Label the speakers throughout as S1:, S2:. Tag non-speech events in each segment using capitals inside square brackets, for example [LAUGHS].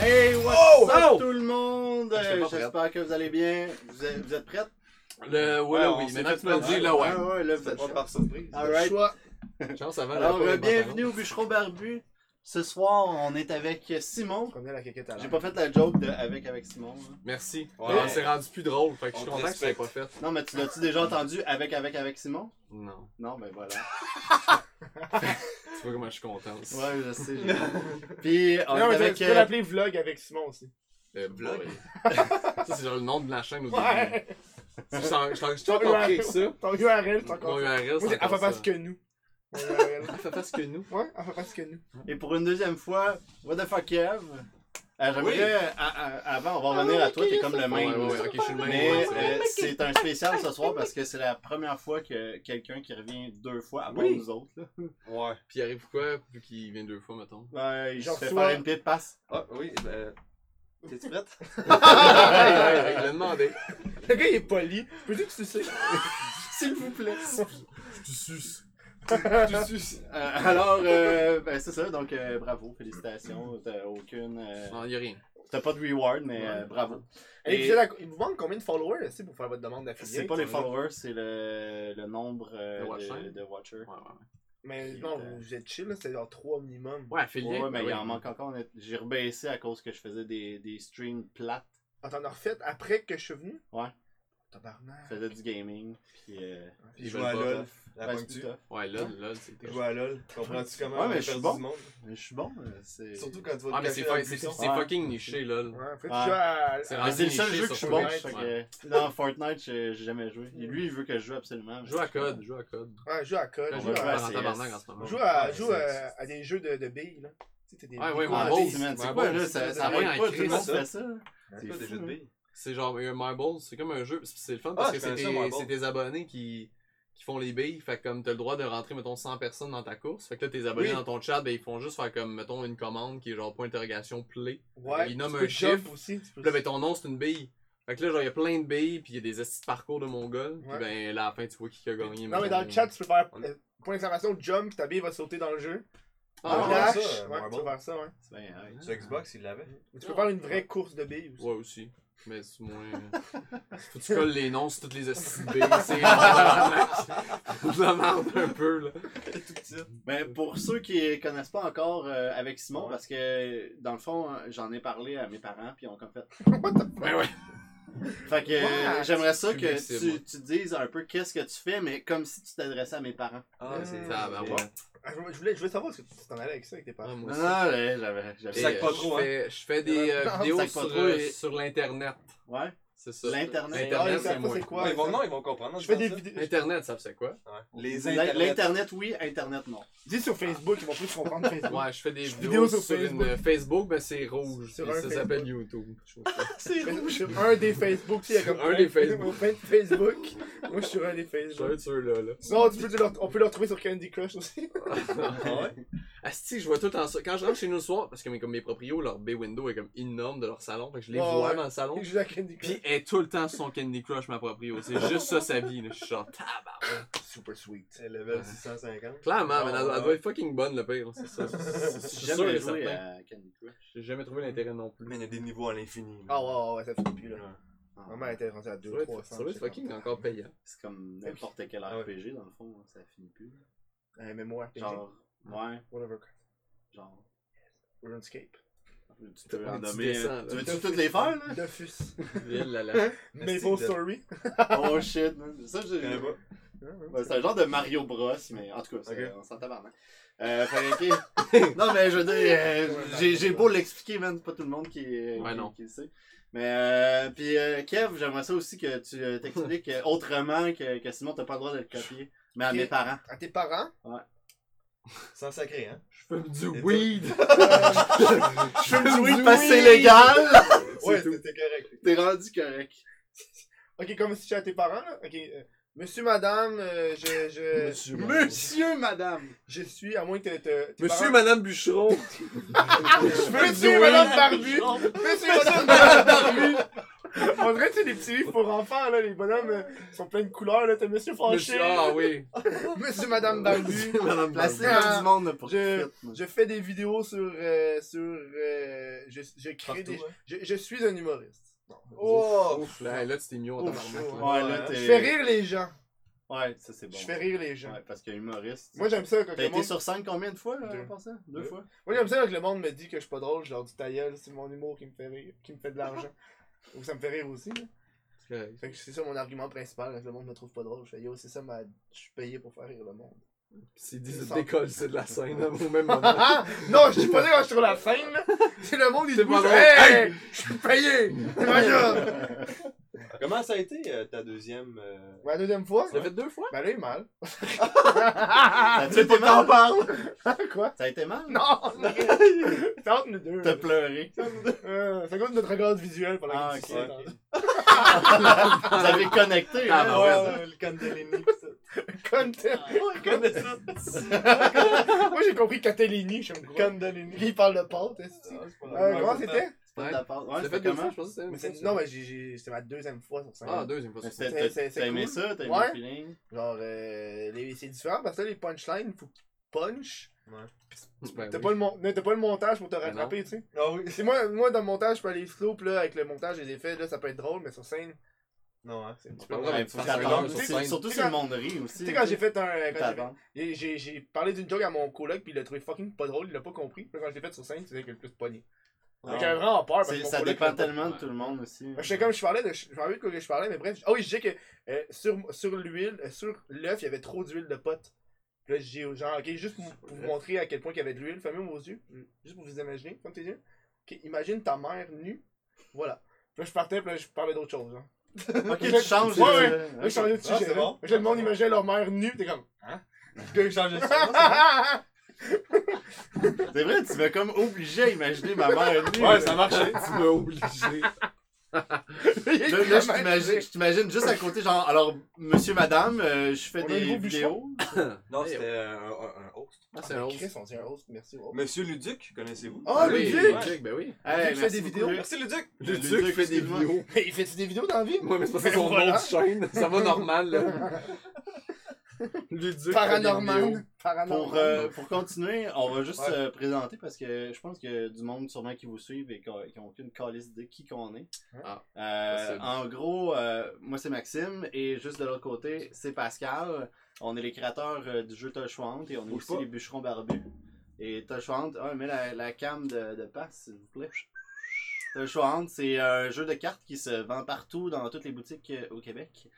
S1: Hey, what's
S2: Oh!
S1: up
S3: Oh!
S1: tout le monde?
S2: Ah, j'étais
S1: Euh,
S2: pas prête.
S1: J'espère que vous allez bien. Vous êtes, vous êtes prêtes?
S3: Le, ouais, là, oui, maintenant que tu me le dis, là, ouais.
S1: Ah, ouais, là, vous êtes
S2: Pas
S1: prêtes.
S2: par surprise.
S1: All right.
S4: Choix.
S3: Chance avant
S1: Alors,
S3: la
S1: euh, bienvenue au Bûcheron Barbu. Ce soir, on est avec Simon.
S4: Combien la quéquette
S3: [LAUGHS]
S4: à
S1: J'ai
S4: l'heure?
S1: pas fait la joke de avec avec Simon. hein. là.
S3: Merci.
S2: Ouais.
S3: Alors, C'est rendu plus drôle, fait que je suis
S2: On te
S3: content que tu l'aies pas
S2: respecte.
S3: fait.
S1: Non, mais tu l'as-tu déjà entendu avec avec avec Simon?
S3: Non.
S1: Non, ben
S3: [LAUGHS]
S1: voilà.
S3: Tu vois comment je suis content aussi.
S1: Ouais, je
S3: [LAUGHS]
S1: sais. j'ai- Puis, on
S4: Non,
S1: est
S4: mais tu-
S1: avec.
S4: tu
S1: euh,
S4: peux l'appeler vlog avec Simon aussi.
S3: Euh,
S2: Vlog.
S3: boy. [LAUGHS] ça, c'est genre le nom de la chaîne au début.
S4: Ouais.
S3: Je suis en- je suis en- je suis encore pris que ça.
S4: Ton URL, c'est
S3: Mon
S4: encore. ça.
S3: URL,
S4: Moi,
S3: c'est
S4: c'est elle fait
S3: encore
S4: pas
S3: ça.
S4: ce que nous. Mon URL.
S3: Elle fait pas ce que nous.
S4: Ouais, elle fait pas ce que nous.
S1: Et pour une deuxième fois, What the fuck, Kev? Euh, J'aimerais.
S3: Oui. Ah,
S1: euh, à- à- avant, on va revenir à toi, t'es comme le
S3: Ouais,
S1: même.
S3: ouais, ouais, ok, je suis le même. ouais,
S1: Mais
S3: c'est
S1: euh,
S3: vrai.
S1: c'est un spécial ce soir parce que c'est la première fois que quelqu'un qui revient deux fois avant
S3: Oui.
S1: nous autres. Là.
S2: Ouais.
S3: Puis il arrive quoi, vu qu'il vient deux fois, mettons?
S1: Ouais, Ben, il se
S4: Genre
S1: fait
S4: toi.
S1: faire une petite passe. [LAUGHS]
S2: Ah, oui, ben. T'es-tu prête?
S3: Il l'a demandé.
S4: Le gars, il est poli. Peux-tu que tu [LAUGHS] sais?
S1: S'il vous plaît.
S3: Tu suces.
S1: Euh, alors, euh, ben, c'est ça, donc euh, bravo, félicitations. T'as aucune. euh,
S3: Non, y a rien.
S1: T'as pas de reward, mais
S4: Ouais.
S1: euh, bravo.
S4: Et
S1: Et-
S4: vous êtes à- Il vous manque combien de followers là, c'est, pour faire votre demande d'affilié?
S1: C'est pas les
S4: Ouais.
S1: followers, c'est le, le nombre euh,
S3: De
S1: de,
S3: watchers.
S1: de watchers.
S3: Ouais, ouais.
S4: Mais non, vous- vous êtes chill, là, c'est genre 3 minimum.
S3: euh, Ouais, affilié. Ah
S1: Ouais, mais il
S3: ouais.
S1: en manque encore. on est- J'ai rebaissé à cause que je faisais des, des streams plates.
S4: Ah, T'en as refait après que je suis venu?
S1: Ouais. Je
S4: Tabarnak.
S1: faisais du gaming. Puis, euh,
S3: Ils
S2: [LAUGHS] Puis jouer à
S3: veulent pas.
S2: LOL. La
S1: ben, c'est
S2: pointe-tu?
S1: plus tough.
S3: Ouais, là, là, c'est Ah,
S2: Jouer à LOL. Comprends-tu comment
S1: Ouais,
S2: on
S1: mais
S2: a
S1: je suis
S2: perdu
S1: bon.
S2: du monde?
S1: Mais je suis bon. euh, C'est
S2: Surtout quand tu vas
S3: Ah,
S2: te
S3: mais c'est
S2: cacher dans le
S3: fuck- c'est-
S2: buisson.
S3: c'est
S1: Ouais.
S3: fucking niché, là.
S4: Ouais, en
S1: Ouais.
S4: fait, tu vas à-
S3: C'est
S1: Mais c'est le
S3: rendu
S1: seul
S3: niché
S1: jeu que
S3: sur
S1: je suis bon.
S3: Fortnite,
S1: fait que- Non, Fortnite, j'ai j'ai jamais joué. Et lui, il veut que je joue absolument. mais
S3: Joue à
S1: je suis pas
S3: code, joue à code.
S4: Ouais, joue à code,
S3: Là,
S1: on
S3: Ben, je
S4: joue
S1: va jouer
S4: à-
S1: à
S3: en
S1: CS.
S3: tabarnak en ce moment.
S4: joue à,
S2: Ouais,
S4: joue à-
S2: c'est-
S4: à des jeux de, de billes, là. Tu sais, t'as des
S3: Ouais,
S4: des
S3: ouais,
S4: coups
S1: Ah,
S4: de
S3: Marbles.
S1: c'est
S4: billes.
S1: man, c'est
S3: Marbles,
S1: quoi là?
S3: c'est
S1: Ça,
S4: des
S1: ça
S3: affaires
S1: arrête pas,
S3: en
S1: tout le monde
S3: crise.
S1: fait ça.
S2: C'est quoi des jeux de billes?
S3: C'est genre euh, Marbles, c'est comme un jeu, c'est- c'est le fun
S2: Ah,
S3: parce
S2: je
S3: que c'est
S2: connais ça,
S3: tes,
S2: Marbles.
S3: c'est tes abonnés qui, qui font les billes, fait que comme t'as le droit de rentrer mettons 100 personnes dans ta course, fait que là tes abonnés
S4: Oui.
S3: dans ton chat, ben ils font juste faire comme mettons une commande qui est genre point interrogation play,
S4: Ouais,
S3: Il nomme
S4: tu
S3: un
S4: peux jump
S3: chiffre.
S4: aussi. tu peux-
S3: Puis là ben ton nom c'est une bille, fait que là genre y a plein de billes puis y a des estis de parcours de mon gars, puis
S4: Ouais.
S3: ben là à la fin tu vois qui a gagné.
S4: Non, mais dans le chat, tu peux faire euh, point d'exclamation, jump, puis ta bille va sauter dans le jeu.
S3: Ah,
S2: Ah,
S3: ouais.
S4: Dash,
S2: ouais, ça,
S4: ouais, tu peux
S2: Marble.
S4: faire ça, ouais.
S1: C'est bien, ouais.
S2: Sur Xbox, il l'avait.
S4: Mais tu peux faire une vraie course de billes aussi.
S3: Ouais, aussi. Mais c'est moins. Faut que tu colles les noms sur toutes les STB. C'est de la merde un peu, là.
S2: Tout petit.
S1: Ben, pour ceux qui connaissent pas encore euh, avec Simon,
S2: Ouais.
S1: parce que dans le fond, hein, j'en ai parlé à mes parents, puis ils ont comme fait.
S3: Ouais, ouais.
S1: Fait que euh,
S4: What?
S1: j'aimerais ça
S3: Public,
S1: que
S3: c'est moi.
S1: tu, tu dises un peu qu'est-ce que tu fais, mais comme si tu t'adressais à mes parents.
S2: Ah, c'est
S3: Ah, ben, ouais.
S4: Ah, Je je voulais, je voulais savoir ce que tu t'en allais avec ça avec tes
S3: Ah,
S4: parents.
S3: moi
S1: Non,
S3: aussi.
S1: non, ouais, j'avais.
S3: Et,
S1: j'avais-
S2: Sac
S3: euh,
S2: pas
S3: je
S2: trop, hein.
S3: fais- Je fais des euh,
S4: Non,
S3: vidéos
S1: sac pas
S3: sur,
S1: trop,
S3: euh,
S1: et-
S3: sur l'Internet.
S1: Ouais.
S3: C'est ça.
S1: L'Internet.
S3: L'Internet,
S4: Ah,
S3: c'est
S4: ça,
S3: moi.
S4: c'est quoi
S2: Ouais, ils vont-
S4: ça?
S2: non, ils vont comprendre.
S4: Je fais des
S2: pense,
S4: vidéos.
S3: Internet, ça c'est
S2: [LAUGHS]
S3: quoi?
S2: ça. Ouais. Les
S1: L'in-
S2: internets.
S1: L'Internet, oui, Internet, non.
S4: Dis sur Facebook, ils vont plus comprendre Facebook. [LAUGHS]
S3: Ouais, je fais des
S4: Je fais
S3: vidéos,
S4: vidéos
S3: sur,
S4: sur
S3: une-
S4: Facebook.
S3: Facebook, ben c'est rouge.
S4: Sur
S3: Puis
S4: un
S3: ça s'appelle YouTube. Je trouve ça.
S1: C'est
S4: Mais
S3: [LAUGHS]
S4: sur un des Facebook, tu sais, il y a
S3: Sur
S4: comme.
S3: un
S4: plein-
S3: des
S4: [LAUGHS]
S3: Facebook.
S4: plein de Facebook. Moi, je suis sur un des
S3: Je
S4: Facebook.
S3: suis sûr, là.
S4: Non, tu peux le- on peut le retrouver sur Candy
S3: [LAUGHS]
S4: Crush aussi.
S2: Ah ouais?
S3: Asti, je vois tout en ça. Quand je rentre chez nous le soir, parce que mes, comme mes proprios, leur bay window est comme énorme de leur salon, fait que je les
S4: Ouais,
S3: vois
S4: ouais.
S3: dans le salon.
S4: Il joue à Candy Crush.
S3: Pis elle est tout le temps sur son Candy Crush, ma proprio.
S5: [LAUGHS]
S3: C'est juste ça sa vie, là. Je suis genre tabarnak.
S4: Super sweet.
S2: C'est level 650.
S3: Clairement, mais elle, elle
S2: Ouais.
S3: doit être fucking bonne, le pire. C'est ça. Je
S1: J'ai
S3: suis sûr
S1: jamais
S3: et
S1: joué
S3: certain.
S1: à Candy Crush.
S3: J'ai jamais trouvé l'intérêt non plus.
S2: Mais il y a des niveaux à l'infini.
S4: Ah ouais, ouais, ouais, ça finit plus là.
S1: Ah,
S4: Maman elle était rendue
S3: Ça
S4: à
S3: doit
S4: 2
S3: être-
S4: 300.
S3: ça doit être fucking encore
S5: [LAUGHS]
S3: payant.
S1: C'est comme n'importe quel
S2: Ah ouais.
S1: RPG, dans le fond, hein, ça finit plus.
S4: Un mémoire. Genre
S1: Genre, ouais,
S4: World of Warcraft,
S1: genre.
S4: RuneScape.
S1: Tu peux en
S3: Tu
S1: nommer. euh,
S3: descends, là.
S1: Tu veux-tu toutes les faire,
S4: [LAUGHS]
S1: là?
S4: Dofus.
S3: Ville, là, là.
S4: Maple
S2: de-
S4: Story.
S1: Oh shit, man. Ça, j'ai.
S2: Je connais pas.
S1: Ouais, c'est un genre de Mario Bros, mais en tout cas, c'est-
S2: Ok.
S1: on s'en tabarnak. Euh, fait que- non, mais je veux dire, euh, j'ai- j'ai beau l'expliquer, man, c'est pas tout le monde qui, euh,
S3: Ouais,
S1: qui-
S3: non.
S1: qui le sait. Mais, euh, puis euh, Kev, j'aimerais ça aussi que tu euh, t'expliques euh, autrement que, que Simon, t'as pas le droit de le copier, mais à
S4: Ok.
S1: mes parents.
S4: À tes parents.
S2: Sans sacré, hein?
S3: Je fume du
S5: [LAUGHS]
S2: Et
S3: weed.
S1: Je
S3: me dis
S1: oui,
S3: oui.
S1: parce que c'est légal!
S2: Ouais,
S3: tout.
S2: c'était correct.
S1: T'es rendu correct.
S4: Ok, comme si tu es à tes parents là. Ok. euh, Monsieur, madame, euh, je, je,
S3: Monsieur,
S1: Monsieur, madame!
S4: je suis, à moins que te- te- tes
S3: Monsieur,
S4: parents-
S3: madame [LAUGHS] Bûcheron.
S4: Monsieur, madame Barbu. Monsieur, madame Barbu. On dirait que c'est des petits livres pour enfants, là. Les bonhommes euh, sont pleins de couleurs, là. T'as Monsieur
S3: Oh,
S4: Fâché,
S5: Monsieur, ah
S3: [LAUGHS]
S5: oui.
S4: Monsieur Madame Barbu.
S5: Madame
S1: Placez
S5: Barbu.
S1: comme du monde là, pour
S4: Je-
S1: tout de suite.
S4: Je fais des vidéos sur. euh, sur euh, je, je crée
S2: Partout,
S4: des.
S2: hein.
S4: Je, je suis un humoriste.
S2: Oh!
S5: Ouf, là, là, tu t'es mis au
S4: Ouf,
S5: tabarnak. là.
S1: Ouais, là,
S4: Je
S1: t'es.
S4: fais rire les gens.
S1: Ouais, ça, c'est bon.
S4: Je fais rire les gens.
S1: Ouais, parce que humoriste.
S4: Moi, j'aime ça quand
S1: T'as
S4: le
S1: été
S4: monde...
S1: sur scène combien de fois, là,
S4: Deux.
S1: en passant? Deux
S4: Deux.
S1: fois.
S4: Moi, j'aime ça quand le monde me dit que je suis pas drôle. Je leur dis ta gueule, c'est mon humour qui me fait rire, qui me fait de l'argent.
S1: [LAUGHS]
S4: Ou ça me fait rire aussi. là.
S5: C'est correct.
S4: Fait que c'est ça mon argument principal. Quand le monde me trouve pas drôle, je fais yo, c'est ça ma. Je suis payé pour faire rire
S1: [LAUGHS]
S4: le monde.
S5: C'est des décolles, c'est de la scène, là, au même moment.
S4: Ah, ah, [LAUGHS] non, je suis pas là quand je suis sur la scène,
S1: [LAUGHS]
S4: là. C'est le monde, il se
S5: C'est pas
S4: bouge.
S5: drôle.
S4: Hey, je suis payé. Ben, C'est ma job.
S2: Comment ça a été euh, ta deuxième. euh,
S4: Ma deuxième fois.
S5: Tu l'as fait deux fois?
S4: Ben là, il
S1: [LAUGHS]
S4: est mal. Ah,
S1: T'as-tu été mal?
S4: parles.
S1: Ah,
S4: Quoi?
S1: Ça a été mal?
S4: Non,
S1: [LAUGHS]
S4: c'est entre nous deux.
S1: T'as pleuré.
S4: [LAUGHS] Euh, C'est à cause de notre regard visuel pendant
S1: Ah,
S4: que tu
S1: ok,
S4: sais,
S1: ok.
S4: hein.
S1: Vous avez connecté,
S5: Ah,
S1: hein?
S5: ben
S1: ouais.
S5: ouais.
S2: euh, le Candelini, pis ça.
S4: Comme t'es-
S2: Je connais ça.
S4: Moi, j'ai compris Catellini, je me crois.
S2: Candelini.
S4: Il parle de pâte, est-ce que-
S2: Ah, c'est pas
S4: Euh,
S2: normal,
S4: Comment
S2: c'est
S4: c'était?
S1: C'est pas de la part.
S5: Tu
S1: Ouais,
S5: l'as fait
S1: c'était
S5: deux fois,
S1: comment?
S5: je pensais que c'était
S4: Mais
S5: une
S4: c'est-
S5: fois, ça.
S4: Non, mais j'ai- j'ai- c'était ma deuxième fois sur scène.
S5: Ah, deuxième fois.
S1: Mais
S5: c'est ça.
S1: c'était-
S4: C'est- c'est-
S1: T'as
S4: c'est
S1: t'as aimé
S4: cool.
S1: ça? T'as aimé
S4: Ouais.
S1: le feeling?
S4: Genre, euh, les- c'est différent parce que là, les punchlines, faut que tu punches.
S3: Ah
S5: Ben
S4: T'as
S5: oui.
S4: pas le mon- t'as pas le montage pour te
S5: Ben
S4: rattraper, tu sais.
S2: Ah oui. [LAUGHS]
S4: C'est moi, moi, dans le montage, je peux aller slow, pis là, avec le montage, les effets, là, ça peut être drôle, mais sur scène,
S2: Non, hein.
S4: c'est un petit peu.
S5: Pas
S4: moins.
S5: grave,
S1: Ouais,
S5: tu
S1: faut
S5: fasses
S1: t'attendre.
S5: un gars sur
S1: Tu sais,
S5: scène.
S1: Surtout
S4: Tu
S1: si
S4: sais,
S1: le monde rit aussi.
S4: Tu sais, quand j'ai fait un. quand j'ai fait-
S1: T'attends.
S4: Et J'ai j'ai parlé d'une joke à mon coloc, puis il l'a trouvé fucking pas drôle, il l'a pas compris. Puis quand je l'ai fait sur scène, c'est ça qui a le plus pogné. Fait que J'avais vraiment peur parce que
S1: C'est-
S4: mon
S1: Ça
S4: coloc, il
S1: dépend
S4: l'a pas-
S1: tellement de tout le monde aussi.
S4: Fait que J'étais comme, je parlais de. Je me rappelle de quoi que je parlais, mais bref. Ah oui, je disais que euh, sur, sur l'huile, euh, sur l'œuf, il y avait trop d'huile de pote. Puis là, je dis aux gens, ok, juste pour, pour vous montrer à quel point il y avait de l'huile, fermez vos yeux, juste pour vous imaginer, comme tes yeux. Ok, imagine ta mère nue. Voilà. Puis là, je partais, puis là, je parlais d'autre chose. Hein.
S1: Ok, tu changes.
S4: Ouais, ouais.
S1: euh,
S4: Là, je changeais de
S2: Ah,
S4: sujet.
S2: c'est
S4: là.
S2: bon.
S4: Fait que là, le monde imaginait leur mère nue, puis t'es comme. [LAUGHS]
S2: J'ai changé de sujet.
S4: ouais,
S1: C'est vrai, tu m'as comme obligé à imaginer ma mère nue.
S2: Ouais,
S1: là.
S2: ça marchait.
S5: Tu [LAUGHS] m'as obligé.
S1: Là, là, je t'imagine- je t'imagine juste à côté, genre, alors, monsieur, madame, euh, je fais
S4: On a
S1: des
S4: un gros
S1: vidéos.
S2: Non,
S5: Hey,
S2: c'était euh, un, un- un host.
S5: Ah, c'est un host.
S4: Chris, on dit un host, merci au host.
S2: Monsieur Luduc, connaissez-vous
S4: Ah,
S5: oui,
S4: Luduc!
S5: Luduc, ben oui.
S1: Hey,
S4: Tu
S1: merci
S4: fais des
S1: beaucoup,
S4: vidéos?
S1: Luc.
S2: Merci Luduc.
S1: Le
S5: Luduc
S1: Luduc,
S5: fait des
S1: excuse-moi.
S5: vidéos.
S4: Mais il fait-tu des vidéos dans la vie?
S5: Moi, mais c'est parce que
S4: Ben
S5: son
S4: voilà.
S5: nom de chaîne, ça va normal,
S1: [LAUGHS]
S5: là. Luduc.
S4: Paranormal. Paranormal.
S1: Pour, euh, pour continuer, on va juste
S2: Ouais.
S1: euh, présenter parce que je pense que du monde sûrement qui vous suivent et qui ont- qui ont aucune calice de qui qu'on est.
S5: Ah.
S1: Euh,
S5: Possible.
S1: en gros, euh, moi c'est Maxime et juste de l'autre côté, c'est Pascal. On est les créateurs euh, du jeu Touch Hunt et on est
S2: Bouge
S1: aussi
S2: pas.
S1: les bûcherons barbus. Et Touch Hunt, ah, mets la, la cam de, de passe s'il vous plaît. Touch Hunt, c'est un jeu de cartes qui se vend partout dans toutes les boutiques euh, au Québec.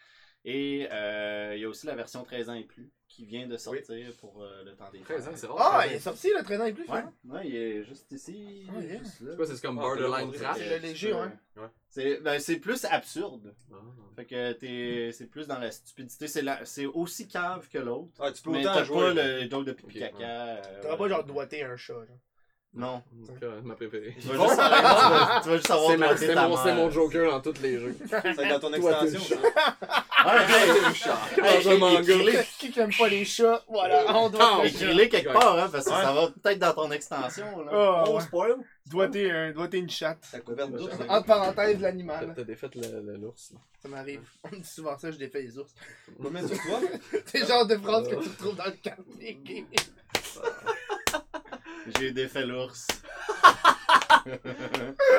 S1: Et euh, il y a aussi la version 13 ans et plus qui vient de sortir pour euh, le temps des
S5: Présent,
S1: fêtes.
S5: hein, c'est
S4: Ah,
S5: rare.
S4: il est
S5: présent.
S4: sorti le 13 ans et plus,
S1: Ouais,
S4: finalement.
S1: ouais, il est juste ici.
S4: Ah, yeah.
S1: juste
S5: Je sais
S1: là.
S5: pas, c'est comme
S2: Ah,
S5: Borderline
S2: t'as
S5: Trash.
S4: C'est le léger, ouais.
S2: Ouais.
S1: C'est ben, c'est plus absurde.
S5: Ah.
S1: Fait que t'es- c'est plus dans la stupidité. C'est la- c'est aussi cave que l'autre.
S2: Ah, tu peux
S1: Mais
S2: autant
S1: t'as pas
S2: jouer.
S1: le joke de pipi
S5: Ok,
S1: caca. euh,
S4: T'auras pas genre doigté un chat, genre.
S1: Non.
S5: Donc, euh, Ma préférée.
S1: Tu vas juste avoir, tu vas juste avoir
S5: C'est ma-
S1: doigté
S5: c'est
S1: ta
S5: mon, c'est
S1: mère.
S5: mon Joker dans tous les jeux.
S2: Ça va être dans ton
S5: Toi, t'es
S2: extension. hein.
S1: Ouais, hey,
S5: [LAUGHS] Dans
S1: hey,
S5: un
S1: écris-
S5: manga.
S1: écris-les-
S4: Qui qui aime pas les chats, voilà,
S1: Oh,
S4: on doit
S5: Ah,
S1: Écris-les quelque
S5: Ouais.
S1: part, hein, parce que
S2: Ouais.
S1: ça va peut-être dans ton extension. Là.
S3: Oh.
S4: Ah, ouais.
S2: spoil.
S4: Doigter un, doigter une chatte.
S2: Ça couverte tout.
S1: Ah.
S4: En parenthèse,
S5: T'as
S4: l'animal.
S5: t'as défait le- le- l'ours. là.
S4: Ça m'arrive. On me dit souvent ça, je défais les ours. [LAUGHS]
S2: Combien sur [LAUGHS] toi
S4: C'est le genre de phrase que tu retrouves dans le quartier gay.
S1: J'ai défait l'ours.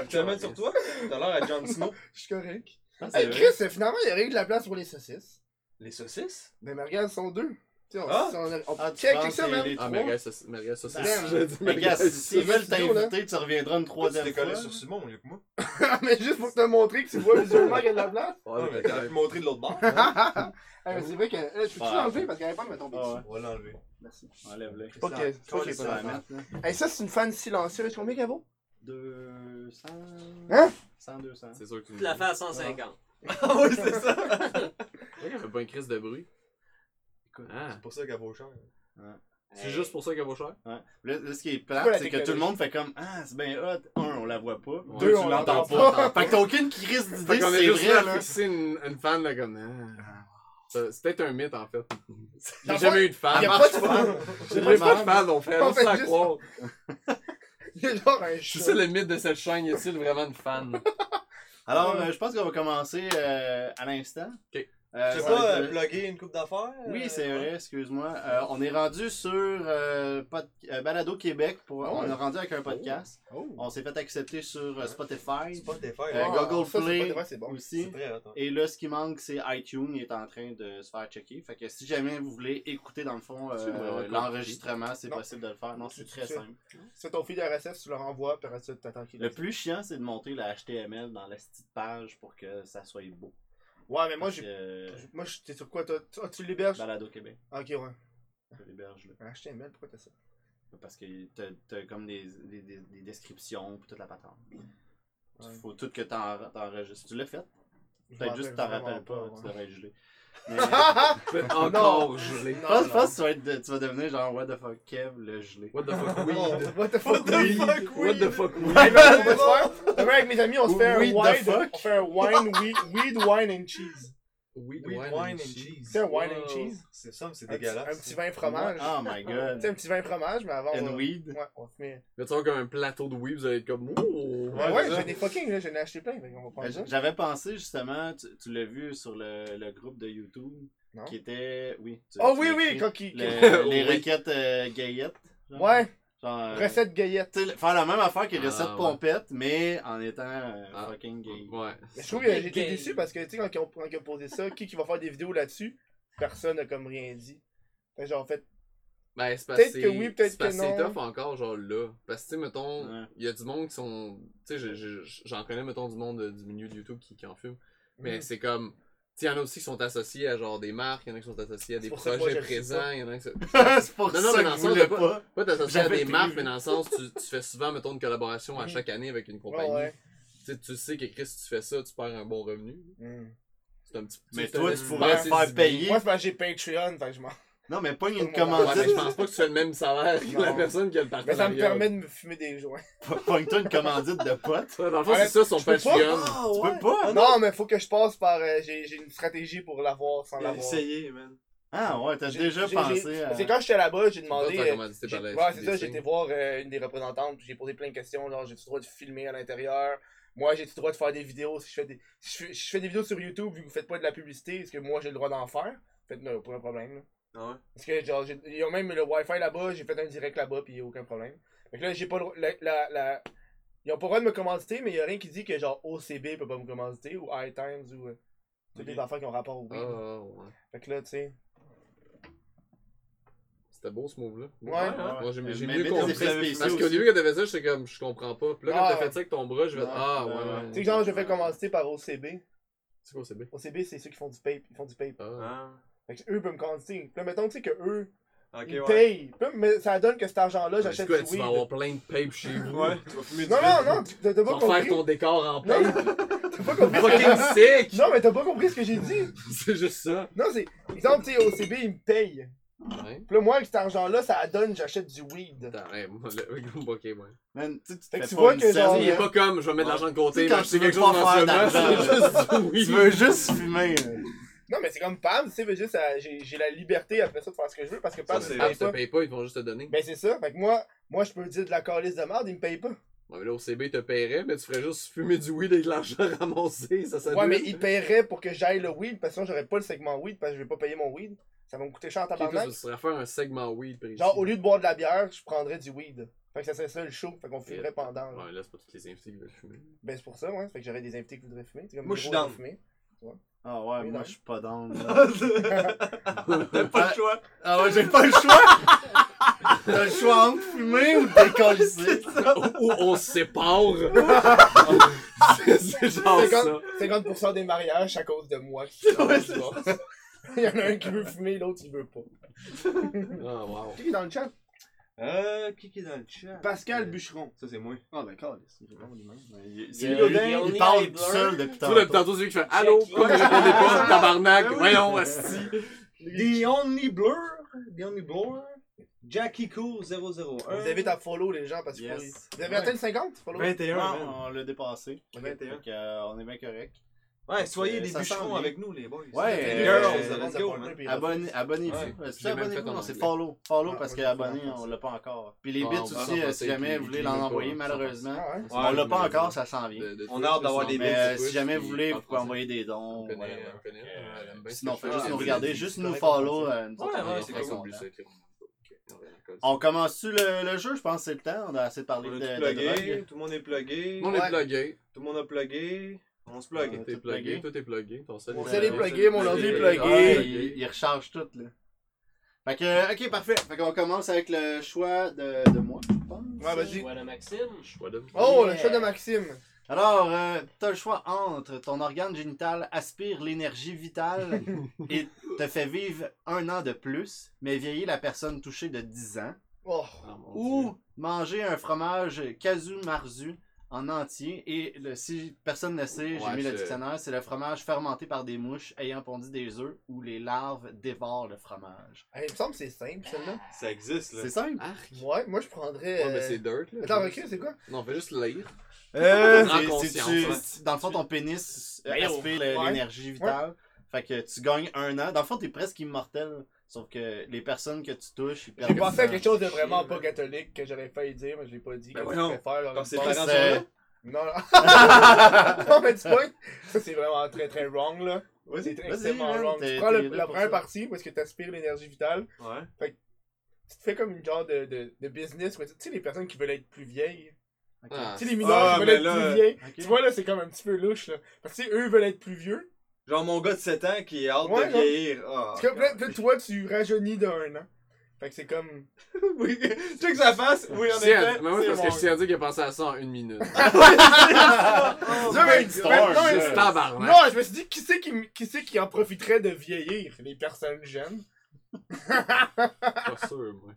S2: Tu mets sur toi Tout à l'heure à Jon Snow.
S4: Je suis correct.
S1: Ah, c'est
S4: Hey,
S1: vrai.
S4: Chris, euh, finalement, il y aurait eu de la place pour les saucisses. Ben,
S2: Les saucisses
S4: Mais mais regarde, ils sont deux. Tu sais, on,
S2: Ah.
S4: on, on,
S1: Ah, tu
S4: check,
S1: penses
S4: check ça,
S1: les-
S4: man.
S1: les
S5: Ah,
S1: trois?
S5: Merguez, ça c'est- Merguez, ça, c'est
S4: Damn.
S5: [LAUGHS] je dis
S1: Mais Ben, gars,
S5: Merguez.
S1: si- s'ils veulent
S4: vidéo, là.
S1: t'inviter, tu reviendras une
S2: Tu
S1: troisième
S2: t'es
S1: fois.
S2: collé sur Simon au lieu que moi.
S4: [LAUGHS] mais juste pour te montrer que tu vois visuellement qu'il y a de la place.
S5: Ouais, ben,
S2: Ah,
S5: mais
S2: mais t'as
S5: t'as-
S2: pu montrer de l'autre bord.
S1: [LAUGHS]
S4: Ah, mais c'est vrai que. euh, Je peux-tu
S1: Ouais.
S4: l'enlever parce qu'elle n'avait pas de me tomber
S1: Ah
S4: dessus.
S1: ouais,
S2: On va [LAUGHS] l'enlever.
S4: Merci.
S1: enlève-le.
S4: Pas que- pas que
S1: C'est hein.
S4: c'est
S1: la
S4: pas
S1: mettre, là.
S4: Hey, ça, c'est une fan silencieuse. Combien qu'elle vaut
S1: 200.
S4: Hein?
S1: 100, 200.
S2: ben.
S5: C'est sûr que tu me
S6: Tu la
S5: dis.
S6: fais à 150.
S2: Ah oui, c'est ça.
S5: Ouais, il fait pas une crise de bruit. Ah.
S2: C'est pour ça qu'elle vaut cher.
S5: C'est juste pour ça qu'elle vaut cher?
S1: Ouais. Là, là, ce qui est
S4: C'est quoi
S1: plate,
S4: la
S1: c'est que tout le monde fait comme Ah, c'est bien hot. Un, on la voit pas.
S5: Ouais.
S1: Deux,
S4: Deux,
S1: tu
S4: on
S1: l'entends
S4: l'entend
S1: pas. fait que t'as aucune crise d'idée
S5: Fait qu'on
S1: si
S5: est
S1: c'est
S5: juste
S1: vrai,
S5: là à
S1: là.
S5: fixer une, une fan là comme ah. Ça, C'est peut-être un mythe en [LAUGHS] fait.
S4: Dans
S5: J'ai
S4: le
S5: jamais eu de fan.
S1: Ah,
S4: Il y a
S5: J'ai
S4: pas de fan.
S5: [LAUGHS] jamais pas de fan, on fait
S4: On
S5: juste
S4: fait
S5: à
S4: juste-
S5: croire.
S4: Il y a genre un
S5: C'est
S4: chat.
S5: [LAUGHS] ça le mythe de cette chaîne, y a-t-il vraiment de fan?
S1: Alors, euh, je pense qu'on va commencer euh, à l'instant.
S3: Ok.
S1: Euh,
S7: J'ai
S1: ça
S7: pas
S1: va
S7: euh,
S1: être-
S7: plugger une coupe d'affaires?
S1: Oui,
S7: euh,
S1: c'est
S7: ouais.
S1: vrai, excuse-moi. Euh, on est rendu sur euh, pod- euh, Balado Québec. Pour...
S4: Ah ouais.
S1: On est rendu avec un podcast.
S4: Oh.
S1: On s'est fait accepter sur euh, Spotify
S7: C'est pas des
S1: Euh,
S7: affaires.
S1: go- Google
S4: Ah, ça, c'est
S1: Play.
S4: pas de vrai, c'est bon.
S1: aussi.
S7: C'est très
S2: hein.
S7: hot, ouais.
S1: Et là, ce qui manque, c'est iTunes. Il est en train de se faire checker. Fait que si jamais vous voulez écouter, dans le fond, euh,
S3: C'est vraiment compliqué.
S1: l'enregistrement, c'est
S4: Non.
S1: possible de le faire. Non, c'est
S4: Tu-
S1: très
S4: tu-
S1: simple.
S4: Tu fais ton fil RSS, tu le renvoies, puis après ça, t'attends qu'il
S1: Le plus chiant, c'est de monter la HTML dans la petite page pour que ça soit beau.
S4: Ouais, mais moi,
S1: Parce
S4: j'ai.
S1: que, euh,
S4: Moi, je- t'es sur quoi toi Tu- ah, Tu l'héberges
S1: Balado Québec,
S4: Ok, ouais. Ah,
S1: je l'héberge là.
S4: HTML, pourquoi t'as ça
S1: Parce que t'as- t'as comme des, des, des- des descriptions pis toute la patente.
S4: Ouais.
S1: Faut tout que t'en- t'enregistres. Tu l'as fait?
S4: Je
S1: Peut-être
S4: me
S1: juste que t'en
S4: rappelle
S1: rappelles pas,
S4: vraiment
S1: tu
S4: ouais.
S1: devrais être
S4: [LAUGHS]
S1: gelé. Mais,
S3: Peut être encore gelé.
S1: je pense,
S4: hein. Non,
S1: je pense que tu vas, être de- tu vas devenir genre What the fuck Kev le gelé.
S3: What the fuck,
S4: non.
S3: weed?
S4: [LAUGHS] What the fuck, weed?
S3: What the fuck, weed?
S4: Hey, mais on va se faire- Demain, avec mes amis, on se fait un
S1: Weed the
S4: wine.
S1: fuck?
S4: On fait un wine,
S1: [LAUGHS]
S4: weed, weed, wine and cheese.
S3: Weed,
S7: Weed, wine and cheese.
S4: C'est un wine and
S3: Wow.
S4: cheese.
S7: C'est ça, mais c'est
S4: Un petit-
S7: dégueulasse.
S4: Un
S7: ça.
S4: petit vin fromage.
S1: Oh my
S4: Tu sais,
S1: god.
S4: un petit vin fromage, mais avant.
S1: And
S4: on-
S1: weed.
S4: Ouais, on se met.
S3: Mais tu vois, comme un plateau de weed, vous allez être comme. Oh,
S4: Ouais,
S1: c'est
S4: j'en
S1: ça.
S4: ai fucking, là, j'en ai acheté plein, mais on va prendre ça.
S1: Euh, J'avais pensé justement, tu, tu l'as vu sur le, le groupe de YouTube
S4: Non.
S1: qui était. Oui. tu-
S4: Oh
S1: tu
S4: oui,
S1: l'as
S4: oui,
S1: écrit.
S4: quand qui. [LAUGHS]
S1: Le- les
S3: Oui.
S1: requêtes euh, gaillettes. genre.
S4: Ouais,
S1: Genre, euh,
S4: recette
S1: [LAUGHS]
S4: gaillette.
S1: tu sais, faire la même affaire que
S3: Ah,
S1: recette
S3: ouais.
S1: pompette, mais en étant euh,
S3: Ah.
S1: fucking gay. [LAUGHS]
S3: Ouais.
S4: Mais Je trouve que
S2: Big
S4: j'étais
S1: Ben,
S2: game.
S4: déçu parce que, tu sais, quand ils ont, quand ils ont posé ça, qui, qui va faire des vidéos là-dessus, personne n'a comme rien dit. Fait que genre, en fait,
S3: Ben, c'est parce
S4: Peut-être
S3: c'est-
S4: que oui, peut-être
S3: c'est parce
S4: que
S3: c'est
S4: non.
S3: tough encore, genre là. Parce que, tu sais, mettons, il
S1: Ouais.
S3: y a du monde qui sont. Tu sais, je- je- je- j'en connais, mettons, du monde euh, du milieu de YouTube qui, qui en fume. Mais
S4: Mhm.
S3: c'est comme. Tu sais, il y en a aussi qui sont associés à genre des marques, il y en a qui sont associés à
S4: C'est
S3: des
S4: pour ça que moi,
S3: projets
S4: je le suis
S3: présents, il y en a qui sont.
S1: c'est pour
S3: Non, non,
S1: ça que je
S3: mais dans le sens,
S1: voulais
S3: t'as
S1: pas.
S3: Pas t'associer à
S1: J'avais
S3: des
S1: prévu.
S3: marques, mais dans le sens, tu, tu fais souvent, mettons, une collaboration à
S4: Mhm.
S3: chaque année avec une
S4: ouais,
S3: compagnie.
S4: ouais.
S3: Tu sais, tu sais que Chris, si tu fais ça, tu perds un bon revenu.
S4: Mm.
S3: C'est un petit
S1: Mais
S3: c'est un
S1: toi, tu
S3: petit
S1: pourrais
S3: peu
S1: te faire
S3: saisissant.
S1: payer.
S4: Moi, c'est parce que j'ai Patreon, fait que je m'en.
S1: Non, mais pogne une
S4: Ouais, mais
S3: Ouais,
S1: commandite.
S3: mais je pense pas que tu as le même salaire que la
S4: Non.
S3: personne qui a le
S4: Mais
S3: partenariat.
S4: ça me permet de me fumer des joints.
S1: [LAUGHS] Pogne-toi une commandite de potes.
S3: Ouais, Dans le fond,
S4: Ouais,
S3: c'est ça son
S4: je peux pas.
S3: Patreon.
S7: Ah,
S1: Tu
S7: ouais.
S1: peux pas.
S7: Ah,
S4: non, mais faut que je passe par. euh, j'ai j'ai une stratégie pour l'avoir sans
S2: J'ai
S4: l'avoir.
S2: essayé, man.
S1: Ah ouais, t'as
S4: J'ai-
S1: déjà
S4: j'ai-
S1: pensé
S4: j'ai-
S1: à.
S4: C'est quand j'étais là-bas, j'ai
S3: Toi,
S4: demandé.
S3: t'as
S4: euh,
S3: commandité
S4: j'ai-
S3: par la
S4: Ouais, c'est ça,
S3: SQDC.
S4: j'étais voir euh, une des représentantes, puis j'ai posé plein de questions, genre j'ai-tu le droit de filmer à l'intérieur? Moi, j'ai-tu le droit de faire des vidéos? Si je fais des, si je, fais- je fais des vidéos sur YouTube, vu que vous faites pas de la publicité, est-ce que moi j'ai le droit d'en faire? Faites, non, pas un problème. Là.
S2: Ah ouais?
S4: Parce que, genre, j'ai- ils ont même le Wi-Fi là-bas, j'ai fait un direct là-bas, puis y a aucun problème. Fait que là, j'ai pas le droit- la, la, la- Ils ont pas le droit de me commanditer, mais y a rien qui dit que, genre, OCB peut pas me commanditer, ou iTimes, ou. euh, toutes
S2: Ok.
S4: les affaires qui ont rapport au
S3: Ah,
S4: weed.
S3: ah, ouais.
S4: Fait que là, tu sais.
S3: C'était beau ce move-là.
S4: Ouais.
S3: Moi, j'ai- j'ai
S1: Ah, Mais
S3: mieux
S1: mettez
S3: compris.
S1: des effets
S3: Parce
S1: spéciaux
S3: qu'au
S1: aussi.
S3: début, quand t'avais ça, j'étais comme, je comprends pas. Puis là, quand
S4: Ah.
S3: t'as fait ça avec ton bras, je vais
S1: Ouais.
S3: Ah, ouais,
S1: Ouais,
S3: ouais.
S1: ouais.
S4: Tu sais, genre, je fais commanditer par OCB.
S3: C'est quoi, c'est bien?
S4: OCB, c'est ceux qui font du pape. Ils font du pape.
S3: Ah.
S2: Ah.
S4: Fait que eux peuvent me commanditer. Puis là, mettons, tu sais, que eux,
S2: Ok,
S4: ils
S2: ouais.
S4: payent. Puis là, mais ça donne que cet argent-là,
S3: Mais
S4: j'achète
S3: quoi,
S4: du
S3: tu
S4: weed.
S3: vas avoir plein de papes chez vous.
S2: Ouais, tu vas fumer du
S4: Non,
S2: vin.
S4: non, non, tu- t'as t'as
S3: Tu
S4: pas
S3: vas faire
S4: compris.
S3: ton décor en
S4: Non, [LAUGHS]
S3: pape.
S4: T'as pas compris. ce que-
S3: [LAUGHS] Fucking sick!
S4: Non, mais t'as pas compris ce que j'ai dit.
S3: [LAUGHS] C'est juste ça.
S4: Non, c'est. Exemple, tu sais, OCB, ils me payent.
S3: Ouais.
S4: Puis là, moi, avec cet argent-là, ça donne, j'achète du weed.
S3: Attends, ouais, moi, le- Ok, ouais.
S1: Man, tu sais, tu te
S4: Fait que
S1: fais
S4: tu
S1: pas
S4: vois
S1: une
S4: que genre-
S1: scène,
S3: Il est pas comme, je vais mettre de l'argent de
S1: Tu
S3: côté,
S1: sais, quand
S3: m'acheter
S1: tu
S3: quelque
S1: veux
S3: chose
S1: pas
S3: dans ce
S1: faire
S3: match, c'est
S1: Tu
S3: [LAUGHS] juste du
S1: veux
S3: weed.
S1: juste fumer. euh.
S4: Non, mais c'est comme Pam, tu sais, veut juste, euh, j'ai j'ai la liberté après ça de faire ce que je veux parce que Pam,
S2: Ça,
S4: me
S2: c'est-
S3: Ah,
S4: paye
S3: ils te
S4: pas.
S3: payent pas, ils vont juste te donner.
S4: Ben, c'est ça. Fait que moi, moi, je peux dire de la calice de merde, ils me payent pas.
S3: Ouais, mais là, au CB, te paierait, mais tu ferais juste fumer du weed avec l'argent [LAUGHS] ramassé, ça, ça
S4: ouais, mais ils paieraient pour que j'aille le weed parce que sinon, j'aurais pas le segment weed parce que je vais pas payer mon weed. Ça va me coûter cher en tabarnak.
S3: Tu serais faire un segment weed précis.
S4: Genre, au lieu de boire de la bière, je prendrais du weed. Fait que ça serait ça le show. Fait qu'on fumerait pendant. là.
S3: Ouais, là, c'est pas tous les invités qui veulent
S4: [LAUGHS]
S3: fumer.
S4: Ben, c'est pour ça, ouais. Fait que j'aurais des invités qui voudraient fumer. C'est comme
S2: Moi,
S4: les
S2: je suis
S4: gros, ils
S2: down.
S4: vont fumer.
S1: Ah ouais,
S4: Oui,
S1: moi
S4: non.
S1: je suis pas dans.
S2: [LAUGHS] T'as pas le choix.
S1: Ah ouais, j'ai pas le choix. [LAUGHS] T'as le choix entre fumer ou
S3: [LAUGHS]
S1: décoller.
S3: Ou on se
S4: [LAUGHS]
S3: sépare! [LAUGHS] c'est c'est genre
S4: C'est
S3: ça.
S4: comme- 50% des mariages à cause de moi. qui- [LAUGHS] Il y en a un qui veut fumer, l'autre, il veut pas.
S3: Ah, wow.
S4: Qui est dans le chat?
S2: Euh, qui qui est dans le chat? Euh,
S4: Pascal Bûcheron.
S2: Ça, c'est moi.
S1: Ah d'accord, c'est
S2: C'est Godin,
S1: Il
S2: on est
S1: parle
S2: les
S1: tout
S2: blurs.
S1: seul depuis
S3: Tu vois,
S1: tantôt.
S3: tantôt, celui qui fait Allô,
S2: Check.
S3: pourquoi vous répondez pas,
S4: [LAUGHS]
S3: tabarnak?
S4: Ben
S2: Ah oui.
S3: Voyons, asti.
S2: The Only Blur. The Only Blur. Jackie Cool 001.
S4: Vous invite à follow les gens parce que
S1: Yes.
S4: faut- vous avez atteint le 50 follow.
S2: 21,
S1: Non,
S2: man.
S1: on l'a dépassé.
S2: 21.
S1: Fait que, euh, on est bien correct.
S2: Ouais, soyez
S1: Euh,
S2: des
S1: ça sent
S2: bûcherons
S1: bien.
S2: avec nous, les boys.
S1: Ouais,
S2: Les
S1: euh,
S2: girls, let's go, man.
S1: Abonne- Abonnez-vous.
S3: Ouais,
S1: Euh, c'est
S3: je l'ai même
S1: abonnez-vous,
S3: fait en
S1: non, c'est
S3: anglais.
S1: follow. Follow
S4: Ah,
S1: parce
S4: moi,
S1: que
S4: je l'ai fait en
S1: abonné, on
S4: français.
S1: l'a pas encore. Puis les
S3: Ah,
S1: bits
S3: on va
S1: aussi,
S3: en
S1: euh, si
S3: français,
S1: jamais
S3: puis
S1: vous
S3: les
S1: voulez l'en
S3: clients,
S1: envoyer,
S3: pas en
S1: malheureusement.
S4: Ah ouais?
S3: Ouais,
S1: On l'a pas
S3: mais-
S1: encore, ça s'en vient.
S3: de- de
S2: On a
S3: Twitch,
S2: hâte
S3: sinon,
S2: d'avoir des
S3: mais,
S1: Mais
S2: bits
S3: euh,
S1: euh, si jamais vous voulez, vous pouvez envoyer des
S3: On
S1: dons.
S3: connaît,
S1: whatever.
S3: on connaît, euh, elle aime bien
S1: Sinon,
S3: ça.
S1: faites juste
S3: Ouais,
S1: nous
S3: c'est-
S1: regarder,
S4: c'est-
S1: juste
S4: c'est
S1: nous
S4: correct,
S1: follow.
S4: on
S1: euh, nous autres,
S2: Ouais,
S1: on est
S2: ouais,
S3: On
S2: c'est
S1: très
S2: cool.
S1: contents.
S3: oublie ça, Clément. Ok, on est d'accord.
S1: On commence-tu le, le jeu? Je pense que c'est le temps. On a assez
S2: On
S1: parlé de,
S2: est
S1: de
S2: tous
S1: drogue.
S2: plugués, tout le monde est plugué.
S3: On est
S4: Ouais.
S3: plugué.
S2: Tout le monde a plugué. On se plug.
S1: Ouais.
S3: T'es
S1: tout
S3: plugué,
S1: plugué.
S3: toi t'es plugué. Ton sel
S4: Mon
S1: sel est
S4: plugué, mon ordi est plugué.
S1: Ouais,
S3: Ouais,
S1: il, il recharge tout, là. Fait que, euh, ok, parfait. Fait qu'on commence avec le choix de, de moi, je pense.
S4: Ouais, vas-y.
S8: Voilà, Maxime.
S3: Choix de-
S4: Oh, le
S1: Yeah.
S4: choix de Maxime.
S1: Alors, euh, t'as le choix entre ton organe génital aspire l'énergie
S4: [LAUGHS]
S1: vitale et te fait vivre un an de plus, mais vieillir la personne touchée de 10 ans,
S4: Oh.
S3: Ah, mon Dieu.
S1: ou manger un fromage casu marzu en entier. Et le- si personne ne sait, j'ai
S3: Ouais,
S1: mis le
S3: c'est-
S1: dictionnaire, c'est le fromage fermenté par des mouches ayant pondu des œufs où les larves dévorent le fromage.
S4: Hey, il me semble que c'est simple, celle-là.
S2: Ça existe, là.
S1: C'est simple.
S3: Arc.
S4: Ouais, moi je prendrais.
S3: Ouais, mais
S4: euh,
S3: c'est dirt là.
S4: Attends, recule, c'est quoi
S3: Non, fais juste lire.
S1: Euh,
S3: En
S1: c'est-
S3: conscience,
S1: c'est-
S3: ouais.
S1: c'est- Dans le fond, ton pénis euh,
S4: Ben, oh,
S1: aspire
S4: ouais.
S1: l'énergie vitale. Fait que tu gagnes un an. Dans le fond, t'es presque immortel. Sauf que les personnes que tu touches, ils perdent.
S4: J'ai pensé à
S1: un an.
S4: quelque chose de vraiment pas catholique que j'aurais failli dire, mais je l'ai pas dit.
S2: Ben
S4: Qu'est-ce que
S2: voyons.
S4: je préfère, genre,
S2: Quand
S4: une
S2: c'est
S4: porte-
S2: parents sont
S1: c'est- [LAUGHS]
S2: là.
S4: Non, non. non, [LAUGHS] mais tu point. Ça, c'est vraiment très très wrong, là.
S1: Vas-y,
S4: C'est très-
S1: vas-y,
S4: extrêmement
S1: man,
S4: wrong. Tu
S1: t'es-
S4: prends
S1: t'es
S4: le-
S1: là
S4: la
S1: pour
S4: première
S1: ça.
S4: partie où est-ce que t'aspires l'énergie vitale.
S2: Ouais.
S4: Tu te fais comme une genre de, de, de business. où Tu tu sais, les personnes qui veulent être plus vieilles.
S3: Ah,
S4: Tu sais, les mineurs
S2: Ah,
S4: qui veulent
S2: mais
S4: être
S2: là,
S4: plus vieilles.
S1: Ok. [LAUGHS]
S4: Tu vois, là, c'est comme un petit peu louche, là. Parce que, tu sais, eux, ils veulent être plus vieux.
S2: Genre mon gars de 7 ans qui est hâte
S4: Ouais,
S2: de
S4: genre-
S2: vieillir. Ah,
S4: Parce que, là, là, toi, tu rajeunis d'un an. Fait que c'est comme.
S2: [LAUGHS] oui. Tu sais que ça fasse? Oui, en
S3: Je tiens à-
S2: effet.
S3: mais moi,
S2: c'est
S3: parce
S2: mon-
S3: que je tiens à dire qu'il a pensé à ça en une minute.
S2: Oh,
S4: Non, mais-
S2: my God.
S4: mais- non, mais-
S1: ça.
S3: Tabarnak.
S4: Non, je me suis dit, qui c'est qui, m- qui, c'est qui en profiterait de vieillir Les personnes jeunes.
S3: Pas sûr, moi.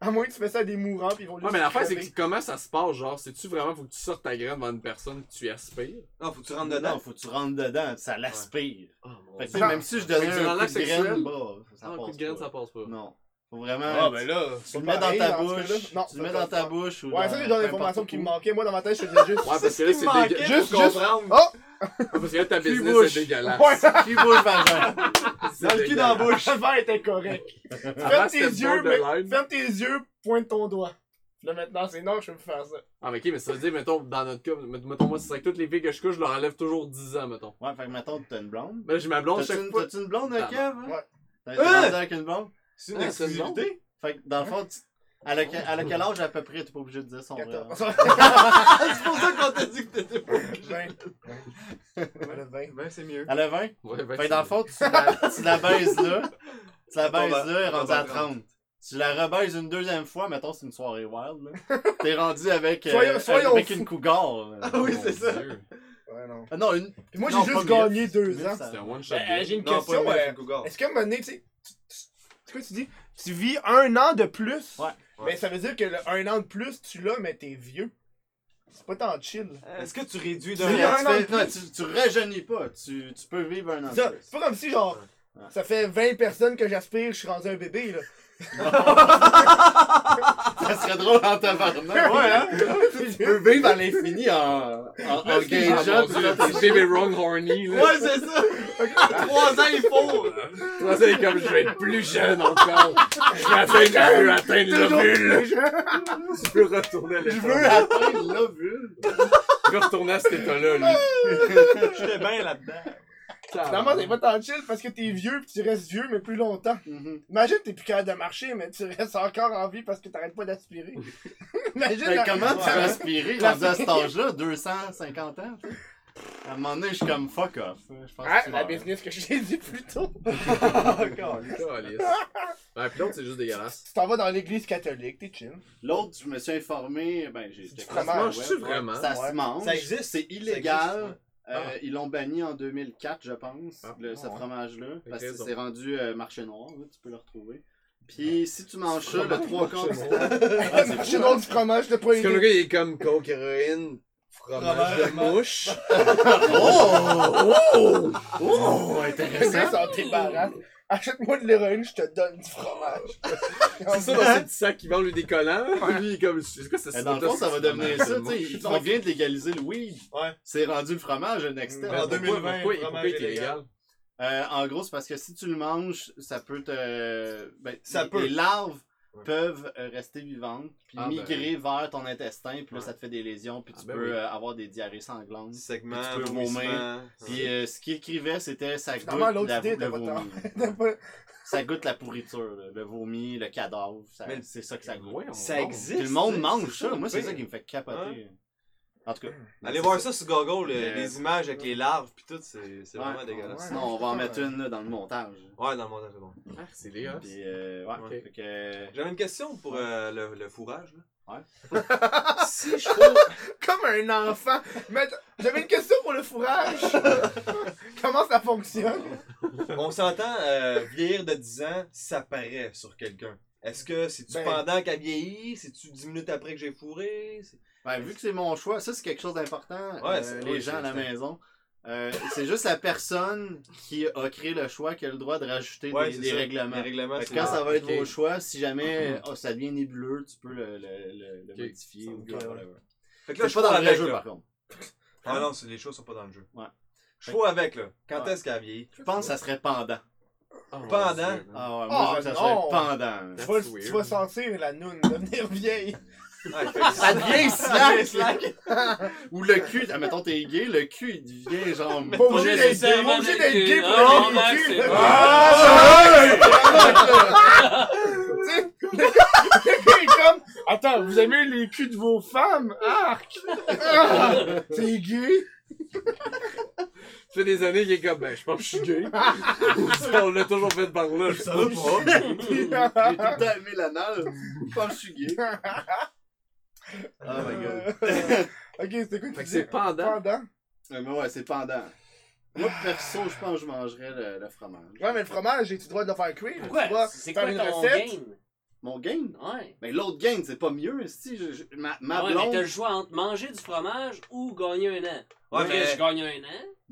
S4: À moins que tu fais ça à des mourants, puis ils vont
S3: Ouais, mais l'affaire, c'est
S4: crever.
S3: que comment ça se passe, genre, c'est-tu vraiment, faut que tu sortes ta graine devant une personne que tu aspires?
S2: Non, faut que tu rentres dedans.
S1: Non, faut que tu rentres dedans, ça l'aspire.
S3: Oh mon
S1: Fait que tu sais,
S4: Ah.
S1: même si je donnais
S3: Fait que durant
S1: un coup
S3: l'acte
S1: de graine,
S3: sexuel,
S1: bah, ça
S3: un coup
S1: passe
S3: de graine,
S1: pas.
S3: ça passe pas.
S1: Non. Faut vraiment.
S4: Ah, ben là.
S1: tu
S4: c'est
S1: le
S4: pas
S1: mets dans
S4: pareil,
S1: ta
S4: dans ce
S1: bouche.
S4: cas-là. Non,
S1: tu
S4: ça
S1: le mets
S4: doit
S1: dans ta
S4: pas.
S1: bouche. Ou
S4: Ouais, ça,
S1: dans-
S4: c'est genre
S1: peu
S4: l'information
S1: importe
S4: qui
S1: où.
S4: me manquait. Moi, dans ma tête, je faisais juste.
S3: Ouais, parce que là,
S2: Il manquait
S3: c'est dégueulasse.
S4: Juste-
S2: pour
S4: juste-
S2: comprendre.
S4: Oh!
S3: Parce que là, ta
S1: Cul
S3: business
S1: bouche.
S3: est dégueulasse.
S1: [LAUGHS] Qui bouge vagin.
S4: [LAUGHS]
S3: C'est
S2: Dans le cul, dans la
S3: dégueulasse.
S2: bouche.
S4: Le verre était correct.
S3: Avant,
S4: Ferme tes
S3: c'était
S4: yeux, mais.
S3: borderline.
S4: Ferme tes yeux, pointe ton doigt. Là, maintenant, c'est non, je peux plus faire ça.
S3: Ah, mais ok, mais ça veut dire, mettons, dans notre cas, met- mettons, moi, c'est ça que toutes les filles que je couche, je leur enlève toujours 10 ans, mettons.
S1: Ouais, fait que mettons que t'as une blonde.
S3: Mais j'ai ma blonde
S1: T'as-tu
S3: chaque
S1: une,
S3: fois. Euh!
S1: t'as-tu une blonde,
S3: Ah,
S1: Kev? hein?
S4: ouais.
S1: T'as
S2: Hein?
S1: t'as rendu avec une blonde?
S2: C'est une
S3: Ah, c'est bon.
S2: [LAUGHS] exclusivité.
S1: Fait que dans le fond, tu- elle a, que- elle a quel âge à peu près? T'es pas obligé de dire son euh, vrai. âge.
S4: 14.
S2: C'est pour ça qu'on t'a dit que t'étais pas.
S4: 20. Voilà, 20.
S2: Ben, c'est mieux.
S1: Elle a 20?
S3: Ouais, ben,
S1: Fait que dans le fond, tu la, tu la baises là. Tu la baises là, elle est rendue à 30. Tu la rebaises une deuxième fois, mettons c'est une soirée wild là. T'es rendu avec, euh,
S4: Soyons- soyons
S1: avec
S4: fous.
S1: une cougar. là.
S2: Ah oui,
S3: mon
S2: c'est ça.
S3: Dieu.
S4: Ouais, non.
S1: Ah non, une.
S4: Puis moi,
S1: Non,
S4: j'ai juste
S1: pas
S4: gagné
S1: mille.
S4: deux
S1: Mille,
S4: ans.
S1: ça-
S3: C'était un one shot.
S4: Ben, euh, j'ai une
S2: Non, pas
S4: question.
S2: une
S4: euh,
S2: mère, Cougar.
S4: Est-ce qu'à un moment donné, tu sais, tu- tu- c'est quoi tu dis Tu vis un an de plus
S1: Ouais.
S4: Mais ça veut dire que le un an de plus, tu l'as, mais t'es vieux. C'est pas tant chill.
S2: Est-ce que tu réduis
S1: Tu,
S2: d'un
S4: Il y
S1: fais-
S4: a
S2: an?
S1: tu
S4: un an
S1: fais-
S4: de plus.
S1: non, tu- tu rajeunis pas, tu, tu peux vivre un an. de
S4: Ça,
S1: plus.
S4: C'est pas comme si, genre,
S1: Ouais.
S4: ça fait 20 personnes que j'aspire, je suis rendu un bébé, là.
S1: Ça serait drôle en tabarnak.
S2: Ouais, hein?
S4: [LAUGHS]
S1: Tu peux vivre à l'infini en, en, en
S3: Ah,
S1: gageant.
S3: mon Dieu, t'es baby wrong horny, là.
S2: [LAUGHS] Ouais, c'est ça. Trois ans, il faut.
S3: Moi, c'est comme, je vais être plus jeune encore. Je vais atteindre la rue, atteindre l'ovule. Tu peux retourner à
S1: Je
S3: l'état. [LAUGHS]
S1: veux atteindre l'ovule.
S3: Tu peux retourner à cet état-là, lui.
S2: J'étais bien là-dedans.
S4: Finalement, c'est pas tant chill parce que t'es vieux pis tu restes vieux, mais plus longtemps.
S1: Mhm.
S4: Imagine, t'es plus capable de marcher, mais tu restes encore en vie parce que t'arrêtes pas d'aspirer. [LAUGHS] Imagine.
S1: Mais
S4: la-
S1: comment tu vas
S4: la-
S1: aspirer rendu à cet âge-là, 250 ans? tu sais? À un moment donné, je suis comme fuck off. Je pense
S4: Ah,
S1: que tu
S4: la
S1: meurs.
S4: business que j'ai dit
S1: [LAUGHS]
S4: plus tôt.
S3: Calice. Ouais, Ben, puis l'autre, c'est juste dégueulasse.
S4: Tu t'en vas dans l'église catholique, t'es chill.
S1: L'autre, je me suis informé, ben j'ai
S4: C'est
S1: j'étais
S4: du fromage.
S1: croisé
S3: Ça se
S1: sur
S3: mange-tu
S1: le web.
S3: vraiment?
S1: Ça
S4: Ouais.
S1: se mange.
S2: Ça existe?
S1: C'est
S2: Ça
S1: illégal.
S2: existe,
S1: Euh,
S3: Ah.
S1: Ils l'ont banni en 2004, je pense,
S3: Ah,
S1: le, ce
S4: ouais.
S1: fromage-là, parce que
S3: raison.
S1: c'est rendu euh, marché noir, là, tu peux le retrouver. Puis si tu manges ça, le trois quarts
S4: [LAUGHS]
S1: du temps. Ah, c'est
S4: Je suis
S1: fou,
S4: dans du fromage, le
S3: C'est
S4: premier.
S3: comme le gars, il est comme coke, héroïne, fromage de mouche.
S1: hein. Oh! Oh! Oh! Intéressant!
S4: Ça, t'es barré. Achète-moi de l'héroïne, je te donne du fromage.
S5: C'est ça
S4: [LAUGHS] Hein?
S5: dans ce petit sac qui vend lui des collants. [LAUGHS] Lui, il est comme. C'est quoi ça?
S1: [LAUGHS] Eh, Dans le fond, ça va devenir ça. tu sais,
S4: Ils ont-
S1: On vient de légaliser le weed.
S4: Ouais.
S1: C'est rendu le fromage un externe.
S4: En
S5: En
S4: 2020,
S5: 2020, pourquoi,
S4: le
S5: pourquoi
S4: fromage
S5: il est
S4: est légal.
S5: illégal?
S1: Euh, en gros, c'est parce que si tu le manges, ça peut te. ben,
S4: Ça
S1: les,
S4: peut.
S1: les larves
S2: Ouais.
S1: peuvent euh, rester vivantes, puis
S5: Ah, ben.
S1: migrer vers ton intestin, puis là,
S2: Ouais.
S1: ça te fait des lésions, puis
S5: Ah,
S1: tu
S5: ben
S1: peux
S5: oui.
S1: euh, avoir des diarrhées sanglantes.
S2: Segment,
S1: Tu peux
S2: vomissement.
S1: Puis euh, ce qu'il écrivait, c'était ça goûte
S4: Finalement, l'autre
S1: la, le
S4: idée était pas tant.
S1: vomi. [LAUGHS] ça goûte la pourriture, là. le vomi, le cadavre. ça-
S2: Mais-
S1: C'est ça que ça goûte.
S5: Ouais, on-
S6: Ça
S5: on-
S6: existe.
S1: Puis le monde
S6: c'est-
S1: mange
S6: c'est
S1: ça. Moi, c'est
S6: le
S1: ça
S6: pire.
S1: qui me fait capoter. En tout cas,
S2: Allez
S1: c'est
S2: voir ça sur Google, le-
S1: Mais-
S2: les images avec les larves pis tout, c'est c'est
S1: Ouais.
S2: vraiment dégueulasse.
S1: sinon, on va en mettre une là, dans le montage.
S2: Ouais, dans le montage, c'est bon.
S5: Ah, c'est légal.
S1: Puis, euh, ouais.
S5: Ok.
S1: Fait que-
S2: J'avais une question pour euh, le, le fourrage. Là. [LAUGHS]
S4: si je trouve. Comme un enfant. Mais t- j'avais une question pour
S5: [LAUGHS]
S4: le fourrage. Comment ça fonctionne
S2: On s'entend euh, vieillir de 10 ans, ça paraît sur quelqu'un. Est-ce que c'est-tu
S4: Ben-
S2: pendant qu'elle vieillit C'est-tu 10 minutes après que j'ai fourré C'est-
S1: Ben, vu que c'est mon choix, ça c'est quelque chose d'important,
S2: Ouais,
S1: euh,
S2: c'est-
S1: les
S2: oui,
S1: gens à la
S2: c'est-
S1: maison. Euh, c'est juste la personne qui a créé le choix qui a le droit de rajouter
S2: Ouais,
S1: des,
S2: c'est
S1: des
S2: ça.
S1: règlements.
S2: Les règlements,
S1: Fait que
S2: c'est Mm-hmm.
S1: quand ça va être
S5: Ok.
S1: vos choix, si jamais oh, ça devient nébuleux, tu peux le, le, le- le
S5: Ok.
S1: modifier ou
S4: Ok, ouais.
S1: whatever.
S2: Fait que là,
S1: C'est
S2: je
S1: pas dans le vrai
S2: jeu.
S1: jeu par contre.
S2: Ah non, c'est- les choses sont pas dans le jeu.
S1: Ouais.
S2: Je suis avec là. Quand
S1: Ouais.
S2: est-ce
S1: [LAUGHS]
S2: qu'elle vieillit
S1: Je pense que ça serait pendant.
S5: Ah, mon
S2: Pendant.
S5: Dieu, man.
S1: Ah ouais, moi
S4: Ah,
S1: je veux que ça
S4: non!
S1: serait pendant.
S4: tu
S5: That's
S4: vas,
S5: weird.
S4: tu vas sentir la noune devenir vieille.
S2: Ah, il fait-
S1: Ça [LAUGHS] devient slack! [LAUGHS] Ou le cul, ah, mettons t'es gay, le cul il devient genre.
S4: [LAUGHS] Pas obligé d'être gay, pas
S9: nécessairement
S4: obligé d'être
S9: d'être gay.
S4: gay pour
S9: Ah,
S4: avoir
S9: non,
S4: le cul.
S9: c'est vrai.
S5: Ah,
S4: Tu sais, le [LAUGHS] gars- le gars est comme [LAUGHS] Attends, vous aimez les culs de vos femmes Arc Ah,
S5: Oh
S4: T'es gay [LAUGHS]
S5: Ça fait des années qu'il est comme, ben, je pense que je suis
S4: [LAUGHS]
S5: gay. on l'a toujours fait par là.
S2: Ça va pas.
S1: [LAUGHS] J'ai tout le temps aimé l'anal. Je pense que je suis gay. Oh my god.
S4: Euh, Ok, c'était quoi
S5: Fait
S4: que tu
S5: que c'est
S4: disais
S5: pendant.
S4: Pendant.
S1: Ouais, Ah, mais ouais, c'est pendant. Moi, perso, je pense que je mangerais le, le fromage.
S4: Ouais, mais le fromage, j'ai-tu le droit de le faire cuire Tu
S9: Pourquoi?
S4: vois,
S9: C'est
S4: faire
S9: quoi
S4: une
S9: ton
S4: recette?
S9: game?
S1: Mon gain?
S9: Ouais.
S1: Mais l'autre gain, c'est pas mieux. Si je, je- ma, ma
S9: Ah ouais, mais
S1: blonde.
S9: t'as le choix entre manger du fromage ou gagner un an.
S2: Ouais,
S9: Moi,
S2: mais-
S9: je gagne un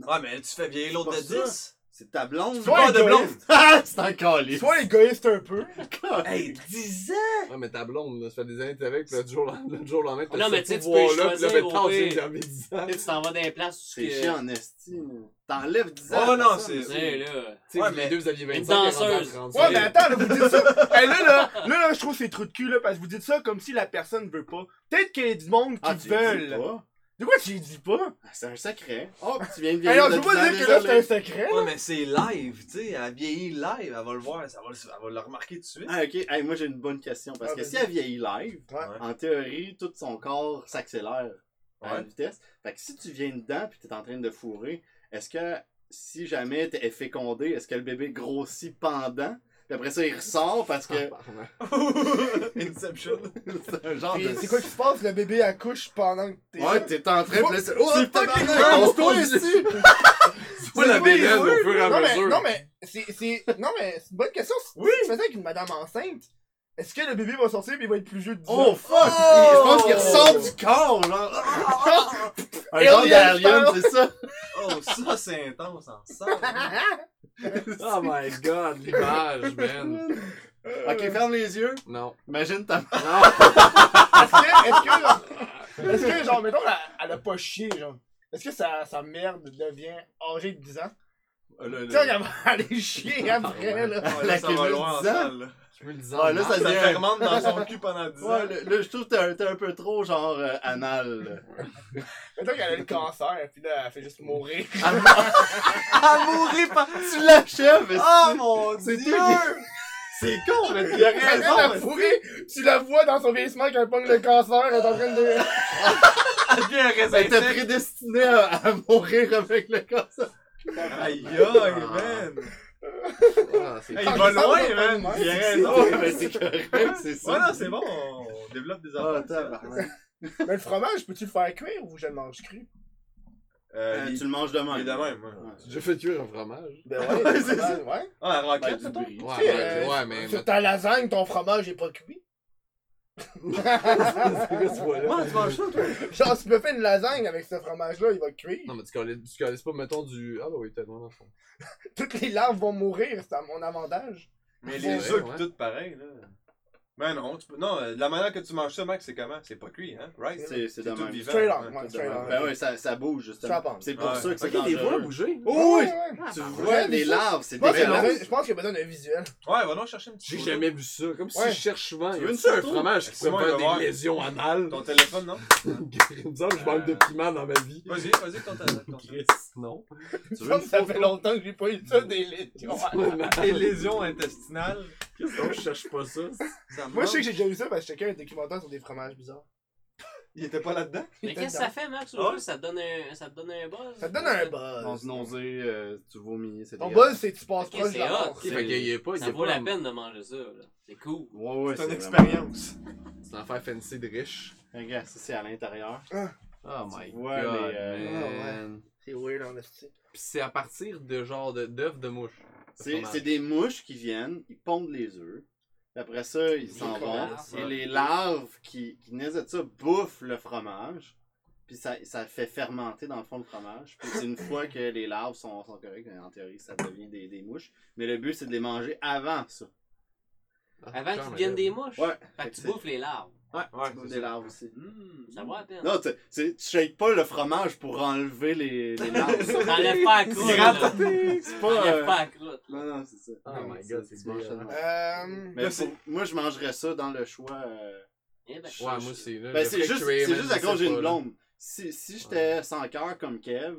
S9: an.
S2: Ouais, mais tu fais vieillir l'autre de
S1: C'est pas
S2: 10.
S1: C'est ta blonde.
S4: Sois
S2: Pas de blonde.
S4: égoïste.
S1: [LAUGHS] Ah, c'est un calice.
S4: Sois égoïste un peu.
S1: [LAUGHS]
S2: Hey, 10 ans
S5: Ouais, mais ta blonde, là, ça fait des années que t'es avec, puis le jour le jour au lendemain, t'as
S9: Non,
S5: ce
S9: mais tu sais, tu peux
S5: pouvoir-là,
S9: choisir,
S5: puis là, ben,
S9: au
S5: t'as envie
S9: pire.
S5: de t'enlever 10
S2: Ah.
S5: ans.
S9: Tu t'en vas dans les places où
S1: C'est
S9: que-
S1: chiant en estime. T'enlèves 10 ans.
S2: Oh
S1: à
S2: non,
S1: personne.
S9: Tu sais, là.
S5: Tu sais,
S2: Ouais,
S5: vous
S2: mais-
S5: les deux, vous aviez 25
S9: Une
S5: elle est rendue à
S9: danseuse.
S5: 35.
S4: Ouais, mais attends, là, vous dites ça. Hey, là, là, là, là, je trouve c'est trou de cul, là, parce que vous dites ça comme si la personne veut pas. Peut-être qu'il y a du monde qui
S1: Ah, tu le dis
S4: veulent.
S1: pas.
S4: De quoi tu dis pas?
S1: Ah, C'est un secret. Oh, puis tu viens de
S4: [LAUGHS] Hey,
S1: vieillir.
S4: non, je veux
S1: de
S4: pas
S1: 10
S4: dire
S1: ans,
S4: que là, c'est un
S1: désolé.
S4: secret.
S2: Ouais, mais c'est live, tu sais. Elle vieillit live, elle va le voir, ça va le- elle va le remarquer tout de suite.
S1: Ah, ok. Hey, moi, j'ai une bonne question. Parce
S4: Ah,
S1: que
S4: vas-y.
S1: si elle vieillit live,
S4: Ouais.
S1: en théorie, tout son corps s'accélère à
S2: Ouais.
S1: une vitesse. Fait que si tu viens dedans puis t'es en train de fourrer, est-ce que si jamais t'es fécondé, est-ce que le bébé grossit pendant? Puis après ça, il ressort parce
S5: Ah,
S1: que
S2: [LAUGHS] Inception.
S1: [LAUGHS] c'est un genre
S4: Puis
S1: de...
S4: C'est quoi qui se passe? Le bébé accouche pendant que t'es.
S1: ben, Ouais, t'es en train de... laisser- Oh,
S5: C'est
S1: t'es
S5: fucking
S1: malade,
S5: grand,
S1: on se trouve
S5: on se-
S1: ici!
S5: C'est pas la
S4: C'est
S5: bédaine au fur et
S4: Non
S5: à
S4: mais,
S5: mesure.
S4: non, mais c'est, c'est, non, mais c'est une bonne question. Si oui. tu fais ça avec une madame enceinte, est-ce que le bébé va sortir et il va être plus vieux de 10
S1: Oh,
S4: ans?
S1: fuck! Je pense qu'il ressort du corps, genre... [LAUGHS] Un genre
S4: Alien
S1: d'alien,
S4: style.
S1: c'est ça? [LAUGHS]
S2: Oh, ça, c'est intense ensemble. [LAUGHS]
S1: Ah,
S5: Oh my god, l'image, man. [LAUGHS]
S1: Ok, ferme les yeux.
S5: Non.
S1: Imagine ta...
S5: Non.
S4: Est-ce que, est-ce que, genre, est-ce que, genre, mettons, elle, elle a pas chié, genre. Est-ce que sa, sa merde devient âgée de 10 ans?
S1: Le-
S4: Tiens,
S1: le-
S4: elle va [LAUGHS] aller chier après, là.
S2: Ouais, là, ça va
S1: cumule
S2: loin
S1: 10 ans.
S2: ensemble. là.
S5: Je peux le dire.
S1: Ah, là,
S2: Ça
S1: Ça devient-
S2: fermente dans son cul pendant 10
S1: Ouais,
S2: ans.
S1: le- là, je trouve que t'es un- t'es un peu trop, genre, euh, anal. [LAUGHS] là.
S4: Mettons qu'elle a le cancer, puis là, elle fait juste mourir.
S2: À mourir par...
S1: Tu l'achèves!
S2: Oh mon
S1: C'est
S2: dieu!
S1: C'est con, mais
S4: Elle a fourré, tu la vois dans son vieillissement qu'elle pogne le cancer, elle est en train de.
S2: Elle devient un raisin
S1: Elle était
S2: sec.
S1: prédestinée à, à mourir avec le cancer.
S2: Aïe aïe, man!
S5: Ah, c'est
S2: Hey,
S4: Ah,
S2: il va
S4: ça,
S2: loin,
S4: ça va pas de
S2: man!
S4: mal.
S2: Il a
S1: C'est
S2: raison!
S1: ouais, mais c'est correct, c'est ça.
S2: Ouais, non, c'est bon, on développe des
S1: Ah,
S2: affaires.
S1: tabarnak.
S4: Mais le fromage, peux-tu le faire cuire ou je le mange cru?
S2: Euh,
S1: Euh,
S2: il-
S1: tu le manges demain.
S2: il est de même, ouais.
S5: J'ai fait cuire un
S3: [LAUGHS]
S5: fromage.
S4: Ben ouais,
S1: c'est ça.
S4: ouais.
S2: Ah, la roquette,
S1: du
S2: mettons.
S1: brie.
S5: Ouais,
S4: Tu sais,
S5: ouais,
S4: euh,
S5: ouais, mais.
S4: Sur ta lasagne, ton fromage est pas cuit. [LAUGHS]
S10: Moi, tu manges ça, toi?
S4: Genre, si tu me fais une lasagne avec ce fromage-là, il va cuire.
S3: Non, mais tu connais, tu connais pas, mettons, du. Ah, bah oui, peut-être, non, dans le fond.
S4: Toutes les larves vont mourir, c'est à mon avantage.
S2: Mais
S3: C'est
S2: les
S3: vrai,
S2: œufs,
S3: ouais.
S2: pis tout pareil, là. Mais non, tu peux- non, euh, la manière que tu manges ça, Max, c'est comment C'est pas cuit, hein Right
S1: C'est c'est de
S2: tout
S1: même.
S2: vivant.
S4: Straight on,
S2: Ouais,
S4: ouais,
S2: tout de
S4: straight
S2: même.
S4: on.
S1: Ben ouais, ça, ça bouge justement.
S4: Ça pend.
S1: C'est pour
S2: Ouais.
S1: ça que c'est
S3: Ok, des voix
S1: dangereux.
S3: bouger.
S1: Oh oui!
S4: Ouais, ouais.
S1: Tu
S4: Ouais,
S1: vois des
S4: mais ça-
S1: larves, c'est
S4: Je pense qu'il y a
S1: dégueulasse.
S4: besoin- je pense qu'il y a besoin d'un visuel.
S2: Ouais, va donc chercher une petite.
S3: J'ai
S2: photo.
S3: jamais vu ça. Comme si
S4: Ouais.
S3: je cherche souvent.
S1: Tu veux
S3: Il y a
S1: une
S3: une seule
S1: photo?
S3: fromage qui pourrait
S2: Simon,
S3: me
S2: il va
S3: faire
S2: voir.
S3: des lésions anales. [LAUGHS]
S2: Ton téléphone, non
S3: Il me semble que je manque de piment dans ma vie.
S2: Vas-y, vas-y, ton téléphone.
S3: Chris, [LAUGHS] non.
S1: Tu veux
S4: Comme
S1: une
S4: ça fait
S1: photo?
S4: longtemps que j'ai pas eu ça des lésions.
S2: [LAUGHS] Les lésions intestinales.
S3: Qu'est-ce que je cherche pas ça?
S2: ça
S4: Moi, je
S2: manque.
S4: sais que j'ai déjà vu ça parce que j'ai checké un documentaire sur des fromages bizarres.
S2: Il était pas là-dedans
S9: [LAUGHS] Mais qu'est-ce que ça fait, Max? au
S2: Ah.
S9: jeu? Ça te donne un, ça te donne un buzz?
S4: Ça te donne un
S1: Dans
S4: buzz.
S1: une nausée, euh, tu vomis, c'est
S4: Ton
S1: dégueulasse.
S4: buzz, c'est que tu passes
S9: Ok,
S4: proche de
S9: c'est
S4: la
S9: hot.
S4: mort.
S3: Ok, fait qu'il y a pas. il y
S9: Ça
S3: a
S9: vaut
S3: pas
S9: la
S3: un-
S9: peine de manger ça, là. C'est cool.
S1: Ouais, ouais,
S2: C'est une
S1: vraiment-
S2: expérience.
S3: C'est une affaire fancy de riche.
S1: Regarde, ça c'est à l'intérieur.
S3: Oh
S1: Tu
S3: my
S1: vois,
S3: god.
S1: les, euh,
S3: man.
S4: C'est weird, en esti.
S3: Puis c'est à partir de genre de- d'œufs de, mouche.
S1: C'est c'est des mouches qui viennent, ils pondent les œufs. puis Après ça, ils s'en vont.
S9: larves.
S1: Et les larves qui, qui naissent de ça bouffent le fromage. Puis ça, ça fait fermenter dans le fond le fromage. Puis c'est une fois que les larves sont, sont correctes, en théorie, ça devient des, des mouches. Mais le but, c'est de les manger avant ça.
S9: Avant qu'ils deviennent des mouches.
S1: Ouais.
S9: Fait que tu bouffes les larves.
S1: Ouais,
S2: ouais,
S1: tu bouffes
S2: c'est
S1: des larves aussi.
S9: Hum, ça vaut la peine.
S1: Non, tu, c'est- tu shakes pas le fromage pour enlever les, les larves.
S9: T'enlèves pas la croûte, là.
S1: c'est pas.
S9: T'enlèves
S1: euh,
S9: pas la croûte.
S1: Non, non, c'est ça.
S3: Oh my god, c'est
S1: bon.
S3: dégueulasse.
S4: Euh,
S1: Mais
S2: Là, c'est-
S1: pour- moi, je mangerais ça dans le choix. euh,
S9: Eh ben,
S3: Ouais, moi c'est là.
S1: Ben,
S3: je
S1: c'est
S3: fais
S1: juste,
S3: créer,
S1: c'est
S3: man,
S1: juste à
S3: je
S1: cause
S3: sais
S1: j'ai une
S3: pas, là.
S1: blonde. Si, si j'étais sans cœur comme Kev,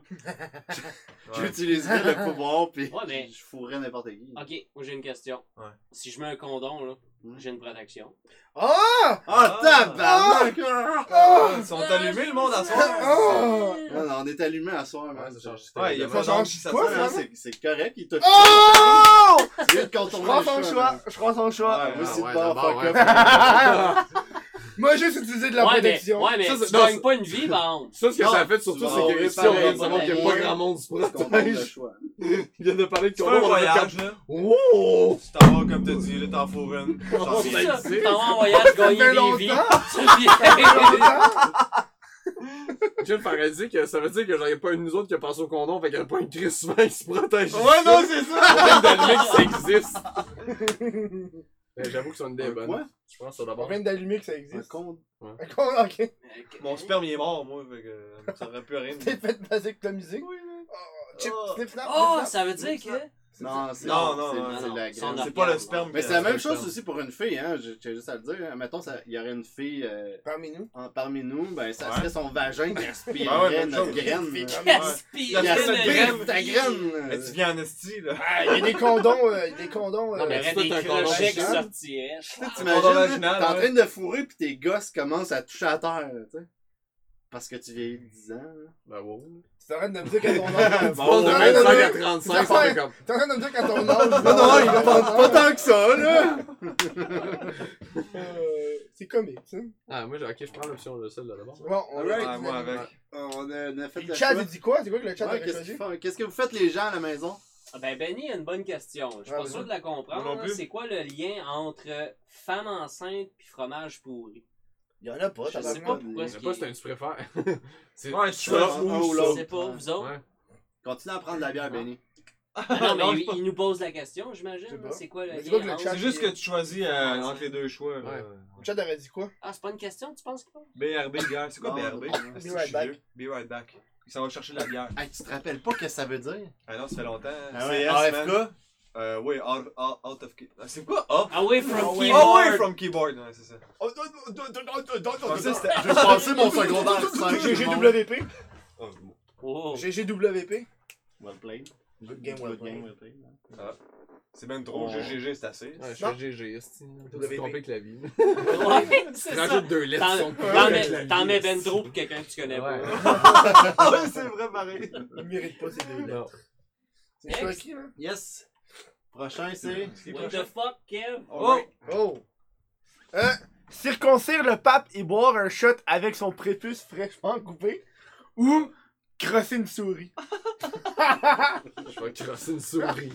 S2: Ouais.
S1: j'utiliserais le pouvoir puis
S9: Ouais, mais- Ah,
S1: je fourrais n'importe qui.
S9: Ok, moi j'ai une question.
S2: Ouais.
S9: Si je mets un condom, là,
S1: Hmm.
S9: j'ai une protection.
S4: Ah!
S1: Ah,
S2: Ah!
S1: tabarnak!
S4: Ah!
S2: Ils sont allumés, le monde, à
S9: [LAUGHS]
S2: soir.
S9: Oh!
S4: Ah!
S1: Non, non, on est allumé à soir, man.
S3: Ouais, ça change tout.
S2: Ouais, il y a
S4: Ça
S2: pas
S4: change
S2: d'angle, ça
S4: quoi,
S1: Ouais,
S2: sert.
S1: non,
S4: vraiment?
S1: c'est- C'est correct, il t'a
S4: Oh!
S1: Tu viens de
S4: Je
S1: contourner
S4: prends
S1: le
S4: son
S1: choix.
S4: choix. Je prends son choix.
S1: Ouais, moi aussi,
S3: Ah ouais,
S1: pas
S3: d'abord,
S1: fuck up.
S3: ouais.
S4: [LAUGHS] Moi, juste utiliser de la
S9: ouais, mais,
S4: protection.
S9: ouais,
S4: [LAUGHS]
S9: mais
S3: Ça,
S9: tu
S3: c'est- non,
S9: gagnes
S3: c'est-
S9: pas une vie, par
S3: [LAUGHS]
S9: contre.
S3: Ça, ce que
S1: Non,
S3: ça a fait
S1: tu
S3: surtout,
S1: vas-
S3: c'est
S1: oui,
S3: que si on
S1: pareil,
S3: vient de savoir qu'il n'y a pas
S9: pareil.
S3: grand monde se
S1: Tu contournes le
S3: protège,
S1: choix.
S3: il vient de parler de
S2: Tu fais un
S3: condom, on est
S2: voyage,
S3: comme.
S2: là.
S3: Oh!
S2: Tu t'en vas, comme t'as dit, là, t'en fous une.
S3: Oh,
S2: J'en
S9: C'est
S2: sais.
S9: ça.
S3: existe.
S9: T'en vas en voyage,
S4: fait
S9: gagner des
S4: longtemps.
S9: vies.
S4: [LAUGHS] hein?
S9: [LAUGHS] Tu viens.
S3: Jim Paradis, que ça veut dire que j'en ai pas une de nous autres qui a pensé au condom, fait qu'il y a pas une crise souvent qui se protège.
S2: Ouais, non, c'est ça!
S3: On vient d'allumer que ça existe. Ben, J'avoue que c'est une des
S1: Un
S3: bonnes.
S1: quoi?
S3: Je pense que
S4: On
S3: d'abord.
S4: vient d'allumer que ça
S1: Un
S4: existe.
S1: con.
S4: Un [LAUGHS] con, ok.
S2: [LAUGHS] Mon sperme, il est mort, moi, fait que euh, ça aurait plus à rien.
S4: T'es fait vasectomiser.
S2: Oui, oui.
S4: Oh, chip,
S2: Oh.
S4: snip, snap.
S9: Oh,
S4: snip, snap.
S9: ça veut dire que.
S1: Non, c'est
S2: Non, non,
S1: c'est-
S2: non,
S1: c'est
S9: non.
S1: la
S9: Son
S1: graine.
S2: C'est pas le sperme.
S1: Mais
S2: qui-
S1: c'est la même
S2: sperme.
S1: chose aussi pour une fille, hein. J'ai j'ai juste à le dire. hein. Mettons, ça- il y aurait une fille euh,
S4: Parmi nous.
S1: en- parmi nous, ben ça
S2: Ouais.
S1: serait son vagin qui
S2: Ah ouais,
S1: aspirerait
S2: même
S1: notre
S2: chose.
S1: graine.
S4: Fille.
S9: [LAUGHS]
S1: hein.
S9: Gaspille,
S1: Il
S2: Il aspire
S1: aspire ta graine.
S2: Mais tu viens en esti, là.
S4: Ah, il y a
S9: [LAUGHS]
S4: des condons, euh, des condons.
S3: Non,
S4: euh,
S9: Il y
S3: mais-
S9: aurait des
S3: Tout un condom
S9: crochets qui
S1: géant.
S9: sortiraient.
S1: T'imagines,
S2: Condom
S1: là, t'es
S2: vaginal,
S1: en
S2: ouais.
S1: train de fourrer pis tes gosses commencent à toucher à terre, tu sais. Parce que tu vieillis de 10 ans. là.
S3: Ben, wow.
S4: T'es en train de me dire qu'à [LAUGHS] ton âge.
S3: Tu passes de
S4: non,
S3: 25
S4: non,
S3: à
S4: non.
S3: 35, ça fait comme.
S4: T'es en train de me dire qu'à ton âge.
S1: Non, non, il ne pas tant que ça, [LAUGHS] là!
S4: Euh, C'est comique, ça.
S3: Ah, moi, j'ai- ok, je prends l'option de celle-là d'abord.
S4: Bon, on
S1: Alright.
S2: Ouais, moi avec.
S1: Ah, On a, on a fait
S4: Le
S1: le
S4: chat,
S1: choix.
S4: il dit quoi? C'est quoi que le chat
S1: Ouais,
S4: a
S1: Qu'est-ce qu'ils
S4: choisi?
S1: font? Qu'est-ce que vous faites les gens à la maison?
S9: Ah Ben Benny a une bonne question. Je suis
S4: Ouais,
S9: pas
S4: vas-y.
S9: sûr de la
S2: Moi
S9: comprendre.
S2: non
S9: là.
S2: plus.
S9: C'est quoi le lien entre femme enceinte puis fromage pourri?
S4: Il y en a pas,
S1: Je
S9: Je
S1: sais
S9: sais
S1: pas,
S9: pas
S1: mais-
S9: pourquoi
S3: Je
S9: c'est.
S3: sais pas si t'as une tu préfères. [LAUGHS] C'est
S2: Ouais, je suis
S3: ça
S2: sûr.
S1: un ou
S3: ou
S9: Je sais
S1: l'autre.
S3: l'autre.
S9: pas, vous autres.
S3: Ouais.
S1: Continue à prendre de la bière, Benny.
S9: Ah Non,
S2: Non,
S9: mais
S2: je sais
S9: il, il nous pose la question, j'imagine.
S4: Je sais
S9: là.
S4: pas.
S9: C'est quoi le
S4: Mais c'est
S9: lien
S4: quoi que le
S9: entre-
S4: chat-
S2: C'est juste que tu choisis euh, entre les deux choix.
S3: Ouais.
S2: euh,
S4: Le chat aurait dit quoi?
S9: Ah, c'est pas une question, tu penses pas?
S2: BRB, gars. C'est quoi
S1: Non,
S2: BRB?
S1: non, non.
S2: Est-ce que
S4: Be right
S2: je suis
S4: back.
S2: vieux? Be right back. Il s'en va chercher de la bière.
S1: Hey, tu te rappelles pas ce que ça veut dire?
S2: Ah non, ça fait longtemps.
S1: Ah ouais,
S2: CS,
S1: AFK?
S2: man. Euh, oui, out, out- out of... key- Ah, C'est quoi? Up?
S9: Away from
S4: Ah ouais.
S9: keyboard!
S2: Away from keyboard! Ouais, c'est ça. Je pensais que c'était...
S1: J'ai passé mon secondaire [LAUGHS] 5.
S4: GGWP.
S2: Oh, bon.
S9: Oh.
S4: GGWP.
S1: Well played.
S4: Good game, well played.
S1: well played.
S2: C'est même trop.
S1: Oh.
S2: GGG, c'est assez.
S3: Ouais, je
S4: Non.
S3: suis GG, c'est
S4: WP.
S3: compliqué que la vie.
S9: Ouais, c'est ça.
S3: Rajoute deux lettres.
S9: T'en-
S3: ils sont plus
S9: T'en
S3: avec la
S9: mets, t'en
S3: vie.
S9: mets ben trop pour quelqu'un que tu connais pas.
S3: Ouais.
S2: Ah ouais, c'est vrai, pareil.
S4: Il mérite pas ces deux-là.
S3: Non.
S4: C'est le choix qui, là?
S1: Yes! Prochain, c'est.
S9: What the fuck, Kev?
S2: Oh!
S4: Oh! Euh, circoncire le pape et boire un shot avec son prépuce fraîchement coupé ou crosser une souris.
S3: Je vais crosser une souris.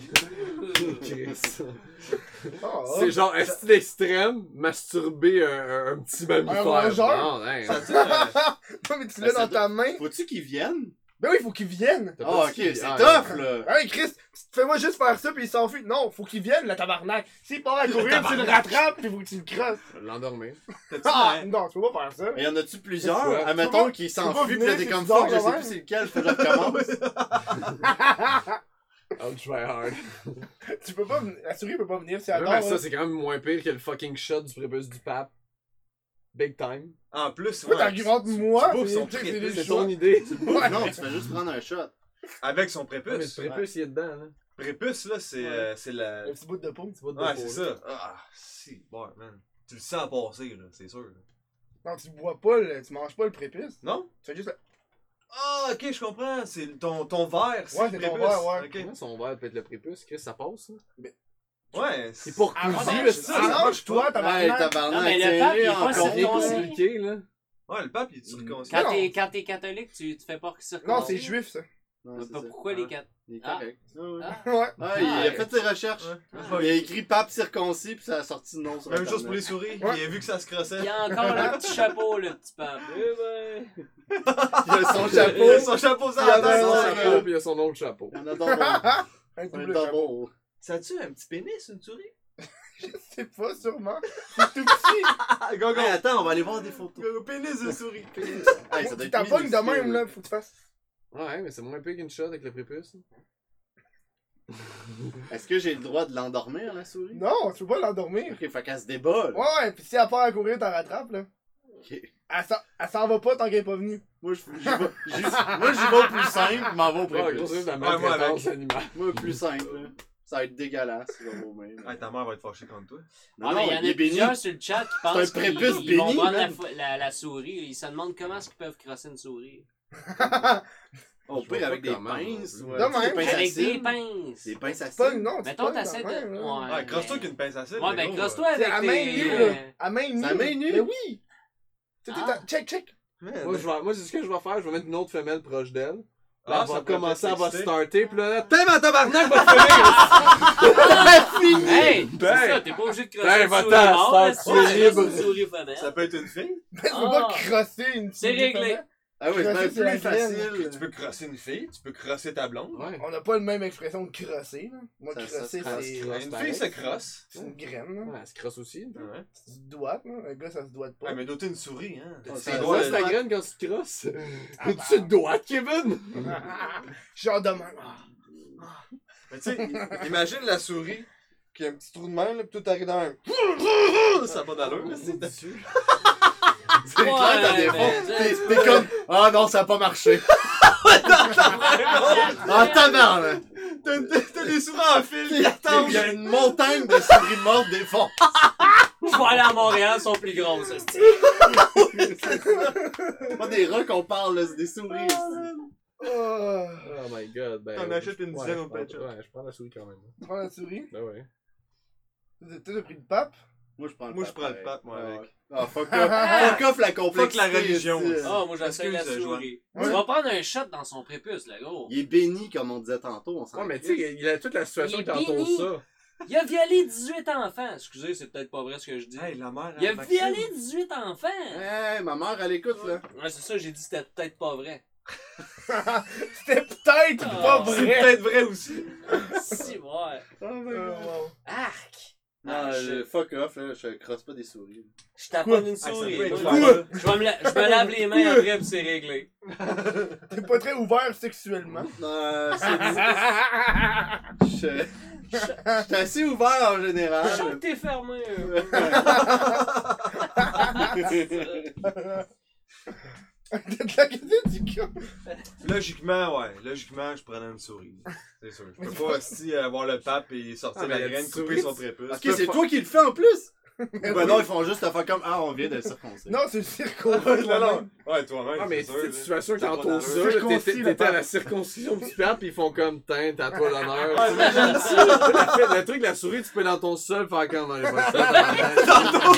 S3: Chris.
S4: Ah, ah.
S3: [LAUGHS] C'est genre, est-ce extrême, masturber un, un- un petit mammifère?
S4: rongeur?
S3: Non, hein.
S2: Ça dit, euh,
S4: [LAUGHS] Non, mais tu l'as
S1: Ah,
S4: dans
S1: c'est [LAUGHS]
S4: ta main.
S1: Faut-tu qu'ils viennent?
S4: Ben oui, faut qu'il vienne.
S3: T'as
S1: Ah,
S3: pas
S1: ok,
S3: dit-
S1: c'est
S3: ah,
S1: tough, là!
S4: Hey Chris, fais-moi juste faire ça puis il s'enfuit. Non, faut qu'il vienne, le tabarnak. S'il part à courir, tu le rattrapes puis faut que tu le crosses.
S3: je vais L'endormir.
S2: t'as-tu
S4: Ah,
S2: un-
S4: non, tu peux pas faire ça.
S1: Mais y en a-tu plusieurs?
S3: Ouais.
S4: Tu
S1: Admettons
S4: peux
S1: qu'ils
S4: tu peux pas
S1: s'enfuient pis là
S4: venir,
S1: t'es
S4: c'est
S1: comme
S4: bizarre,
S1: fuck, je sais
S4: Robert.
S1: plus c'est lequel, faut que je recommence.
S3: I'll try Oh, hard.
S4: Tu peux pas venir. La souris peut pas venir si elle
S3: Même à
S4: dort.
S3: ça,
S4: hein.
S3: c'est quand même moins pire que le fucking shot du prépuce du pape. Big time.
S2: En plus,
S4: Pourquoi
S2: ouais,
S4: t'argumentes
S2: tu- tu
S4: moi?
S2: bouffes
S4: Ah, C'est-
S2: son
S4: c'est- c'est-
S2: prépuce.
S3: C'est ton idée.
S4: [LAUGHS]
S3: [LAUGHS]
S4: Ouais.
S1: Non, tu fais juste prendre un shot.
S2: Avec son
S3: Mais le
S2: prépuce.
S3: prépuce, il est dedans, là.
S2: Prépuce, là, c'est euh, c'est la.
S4: Un petit bout de peau.
S3: Petit bout de
S2: Ouais,
S3: peau,
S2: c'est
S3: là.
S2: ça. Ah, si, bon, man. Tu le sens passer, là, c'est sûr.
S4: Non, tu bois pas, le- tu manges pas le prépuce.
S2: Non?
S4: Tu fais juste. le-
S2: Ah, ok, je comprends. C'est ton, ton verre, c'est
S4: Ouais,
S2: le
S4: c'est ton
S2: prépuce.
S4: verre, ouais.
S2: Ok.
S3: Comment son verre peut être le prépuce? Chris, ça passe, là?
S2: Ouais,
S3: C'est pour
S4: Ah,
S3: cousu,
S4: non,
S3: là,
S4: c'est
S3: c'est
S4: ça,
S3: ça?
S4: Arrange-toi,
S1: Ouais,
S4: tabarnak.
S9: Non,
S1: tabarnak,
S9: mais le
S1: t'es
S9: pape, il est
S1: en
S9: pas
S1: con.
S3: C'est bien
S9: circoncis.
S3: compliqué, là.
S2: Ouais, le pape, il est circoncis.
S9: Quand
S4: Non.
S9: t'es, quand t'es catholique, tu, tu fais pas circoncis.
S4: Non, c'est juif ça. [LAUGHS]
S1: Ouais,
S9: Mais
S1: c'est
S9: pas
S1: ça.
S9: pourquoi
S2: Ah.
S9: les catholiques.
S1: Il est correct. Ouais, ouais.
S9: Ah.
S4: Ouais.
S1: Ouais, il a fait ses recherches.
S2: Ouais.
S1: Il a écrit pape circoncis puis ça a sorti le nom sur
S2: Même chose
S1: Internet.
S2: pour les souris.
S4: Ouais.
S2: Il a vu que ça se crossait.
S9: Il y a encore le petit chapeau, le petit pape. Eh ben.
S1: [LAUGHS] Il a son
S2: Il a
S1: chapeau.
S2: [LAUGHS] son chapeau sur
S1: Il a
S2: la
S1: Ah, ben,
S3: son
S1: non,
S2: tête.
S1: ouais.
S3: chapeau, puis il a son autre chapeau.
S1: On
S4: [LAUGHS]
S1: adore
S4: Un
S1: bon.
S4: double
S1: On adore
S4: chapeau.
S1: bon.
S2: Ça a-tu un petit pénis, une souris?
S4: C'est pas sûrement. C'est tout petit.
S2: Ah, go,
S1: Hey, attends, on va aller voir des photos.
S2: go, pénis de souris.
S1: [LAUGHS] Hey, ça doit
S4: Tu
S1: être
S4: t'abonnes de
S1: minuscule.
S4: même là, faut que tu fasses.
S3: Ah, Ouais, mais c'est moins pire qu'une shot avec le prépuce. là.
S1: Est-ce que j'ai le droit de l'endormir, la souris?
S4: Non, tu peux pas l'endormir.
S1: Ok, fait qu'elle se débat, là.
S4: Ouais, ouais, pis si elle part à courir, t'en rattrapes, là.
S1: Ok.
S4: Elle s'en- elle s'en va pas tant qu'elle est pas venue.
S1: Moi, je- j'y vais, j'y- moi, j'y vais au plus simple, je m'en vais au
S3: Ouais, gros,
S1: prépuce.
S3: c'est de la
S2: Ouais, moi,
S3: maltraitance animale.
S1: Moi, au plus simple, là. Ça va être dégueulasse, je vais vomir.
S2: Ah, ta mère va être fâchée contre toi.
S1: Non,
S9: Ah,
S1: non,
S9: mais il y en
S1: il est
S9: a
S1: béni.
S9: plusieurs sur le chat qui
S1: un
S9: pensent qu'ils
S1: prépuce
S9: ils vont
S1: béni,
S9: prendre la,
S1: man.
S9: fo- la, la souris. Ils se demandent comment est-ce qu'ils peuvent crosser une souris.
S4: [LAUGHS]
S1: On
S3: Je vois
S1: peut avec
S3: pas
S1: des
S3: comment,
S1: pinces,
S3: non
S1: ou
S3: plus.
S1: euh, tu sais,
S4: De même.
S1: des pinces
S9: Avec des
S1: acides.
S9: pinces.
S1: Des pinces
S4: C'est pas une-
S1: acides.
S4: non, c'est
S9: Mettons,
S4: pas une
S9: t'essaies de.
S4: affaire, là.
S9: Ouais,
S2: Ouais, crosse-toi qu'une pince à cils,
S9: Ouais,
S2: mais
S9: ben,
S2: gros,
S9: crosse-toi
S4: C'est
S9: avec
S4: hein. à main nue,
S9: tes. euh,
S4: là. À main nue.
S1: C'est à main nue.
S4: Mais oui. Tu sais,
S9: Ah.
S4: t'as- Check, check.
S2: Man.
S3: [LAUGHS] Moi, je vais- moi, c'est ce que je vais faire. Je vais mettre une autre femelle proche d'elle. Là,
S2: Ah,
S3: elle
S2: ça
S3: va
S2: pourrait
S3: commencer, elle va
S2: peut-être
S3: starter, puis là, là, t'es ma tabarnak,
S2: [LAUGHS]
S3: va te finir!
S1: Ah,
S9: Hey, c'est
S3: Ben.
S9: ça, t'es pas obligé de
S3: Ben,
S9: crosser une
S3: va-t'en,
S9: souris mort, là, si
S3: c'est
S9: tu veux juste
S3: libre.
S9: une souris femelle.
S2: Ça peut être une fille.
S4: Mais tu peux pas
S9: Ah.
S4: crosser une
S9: C'est
S4: souris
S9: réglé.
S4: femelle.
S1: Ah oui, c'est
S4: Crosser,
S1: bien
S4: c'est la
S1: plus facile.
S2: Tu peux crosser une fille, tu peux crosser ta blonde.
S3: Ouais.
S4: On n'a pas la même expression de crosser, là. Moi,
S1: Ça- ça
S4: crosser,
S1: se crosse,
S4: c'est.
S3: crosse.
S2: Une
S3: Ouais.
S2: fille se crosse.
S4: C'est une graine, là.
S3: Ouais, Elle se crosse aussi. là.
S2: Ouais.
S4: Tu te doites, là. Un gars, ça se doite pas.
S2: Ah, mais doter une souris, hein.
S1: Ah,
S2: C'est
S1: ça-
S2: drôle.
S3: Ouais, c'est
S1: ouais.
S3: ta graine quand tu te crosses. [LAUGHS]
S4: Ah, bah.
S3: Tu te dois, Kevin!
S4: Genre de même. Ah.
S2: Mais tu [LAUGHS] sais, imagine la souris qui a un petit trou de main, là, pis tout arrive dans un. Oh, Ça n'a pas d'allure, là, c'est.
S1: C'est clair, t'as des
S9: Ouais,
S1: fonds.
S9: ben,
S1: T'es- T'es comme, ah non, ça a pas marché.
S2: Oh. [LAUGHS]
S1: Ah, tabarnak.
S2: T'as t'as des souris en fil qui attendent.
S1: Il y a une montagne de souris mortes des fonds.
S9: Je vais aller à Montréal, elles sont plus grosses. hostie.
S1: C'est pas des rats qu'on parle, là, c'est des
S2: Ah,
S1: souris.
S4: [LAUGHS] Oh.
S3: Oh my god, ben.
S2: T'en
S3: ouais,
S2: achètes une
S3: je- ouais,
S2: dizaine
S3: je
S2: au
S3: prends-
S2: Pet Shop.
S3: Ouais, je prends la souris quand même.
S4: Tu prends la souris.
S3: Ben ouais.
S4: Tu t'as pris le pape.
S1: Moi, je prends le
S2: Moi, je
S1: pape,
S2: prends
S1: pareil.
S2: le pape, moi,
S1: Ah,
S2: avec.
S1: ouais. Ah, fuck off. fuck off la complexité.
S2: Fuck la religion.
S1: c'est-
S9: Ah, moi j'essaie la
S2: Excuse, Joanne.
S9: souris.
S4: Ouais.
S9: Tu vas prendre un shot dans son prépuce, là, gros.
S1: Il est béni, comme on disait tantôt. On s'en
S3: Ouais, mais
S1: crisse.
S3: tu sais, il y a toute la situation
S9: Il est
S3: qui entoure
S9: béni.
S3: ça.
S9: Il a violé 18 enfants. Excusez, c'est peut-être pas vrai ce que je dis.
S2: Hey, la mère.
S9: Il a
S2: elle, Maxime.
S9: violé 18 enfants.
S1: Hey, ma mère, elle écoute, là.
S9: Ouais, c'est ça, j'ai dit c'était peut-être
S2: [LAUGHS]
S9: pas vrai.
S4: C'était peut-être pas
S9: Ah.
S2: C'est
S4: vrai.
S2: peut-être vrai aussi.
S9: Si, ouais.
S1: Oh my
S4: Euh, wow.
S9: Arc.
S1: Non,
S9: Ah,
S1: je-
S9: je,
S1: fuck off, là, je crosse pas des souris.
S9: je t'apporte une
S2: Ah, ça
S9: souris.
S2: peut être
S9: Moi,
S2: clair.
S9: je, vais me la- je me lave les mains après, puis c'est réglé.
S4: T'es pas très ouvert sexuellement. [LAUGHS]
S1: Euh, c'est- je je suis assez ouvert en
S9: Je
S2: Ah.
S9: sens que
S1: général.
S9: t'es fermé. hein.
S4: T'as de la [LAUGHS] gueule du cul.
S2: Logiquement, ouais. Logiquement, je prenais une souris. C'est sûr. Je peux
S9: [LAUGHS]
S2: pas aussi avoir le pape et sortir
S3: Ah, mais
S2: la
S3: la
S2: graine,
S3: petite souris,
S2: couper son
S3: tu-
S2: prépuce.
S1: ok,
S2: [LAUGHS]
S1: c'est toi qui le fais en plus! ben
S4: oui.
S1: non, ils font juste la faire comme Ah, on vient de le circoncer.
S4: Non, c'est le
S2: [LAUGHS]
S4: circo.
S2: Non, non. Ouais, toi-même.
S3: Ah, mais
S2: c'est
S3: tu sais,
S2: sûr,
S3: la
S2: là.
S3: situation qui
S2: Ça a pas
S3: entoure ça,
S4: d'allure.
S3: là, t'étais
S4: Circoncis, le
S3: t'étais à
S4: pape.
S3: la circoncision du pape, pis ils font comme, teint, à toi l'honneur.
S2: Ah, imagine ça.
S3: le truc, la souris, tu peux dans ton sol faire comme dans les potes.
S2: [LAUGHS] Ah,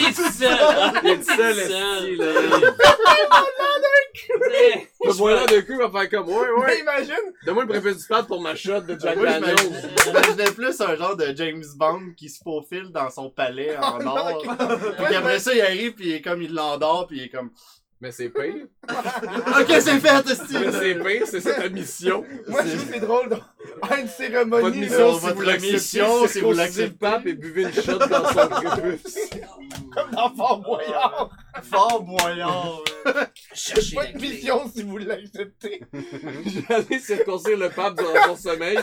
S9: T'es seul. hein?
S3: Il est seul,
S9: Seul.
S3: esti, là. Le voilà de cul va faire comme, ouais,
S4: Mais
S3: ouais.
S4: imagine!
S3: Donne-moi le préfet du stade pour ma shot de Jack
S1: Moi,
S3: Daniels.
S1: j'imagine- j'imaginais plus un genre de James Bond qui se faufile dans son palais
S11: [LAUGHS] Oh
S1: en
S4: non,
S1: or.
S4: ok.
S1: Puis après ça, il arrive, puis il est comme, il l'endort, puis il est comme,
S3: Mais c'est pire.
S11: Ah,
S1: [LAUGHS] OK, c'est fait,
S3: Mais
S1: Steve!
S3: c'est pire, c'est ça ta mission.
S4: Moi, je trouve que c'est drôle. donc, à une
S3: Votre
S4: cérémonie.
S3: mission,
S4: là,
S1: votre
S3: si vous l'acceptez,
S1: mission, si
S3: c'est
S1: vous
S3: vous
S1: l'acceptez.
S3: le pape et buvez une shot dans son
S2: [LAUGHS]
S3: prépuce.
S4: Comme dans Fort
S2: Ah,
S4: Boyard.
S11: Fort boyard.
S9: Cherchez
S4: Pas
S9: la
S4: de
S9: clé.
S4: vision si
S3: [LAUGHS]
S4: vous l'acceptez.
S3: J'allais circoncire le pape durant son sommeil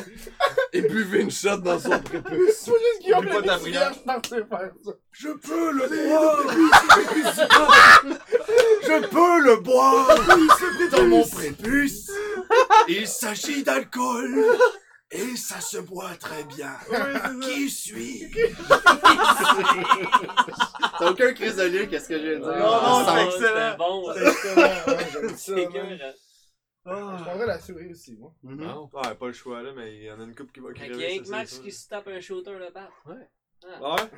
S3: et buvez une shot dans son prépuce.
S4: C'est juste Guillaume
S2: Oublie pas
S4: le
S2: ta
S4: Vierge partait faire ça.
S3: Je peux le boire! Je peux le boire! Dans mon prépuce! Il s'agit d'alcool! Et ça se boit très bien! Qui suis
S2: [LAUGHS]
S1: T'as aucun crise de lieu, qu'est-ce que je viens de dire?
S11: Non, non,
S1: Ça
S11: c'est
S1: sent-
S11: excellent.
S9: Ah, C'était bon,
S11: C'est
S9: là. euh,
S11: excellent, ouais, j'aime ça,
S9: C'est
S11: man.
S9: que-
S4: Je
S11: Ah.
S4: prendrais la souris aussi, moi.
S1: Mhm.
S3: Non.
S2: Ouais, pas le choix là, mais il y en a une coupe qui va
S9: Fait
S2: créer.
S9: qu'il y a que Max qui se tape un shooter le pape.
S2: Ouais?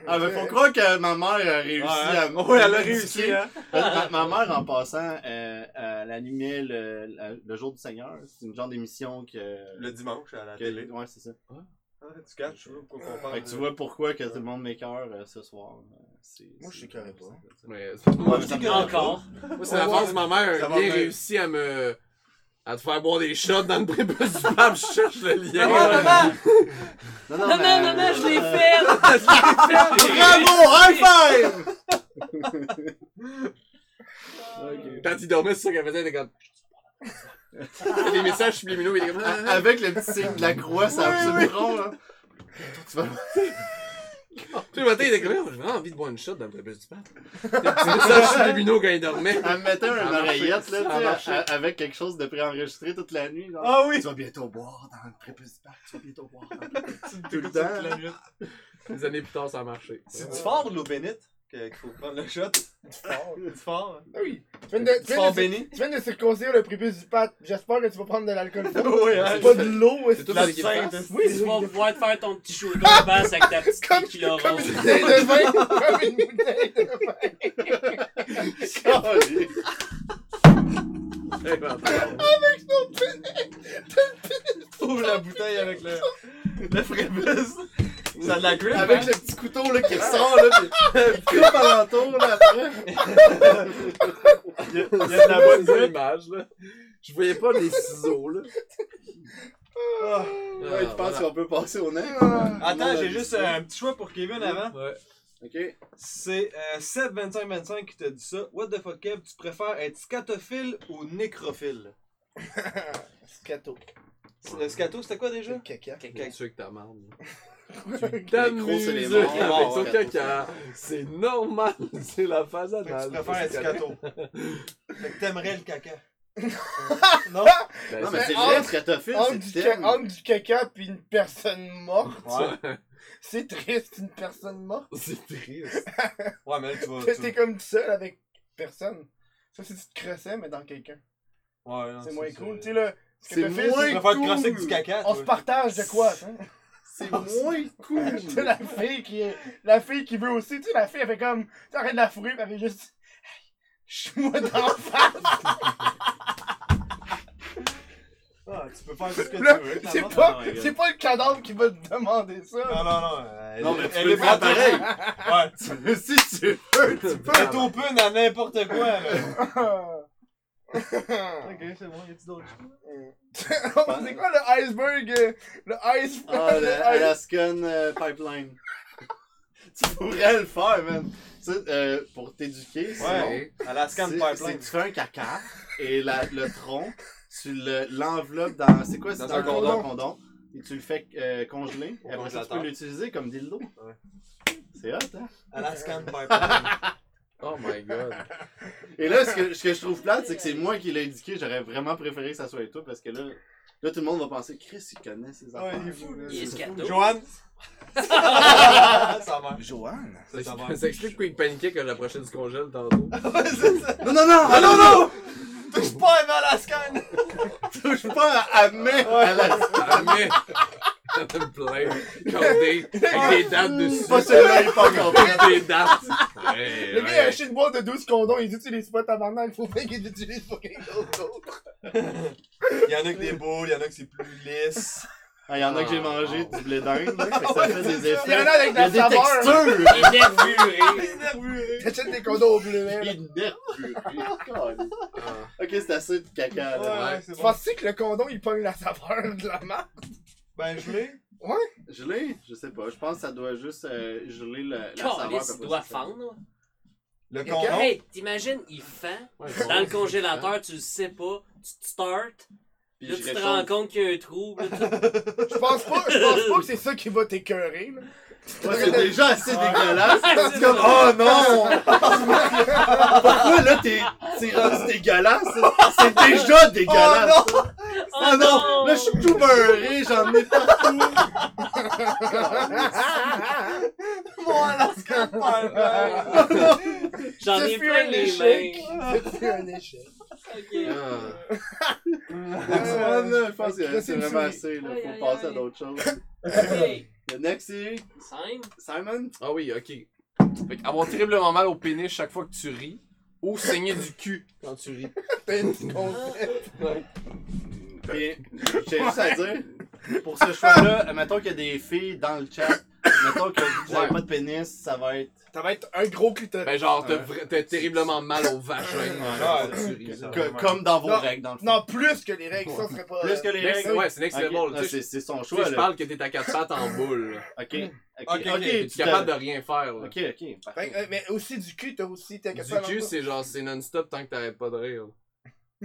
S1: Ah, mais faut croire que ma mère a réussi à. Euh,
S2: Ouais, ouais, elle a réussi, hein?
S1: Ma, ma mère, en passant, euh, elle animait le, la- le jour du Seigneur. C'est une genre d'émission que.
S2: Le dimanche à la
S1: que-
S2: télé.
S1: ouais, c'est ça.
S2: Ouais, Tu catches, je sais pas pourquoi on
S1: Fait
S2: parle.
S1: que tu vois pourquoi que tout le monde m'écœure euh, ce soir. euh, c'est-
S4: Moi, je
S1: c'est-
S4: sais carré pas.
S3: Mais
S1: Ouais, mais ça-
S11: que-
S9: Encore.
S3: Moi, c'est la phrase de ma mère.
S2: Ça
S3: Elle
S2: va
S3: a
S2: bien.
S3: bien réussi à me. à te faire boire des shots dans le prépuce du pape. Je cherche le lien.
S1: Maman,
S3: là.
S1: Non, euh,
S9: Non, non, non, non, je l'ai fait!
S1: [LAUGHS]
S9: [LAUGHS]
S1: Bravo! High five!
S3: [LAUGHS] Quand il dormait, c'est ça qu'elle faisait. Elle était comme.
S2: [LAUGHS]
S3: Et les messages subliminaux, il était comme. ah,
S1: A- Avec le petit signe de la croix, ça
S3: Oui,
S1: absolument rond, hein. là. Tu vas-
S3: Tout le matin, il était comme. Oh, J'ai vraiment envie de boire une shot dans le prépuce du pape. Les
S2: [LAUGHS]
S3: petits messages subliminaux quand il dormait.
S1: Elle me mettait
S3: Ça
S1: une
S3: a marché,
S1: oreillette,
S3: ça a
S1: là, tu
S3: marché.
S1: sais, a- avec quelque chose de préenregistré toute la nuit. genre.
S11: Ah oui!
S1: Tu vas bientôt boire dans le prépuce du parc, tu vas bientôt boire. dans le- [LAUGHS]
S2: Tout
S1: le temps.
S3: Des années plus tard, ça a marché.
S2: C'est du fort de l'eau bénite que- qu'il faut prendre le shot. Du fort. hein?
S4: Ah oui. Tu viens de,
S2: Du
S4: tu viens
S2: fort
S4: de,
S2: béni.
S4: tu viens de circoncire le prépuce du pape. J'espère que tu vas prendre de l'alcool.
S2: [LAUGHS] Oui,
S4: C'est pas de l'eau,
S3: C'est
S4: est-ce
S3: tout
S4: que-
S2: La
S3: ce qu'il
S2: sainte.
S3: fait.
S4: Oui,
S9: Tu
S4: oui.
S9: vas pouvoir te faire ton petit shooter de basse avec ta petite
S4: Comme-
S9: tequila
S4: Comme
S9: rose.
S4: une bouteille de vin. [LAUGHS] Comme une bouteille de vin.
S2: Ouvre la bouteille avec [LAUGHS] le, le frébus. Ça a de la grippe.
S1: Avec le petit couteau là, qui ressort, là, pis coupe alentour, là, après.
S2: Ah, Il y a, il y a de [LAUGHS] la bonne
S3: C'est
S2: grippe.
S3: l'image, là. Je voyais pas les ciseaux, là. Ah,
S2: Ah.
S1: Ouais, je pense qu'on peut passer au hein. nez.
S2: Attends, j'ai juste euh, un petit choix pour Kevin avant.
S3: Ouais.
S1: Ok.
S2: C'est euh, 72525 qui t'a dit ça. What the fuck, Kev, tu préfères être scatophile ou nécrophile?
S4: Scato.
S2: C'est- Le scato, c'était quoi déjà?
S4: Le caca.
S3: Quelqu'un que ta marde.
S1: gros, c'est les
S3: T'amuses
S1: morts.
S3: avec son
S1: Ouais, ouais.
S3: caca. C'est normal. [LAUGHS] C'est la phase
S2: Fait que
S3: anale.
S2: tu préfères être [LAUGHS] scato. fait que t'aimerais le caca.
S3: Ben,
S1: Non, mais
S4: Mais
S1: c'est
S4: en-
S1: vrai, scatophile,
S4: Entre
S1: c'est
S4: du,
S1: le
S4: ca-
S1: thème.
S4: entre du caca puis une personne morte.
S3: c'est-
S4: C'est triste, une personne morte.
S3: C'est triste.
S2: Ouais, mais là, tu vas.
S4: T'es
S2: tu-
S4: t'es comme tout seul avec personne. Ça, c'est tu te cressais, mais dans quelqu'un.
S2: Ouais, non,
S4: C'est moins cool.
S2: Tu
S4: Tu sais, là, ce que
S1: C'est
S4: t'as fait,
S1: moins
S4: c'est-
S2: préfères te crasser que du caca.
S4: on
S2: toi.
S4: se partage de quoi,
S2: [LAUGHS]
S4: hein?
S1: C'est moins
S4: [LAUGHS]
S1: [LAUGHS] cool.
S4: Tu sais, la fille qui est- la fille qui veut aussi, tu sais, la fille, elle fait comme, tu sais, arrête de la fourrer, puis elle fait juste, je suis moi
S2: [LAUGHS]
S4: d'en face.
S2: Ah, tu peux faire ce que
S4: Là,
S2: tu veux.
S4: c'est
S2: t'as
S4: pas,
S2: marre. Non,
S4: c'est pas le cadavre qui va te demander ça.
S2: Non, non, non. euh, Elle,
S1: Non, mais tu
S2: elle
S1: peux
S2: est
S1: le faire
S2: pas
S1: pareil.
S2: Ouais.
S1: si tu veux, tu peux.
S2: Elle est open à n'importe quoi, là.
S4: [LAUGHS] ok,
S2: Ah. c'est bon, y'a-tu d'autres
S4: [LAUGHS] c'est quoi le iceberg, euh, le ice,
S1: Ah,
S4: le
S1: le
S4: ice-
S1: Alaskan euh, Pipeline. [LAUGHS] tu pourrais le faire, man. Tu sais, euh, pour t'éduquer, c'est
S2: Ouais. Alaskan
S1: C'est c'est
S2: Pipeline.
S1: que tu fais un caca et la- le tronc, tu le- l'enveloppes dans. C'est quoi c'est
S2: Dans un
S1: Dans
S2: condom.
S1: un condom. Et tu le fais euh, congeler.
S2: Au
S1: Et après ça, tu
S2: congélateur.
S1: peux l'utiliser comme dildo.
S2: Ouais.
S1: C'est hot, hein?
S2: Alaskan Pipeline.
S3: Oh my god.
S1: Et là, ce que, ce que je trouve plate, c'est que c'est moi qui l'ai indiqué. J'aurais vraiment préféré que ça soit toi parce que là, là tout le monde va penser Chris, il connaît ses
S4: Ouais,
S1: affaires.
S4: il est fou, là.
S9: Il est scato.
S1: [LAUGHS]
S2: Joanne. Ça marche.
S4: Joanne?
S2: C'est ça marche.
S3: Ça explique pourquoi il paniquait quand la prochaine se congèle tantôt.
S1: Non, non, non!
S2: Ah non, non! Touche pas à ma Alaskan!
S1: Touche pas à, à mes- à la-
S3: Ah, [LAUGHS] mais. Ça me plaît. Cordé. Avec des dates dessus.
S1: Pas celui-là, il est pas encore prêt.
S3: Avec des dates. pareil.
S4: Le gars, il a acheté une boîte de 12 condoms, il utilise pas tabarnak, il faut bien qu'il l'utilise pour quelque chose d'autre.
S2: Il y en a que des boules, il y en a que c'est plus lisse.
S1: Ah, il y en a que j'ai mangé du blé d'Inde, là, fait que ça fait
S4: Ouais,
S1: des
S4: Il
S1: effets.
S4: y en a avec
S1: Il y a
S4: la
S1: des
S4: saveur.
S1: textures!
S9: Énervuré.
S4: T'achètes des condoms au bleuet, là.
S1: Une nerve Ah. Ok, c'est assez de caca, là.
S2: c'est
S4: Tu penses-tu que le condom, il pogne la saveur de la marque?
S2: Ben, je l'ai.
S1: Gelé? Je sais pas, je pense que ça doit juste euh, geler le, la saveur.
S9: Calice,
S1: puis
S9: il
S1: après
S9: doit
S1: ça, ça-
S9: fendre.
S2: Le
S4: Et
S2: condom.
S9: Hey, t'imagines, il fend. Dans le congélateur, tu le sais pas. Tu te startes.
S1: Puis
S9: Là,
S1: je
S9: tu te
S1: réchauffe.
S9: rends compte qu'il y a un trou. là, tu-
S4: Je pense pas, je pense pas que c'est ça qui va t'écœurer, [LAUGHS] là.
S1: Ouais, c'est déjà assez dégueulasse.
S9: Ah, C'est
S1: comme,
S9: ça.
S2: Ah,
S1: oh non! Pourquoi là, t'es t'es rendu dégueulasse? C'est déjà dégueulasse! Oh non!
S9: Oh non!
S1: Là, je suis tout beurré, j'en ai partout! Ah,
S9: J'en
S4: Ce
S9: ai
S4: fut un
S9: plein les
S4: échec.
S9: mains.
S4: C'est un échec.
S9: Ok.
S1: Ah. Antoine, là, je pense que
S4: Chris,
S1: c'est
S4: il me
S1: vraiment
S4: suit.
S1: assez, là.
S9: Aïe,
S1: Faut
S9: aïe,
S1: passer à
S9: aïe.
S1: d'autres choses.
S9: Ok.
S1: [LAUGHS] Le next, c'est
S9: Simon.
S1: Simon.
S3: Ah oui, ok. Fait que avoir triplement mal au pénis chaque fois que tu ris ou saigner du cul quand tu ris.
S4: T'as une concept.
S1: Puis, [LAUGHS] j'ai juste à dire, Ben, pour ce choix-là, mettons qu'il y a des filles dans le chat, mettons que vous n'avez
S3: Ouais.
S1: pas de pénis, ça va être.
S4: Ça va être un gros clitoris.
S3: Ben genre, t'as vra- t'as terriblement mal au vagin
S2: Ah,
S3: quand tu ris.
S1: euh, que- comme dans vos
S4: Non.
S1: règles, dans le fond.
S4: Non, plus que les règles, ça serait pas.
S1: Plus que les
S3: Next-
S1: règles.
S3: ouais, c'est next
S1: Ok.
S3: level.
S1: Ah,
S3: tu
S1: c'est
S3: sais,
S1: c'est son
S3: je- tu sais,
S1: choix,
S3: je
S1: là.
S3: parle que t'es à quatre pattes en boule. là.
S1: Ok. Ok,
S2: Ok, ok.
S1: ok.
S3: T'es
S1: tu
S3: capable de
S1: t'as-
S3: rien faire.
S1: Ok,
S3: Là.
S1: ok.
S4: Fait que,
S1: parfait.
S4: euh, Mais aussi du cul, t'as aussi. T'as
S3: Du cul, c'est genre, c'est non-stop tant que t'arrêtes pas de rire.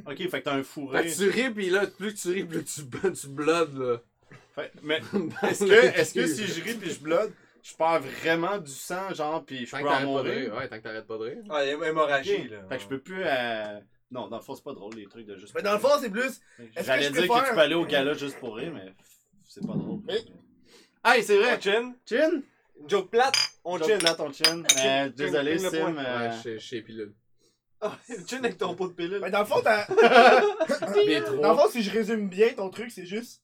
S1: Ok, fait que t'as un
S3: Fait
S1: fourré.
S3: que tu ris, pis là, plus que tu ris, plus tu, tu bloodes, là.
S1: Fait- Mais
S3: Est-ce [LAUGHS]
S1: est-ce que, est-ce que si je ris puis je blood, je perds vraiment du sang, genre, puis je
S3: Tant
S1: peux
S3: que
S1: en
S3: t'arrêtes pas de
S1: mourir?
S3: rire. Ouais, tant que t'arrêtes pas de rire.
S2: Ah, il y a hémorragie,
S1: Ok.
S2: là.
S1: Fait que je peux plus. euh, Non, dans le fond, c'est pas drôle, les trucs de juste.
S4: Mais dans le fond, c'est plus. que
S1: J'allais
S4: je
S1: dire
S4: préfère-
S1: que tu peux aller au gala juste pour rire, mais c'est pas drôle.
S4: Mais-
S1: Hey, c'est
S2: On
S1: vrai!
S2: chin.
S1: Chin!
S2: Joke plate. On
S1: Joke
S2: chin.
S1: plate, on chin. Euh,
S2: Chin,
S1: Désolé,
S2: chin, le
S1: Sim.
S2: point.
S1: euh,
S3: Ouais, chez, chez Pilule.
S2: Ah, [LAUGHS] Chin avec ton pot de pilule.
S4: Mais dans le fond, t'as-
S3: Les
S4: dans le
S3: trois.
S4: fond, si je résume bien ton truc, c'est juste.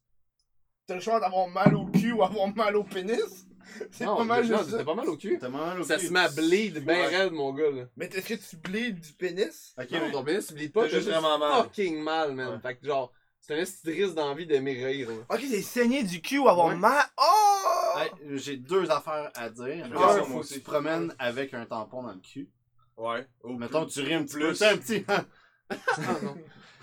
S4: T'as le choix d'avoir mal au cul ou avoir mal au pénis. [LAUGHS] C'est
S3: Non,
S4: pas mal
S3: non,
S4: juste ça.
S3: c'était pas mal au cul.
S1: T'as mal au
S3: Ça
S1: cul.
S3: se met à bleed ben
S2: Ouais.
S3: raide, mon gars, là.
S4: Mais est-ce que tu bleeds du pénis
S1: Ok,
S3: Non,
S1: mais-
S3: ton pénis, tu bleed pas,
S2: T'as
S3: t'as
S2: juste
S3: juste
S2: vraiment mal.
S3: fucking mal, man. Fait que genre, c'est un esti de risque d'envie d'aimer rire, là.
S4: Ok, c'est saigner du cul ou avoir
S3: Ouais.
S4: mal. Oh
S1: Hey, euh, j'ai deux affaires à dire.
S2: Une
S1: Un,
S2: question,
S1: faut
S2: moi
S1: que tu
S2: aussi.
S1: te promènes avec un tampon dans le cul.
S2: Ouais. Ou
S1: Mettons que tu rimes
S2: Plus.
S1: plus. T'es un petit. [LAUGHS]
S3: non.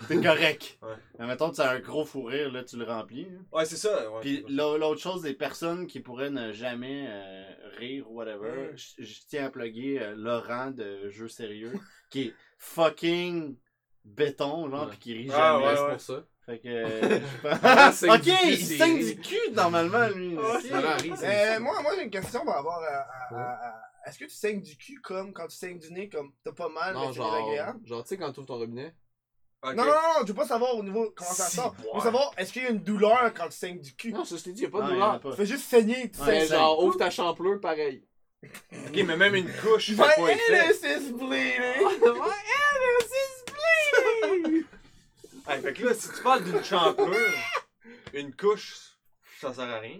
S1: T'es correct.
S2: Ouais.
S1: Mais mettons que tu as un gros fou rire, là, tu le remplis. hein.
S2: Ouais, c'est ça. Ouais.
S1: Puis l'au- l'autre chose, les personnes qui pourraient ne jamais euh, rire ou whatever,
S2: Mm.
S1: je je tiens à plugger euh, Laurent de Jeux Sérieux, [LAUGHS] qui est fucking béton, genre,
S3: Ouais.
S1: pis qui rit
S2: Ah,
S1: jamais.
S2: ouais,
S3: c'est
S2: ouais.
S3: pour ça.
S1: Fait
S3: [LAUGHS]
S1: que. euh, je pense-
S3: Ah, il saigne
S1: ok,
S3: du cul,
S1: il
S3: c'est-
S1: saigne du cul normalement, lui. Ok.
S3: Ça va rire, c'est
S4: Euh, moi, moi j'ai une question par rapport à. à- à- à- Est-ce que tu saignes du cul comme quand tu saignes du nez, comme t'as pas mal,
S3: Non,
S4: Ah, mais c'est
S3: genre,
S4: désagréable?
S3: genre tu sais quand t'ouvres ton robinet.
S2: Ok.
S4: Non, non, non, je veux pas savoir au niveau comment ça
S3: Si,
S4: sort. Je veux
S3: ouais.
S4: savoir, est-ce qu'il y a une douleur quand tu saignes du cul?
S3: [LAUGHS] Non, ça je t'ai dit, y'a pas
S1: Non,
S3: de
S1: il y en a
S3: douleur.
S1: pas.
S4: Tu fais juste saigner, tu
S1: Ouais.
S4: saignes.
S3: Mais
S1: ça,
S3: genre,
S1: ça-
S3: ouvre ta champleur pareil.
S1: [LAUGHS]
S2: Ok, mais même une [LAUGHS] couche,
S4: My
S2: ça pas effet.
S4: anus is bleeding!
S2: Hey, fait que là, si tu parles d'une [LAUGHS] champleur, une couche, ça sert à rien.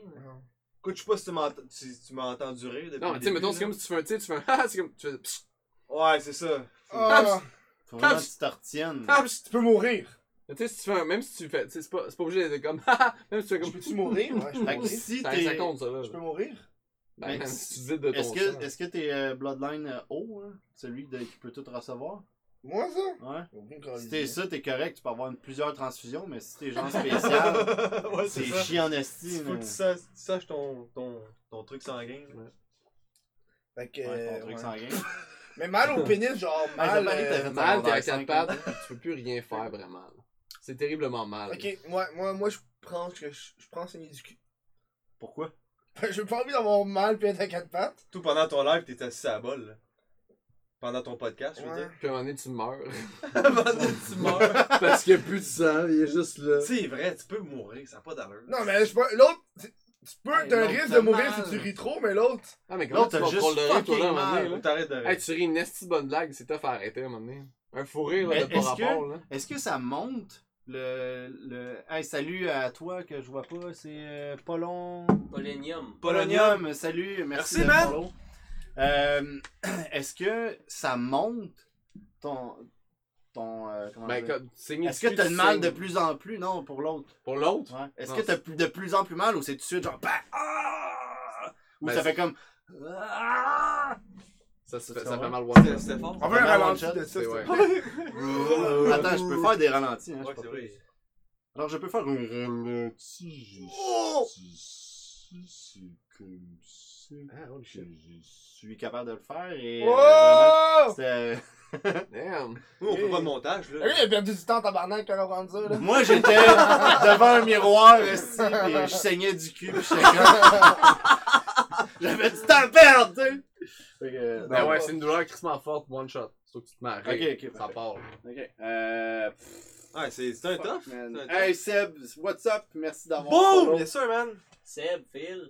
S2: Écoute, je sais pas si tu m'entends- si tu m'as entendu rire depuis.
S3: Non, mais tu
S2: le
S3: sais,
S2: début,
S3: mettons, c'est
S2: là.
S3: comme si tu fais un tir, tu fais un [LAUGHS] ah, c'est comme. Tu fais pssst,
S2: Ouais, c'est ça.
S4: Ah,
S1: Faut vraiment
S3: Ah,
S1: que tu te retiennes.
S3: ah, pssst.
S4: tu peux mourir.
S3: Mais Tu sais, si tu fais un. Même si tu fais. tu sais, C'est pas, c'est pas obligé d'être comme. [LAUGHS] ah, ah, même si tu fais
S4: Je
S3: comme.
S4: peux-tu mourir? Ouais, je peux
S1: Fait que
S4: mourir.
S1: si
S3: Ça, ça
S1: t'es.
S3: compte, ça, là.
S4: Je peux mourir?
S3: Ben,
S1: Mais-
S3: si tu dis de ton
S1: Est-ce
S3: sang.
S1: que, est-ce que t'es euh, Bloodline euh, haut, hein? celui de- qui peut tout recevoir?
S4: Moi, ça?
S1: Ouais.
S4: J'ai oublié encore
S1: Si
S4: l'idée.
S1: t'es ça, t'es correct, tu peux avoir une- plusieurs transfusions, mais si t'es genre
S3: [LAUGHS]
S1: spécial,
S2: [LAUGHS] ouais,
S1: c'est
S2: c'est ça.
S1: chiant en esti.
S2: Il faut
S1: mais-
S2: que tu saches, tu saches ton, ton, ton truc sanguin. là.
S4: Fait que,
S1: Ouais, ton truc
S4: ouais.
S1: sanguin.
S4: Mais mal au
S1: [LAUGHS]
S4: pénis, genre
S1: Ah,
S4: mal.
S1: j'avais
S4: euh,
S1: pas
S3: Mal, t'es à
S1: Secondaire
S3: quatre
S1: cinq, hein.
S3: pattes, tu peux plus rien faire vraiment. là. C'est terriblement mal.
S4: Ok, moi, moi, moi, je prends, que je, je prends saigner du cul. [LAUGHS]
S1: Pourquoi?
S4: J'ai pas envie d'avoir mal pis être à quatre pattes.
S2: Tout pendant ton live, t'es assis à la bolle. là. Pendant ton podcast, je veux
S4: Ouais.
S2: dire. [LAUGHS]
S3: Puis à un moment donné,
S1: [LAUGHS]
S3: tu meurs.
S2: Pendant que tu
S4: [LAUGHS]
S2: meurs.
S3: Parce qu'il n'y a plus de sang, il est juste là.
S2: c'est vrai, tu peux mourir, ça n'a pas d'allure.
S4: Non, mais je peux. L'autre, tu tu peux.
S1: Hey,
S4: T'as un
S1: l'autre,
S4: risque
S1: t'as
S4: de mourir
S1: mal.
S4: si tu ris trop, mais l'autre.
S3: Ah, mais comment
S1: Non,
S3: tu
S1: t'as
S3: vas
S1: juste
S3: pour le rire, toi, là, à un moment donné,
S2: Faut
S3: là?
S2: que t'arrêtes de rire.
S3: Hey, tu ris une nasty bonne blague, c'est tough à arrêter à un moment donné. Un fou rire,
S1: Mais
S3: là, de pas
S1: est-ce
S3: rapport, là.
S1: Est-ce que ça monte? Le, le... Hey, salut à toi que je vois pas, c'est euh, Polon...
S9: Polonium.
S1: Polonium, salut, merci,
S2: Merci,
S1: de
S2: man.
S1: follow. Euh, [CLEARS THROAT] Est-ce que ça monte ton. ton euh, comment
S3: Ben,
S1: dire?
S3: comme, signe
S1: Est-ce que
S3: dessus,
S1: t'as
S3: tu
S1: le mal
S3: signes.
S1: de plus en plus, non, pour l'autre?
S3: Pour l'autre?
S1: Est-ce
S3: Non,
S1: que t'as plus- de plus en plus mal ou c'est tout de suite genre. bah, ah! Ou
S3: Ben,
S1: ça
S3: c'est-
S1: fait comme. ah!
S3: Ça, ça,
S1: Ça
S3: fait-
S1: te
S3: ça fait
S1: convainc?
S3: mal voir.
S2: [LAUGHS] C'était c'était fort.
S4: On veut un
S1: Vraiment
S4: ralenti
S1: one shot,
S4: de ça.
S3: c'est
S4: s'il te
S3: ouais.
S4: plaît.
S1: Attends, je peux faire des ralentis. Hein, je
S2: Ouais,
S1: sais
S2: c'est
S1: pas.
S2: vrai.
S1: Alors, je peux faire un ralenti. C'est comme ça
S3: Ah, holy
S1: que
S3: shit.
S1: je suis capable de le faire et. euh, vraiment,
S4: Wow!
S1: c'était-
S3: Damn.
S2: Nous, on fait pas de montage,
S4: Lui,
S2: là.
S4: il a perdu du temps en tabarnak quand on rentre ça, là.
S1: Moi, j'étais devant un miroir aussi, pis je saignais du cul, pis j'étais comme- J'avais du temps à perdre, tu sais! Fait que, euh,
S3: Ben
S1: non.
S3: ouais, c'est une douleur crissement forte, one shot. Sauf que tu te marres.
S1: Ok, ok,
S3: Ça
S1: parfait.
S3: part.
S1: Ok. Euh.
S2: Ouais, c'est c'est un top.
S1: fuck, man.
S2: C'est un
S1: Hey Seb, what's up? Merci d'avoir.
S2: Boom!
S1: follow.
S2: Bien sûr, man.
S9: Seb, Phil,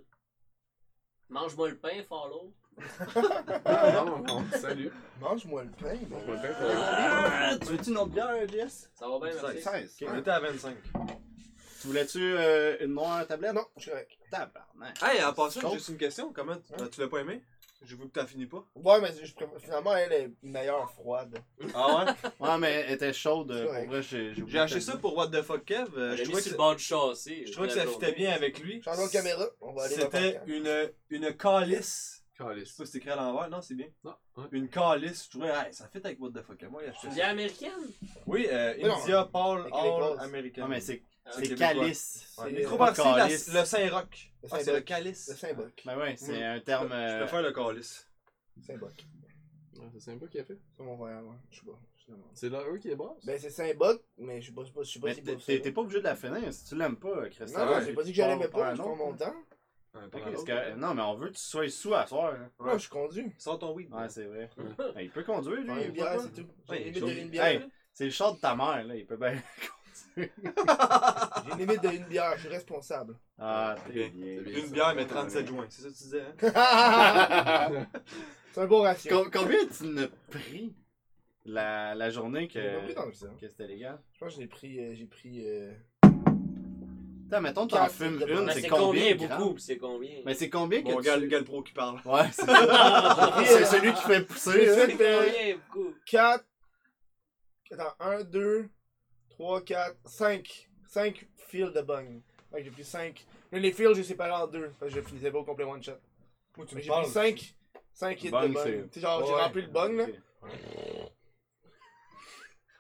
S9: mange-moi le pain, follow.
S1: [LAUGHS]
S3: Ah, non, non, salut.
S4: Mange-moi le pain,
S3: Bon,
S4: man.
S3: je me fais un
S1: Ah, tu veux-tu une autre bière, Jess?
S9: Ça va bien, merci.
S4: 16.
S2: On était à 25.
S1: Tu voulais-tu euh, une noire à tablette?
S4: Non, je suis correct.
S1: Tabarnak.
S2: Hey, en passant,
S1: Cool.
S2: j'ai juste une question. Comment tu
S4: Hein?
S2: tu l'as pas aimé J'ai vu que t'as fini pas.
S4: Ouais, mais je préfère- finalement, elle est meilleure froide.
S2: Ah ouais
S1: Ouais, mais elle était chaude. euh,
S4: Ouais.
S1: Pour vrai, j'ai oublié
S2: [LAUGHS] J'ai acheté
S1: de te
S2: ça
S1: dire.
S2: pour What the Fuck Kev. euh,
S9: Je
S2: Je
S9: mis
S2: trouvais
S9: sur
S2: que,
S9: le bord du châssis.
S2: je trouvais que ça fitait bien avec lui.
S4: Changeons de caméra, on va aller
S2: C'était une, une calice. Je sais
S3: calice.
S2: pas si c'est écrit à l'envers, non, c'est bien.
S3: Non, ouais.
S2: Une calice. Je trouvais, hey, ça fit avec What the Fuck Kev. Moi, j'ai acheté
S9: Une
S2: ça.
S9: bière américaine?
S2: Oui, euh,
S4: Mais non.
S2: India Paul
S4: Les Québécoises.
S2: All American. Euh,
S1: Non, mais c'est c'est
S2: c'est
S1: calice.
S2: Ouais,
S4: C'est-
S2: microbrasserie,
S1: euh,
S2: la-
S1: calice.
S2: le Saint-Roch.
S4: Le
S2: Ah, c'est
S4: Saint-Roch.
S2: le calice.
S4: C'est Saint-Boc.
S1: Ben ouais, c'est un terme.
S2: Je
S1: euh,
S2: préfère le calice.
S4: Saint-Boc.
S3: Ouais, C'est sympa qu'il a fait.
S4: C'est mon voyage, ouais. Je sais pas. finalement.
S3: C'est là eux qui est boss.
S4: Ben, c'est Saint-Boc, mais je sais pas, je sais pas, je sais pas
S1: mais
S4: si
S1: t'es-
S4: bouffe ça,
S1: t'es
S4: là.
S1: t'es pas obligé de la finir si tu l'aimes pas, Christophe.
S4: Non, non,
S2: Ouais,
S4: j'ai
S1: Tu
S4: pas dit que j'allais
S1: pars-
S4: mais
S1: prends
S4: pas,
S1: un
S4: je
S1: autre. hein.
S4: prends mon temps.
S2: Ouais,
S1: Ok,
S2: prends
S1: parce
S2: l'autre.
S1: que- non, mais on veut que tu sois sous à soir. hein.
S2: Ouais.
S4: Là, je conduis.
S2: Sors ton weed.
S1: Ouais, c'est vrai. Ben, il peut conduire, lui.
S4: Prends une
S1: il voit
S4: bière,
S1: pas.
S4: c'est tout.
S2: Ouais,
S4: J'ai une limite
S2: chaud.
S4: de une bière.
S1: Hey. C'est le char de ta mère, là. Il peut bien. [LAUGHS]
S4: J'ai une limite de une bière, je
S1: [LAUGHS]
S4: suis responsable.
S1: Ah,
S2: bien.
S1: t'es bien.
S3: bien.
S2: Une bière, mais 37 joints. C'est ça que tu disais, hein?
S1: ben,
S4: c'est un beau ratio.
S1: Com- combien tu n'as pris la, la journée
S4: J'ai pas pris
S1: que,
S4: tant que ça.
S1: que c'était légal?
S4: Je pense que j'ai pris. euh, j'ai pris. euh,
S1: Putain, mettons, t'en
S4: Quatre,
S1: fumes
S4: c'est
S1: une,
S4: Mais
S9: Mais
S1: c'est
S9: Ben, c'est
S1: combien,
S9: combien
S1: grammes?
S9: beaucoup, pis c'est combien?
S1: Mais c'est combien que
S2: Bon,
S1: tu...
S2: regarde le pro qui parle.
S1: Ouais, c'est
S4: [LAUGHS]
S1: c'est celui qui fait pousser, hein.
S4: C'est
S9: C'est combien beaucoup?
S4: 4. Attends, 1, 2, 3, 4, 5. 5 fils de bung. Fait que j'ai pris 5. Mais les fils, j'ai séparé en deux. Parce que je finissais pas au complet one shot.
S2: Moi, tu
S4: Mais j'ai pris 5. 5 hits de
S1: Bung,
S4: bung.
S1: c'est-
S4: Tu sais, genre, j'ai
S2: Ouais.
S4: rempli le bung là.
S1: Ok.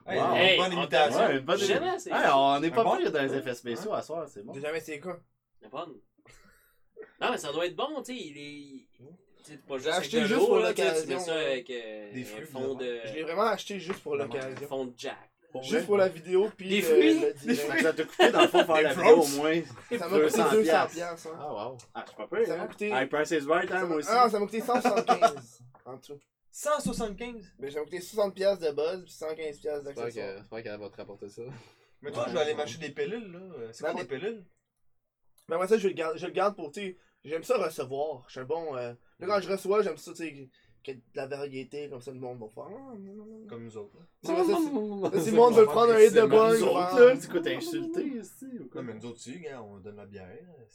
S2: Hey,
S1: Wow.
S2: une
S9: Hey,
S2: bonne
S9: on
S2: imitation.
S1: Ouais, une bonne idée.
S9: Jamais c'est.
S1: Hey, Ah, on n'est
S2: Un
S1: pas
S2: bon-
S1: pire dans les effets spéciaux à soir, c'est bon.
S4: J'ai jamais essayé quoi.
S9: La pomme. Non, mais ça doit être bon, tu sais. Il est. C'est pas
S4: J'ai
S9: juste avec
S4: acheté
S9: de
S4: juste
S9: l'eau,
S4: pour
S9: là, tu sais, tu
S4: l'occasion,
S9: mets ça
S4: ouais.
S9: avec euh,
S4: Des
S9: un
S4: fruits,
S9: fond de.
S4: Je l'ai vraiment acheté juste pour
S9: un
S4: l'occasion.
S9: fond de Jack.
S4: Juste pour la vidéo. Puis
S9: Des
S4: le-
S9: fruits?
S4: le direct.
S1: Ça t'a coûté dans le fond faire la vidéo au moins.
S4: Ça m'a coûté
S1: 200
S4: 200
S1: piastres.
S4: piastres, hein.
S3: [LAUGHS] Ah, wow.
S1: Ah, je suis pas pire,
S4: Ça m'a
S1: hein.
S4: coûté.
S1: Hey, Price is Right, hein, moi aussi.
S4: Ah, ça m'a coûté 175 en tout.
S2: 175.
S4: Mais ça m'a coûté 60$ piastres de buzz puis 115$ piastres
S3: J'espère
S4: d'accessoires.
S3: que- j'espère qu'elle va te
S1: [LAUGHS]
S3: rapporter ça.
S2: Mais toi, je vais aller mâcher des pellules, là. C'est
S4: Ben,
S2: quoi des
S4: mais-
S2: pellules?
S4: Mais moi, ça, je le garde, je le garde pour, tu sais, j'aime ça recevoir. Je suis un bon. euh, là, quand je reçois, j'aime ça, tu sais, qu'il y a de la variété, comme ça, le monde va faire. Ah, non, non, non.
S2: Comme nous autres. là.
S4: Tu sais, moi, ça, c'est-
S3: Vas-y,
S4: si le monde veut prendre un hit de
S1: Nous
S4: bug,
S3: hein.
S1: autres, là, c'est quoi, t'as insulté, ici, ou quoi?
S2: Non, mais nous autres, tu sais, hein, on donne la bière.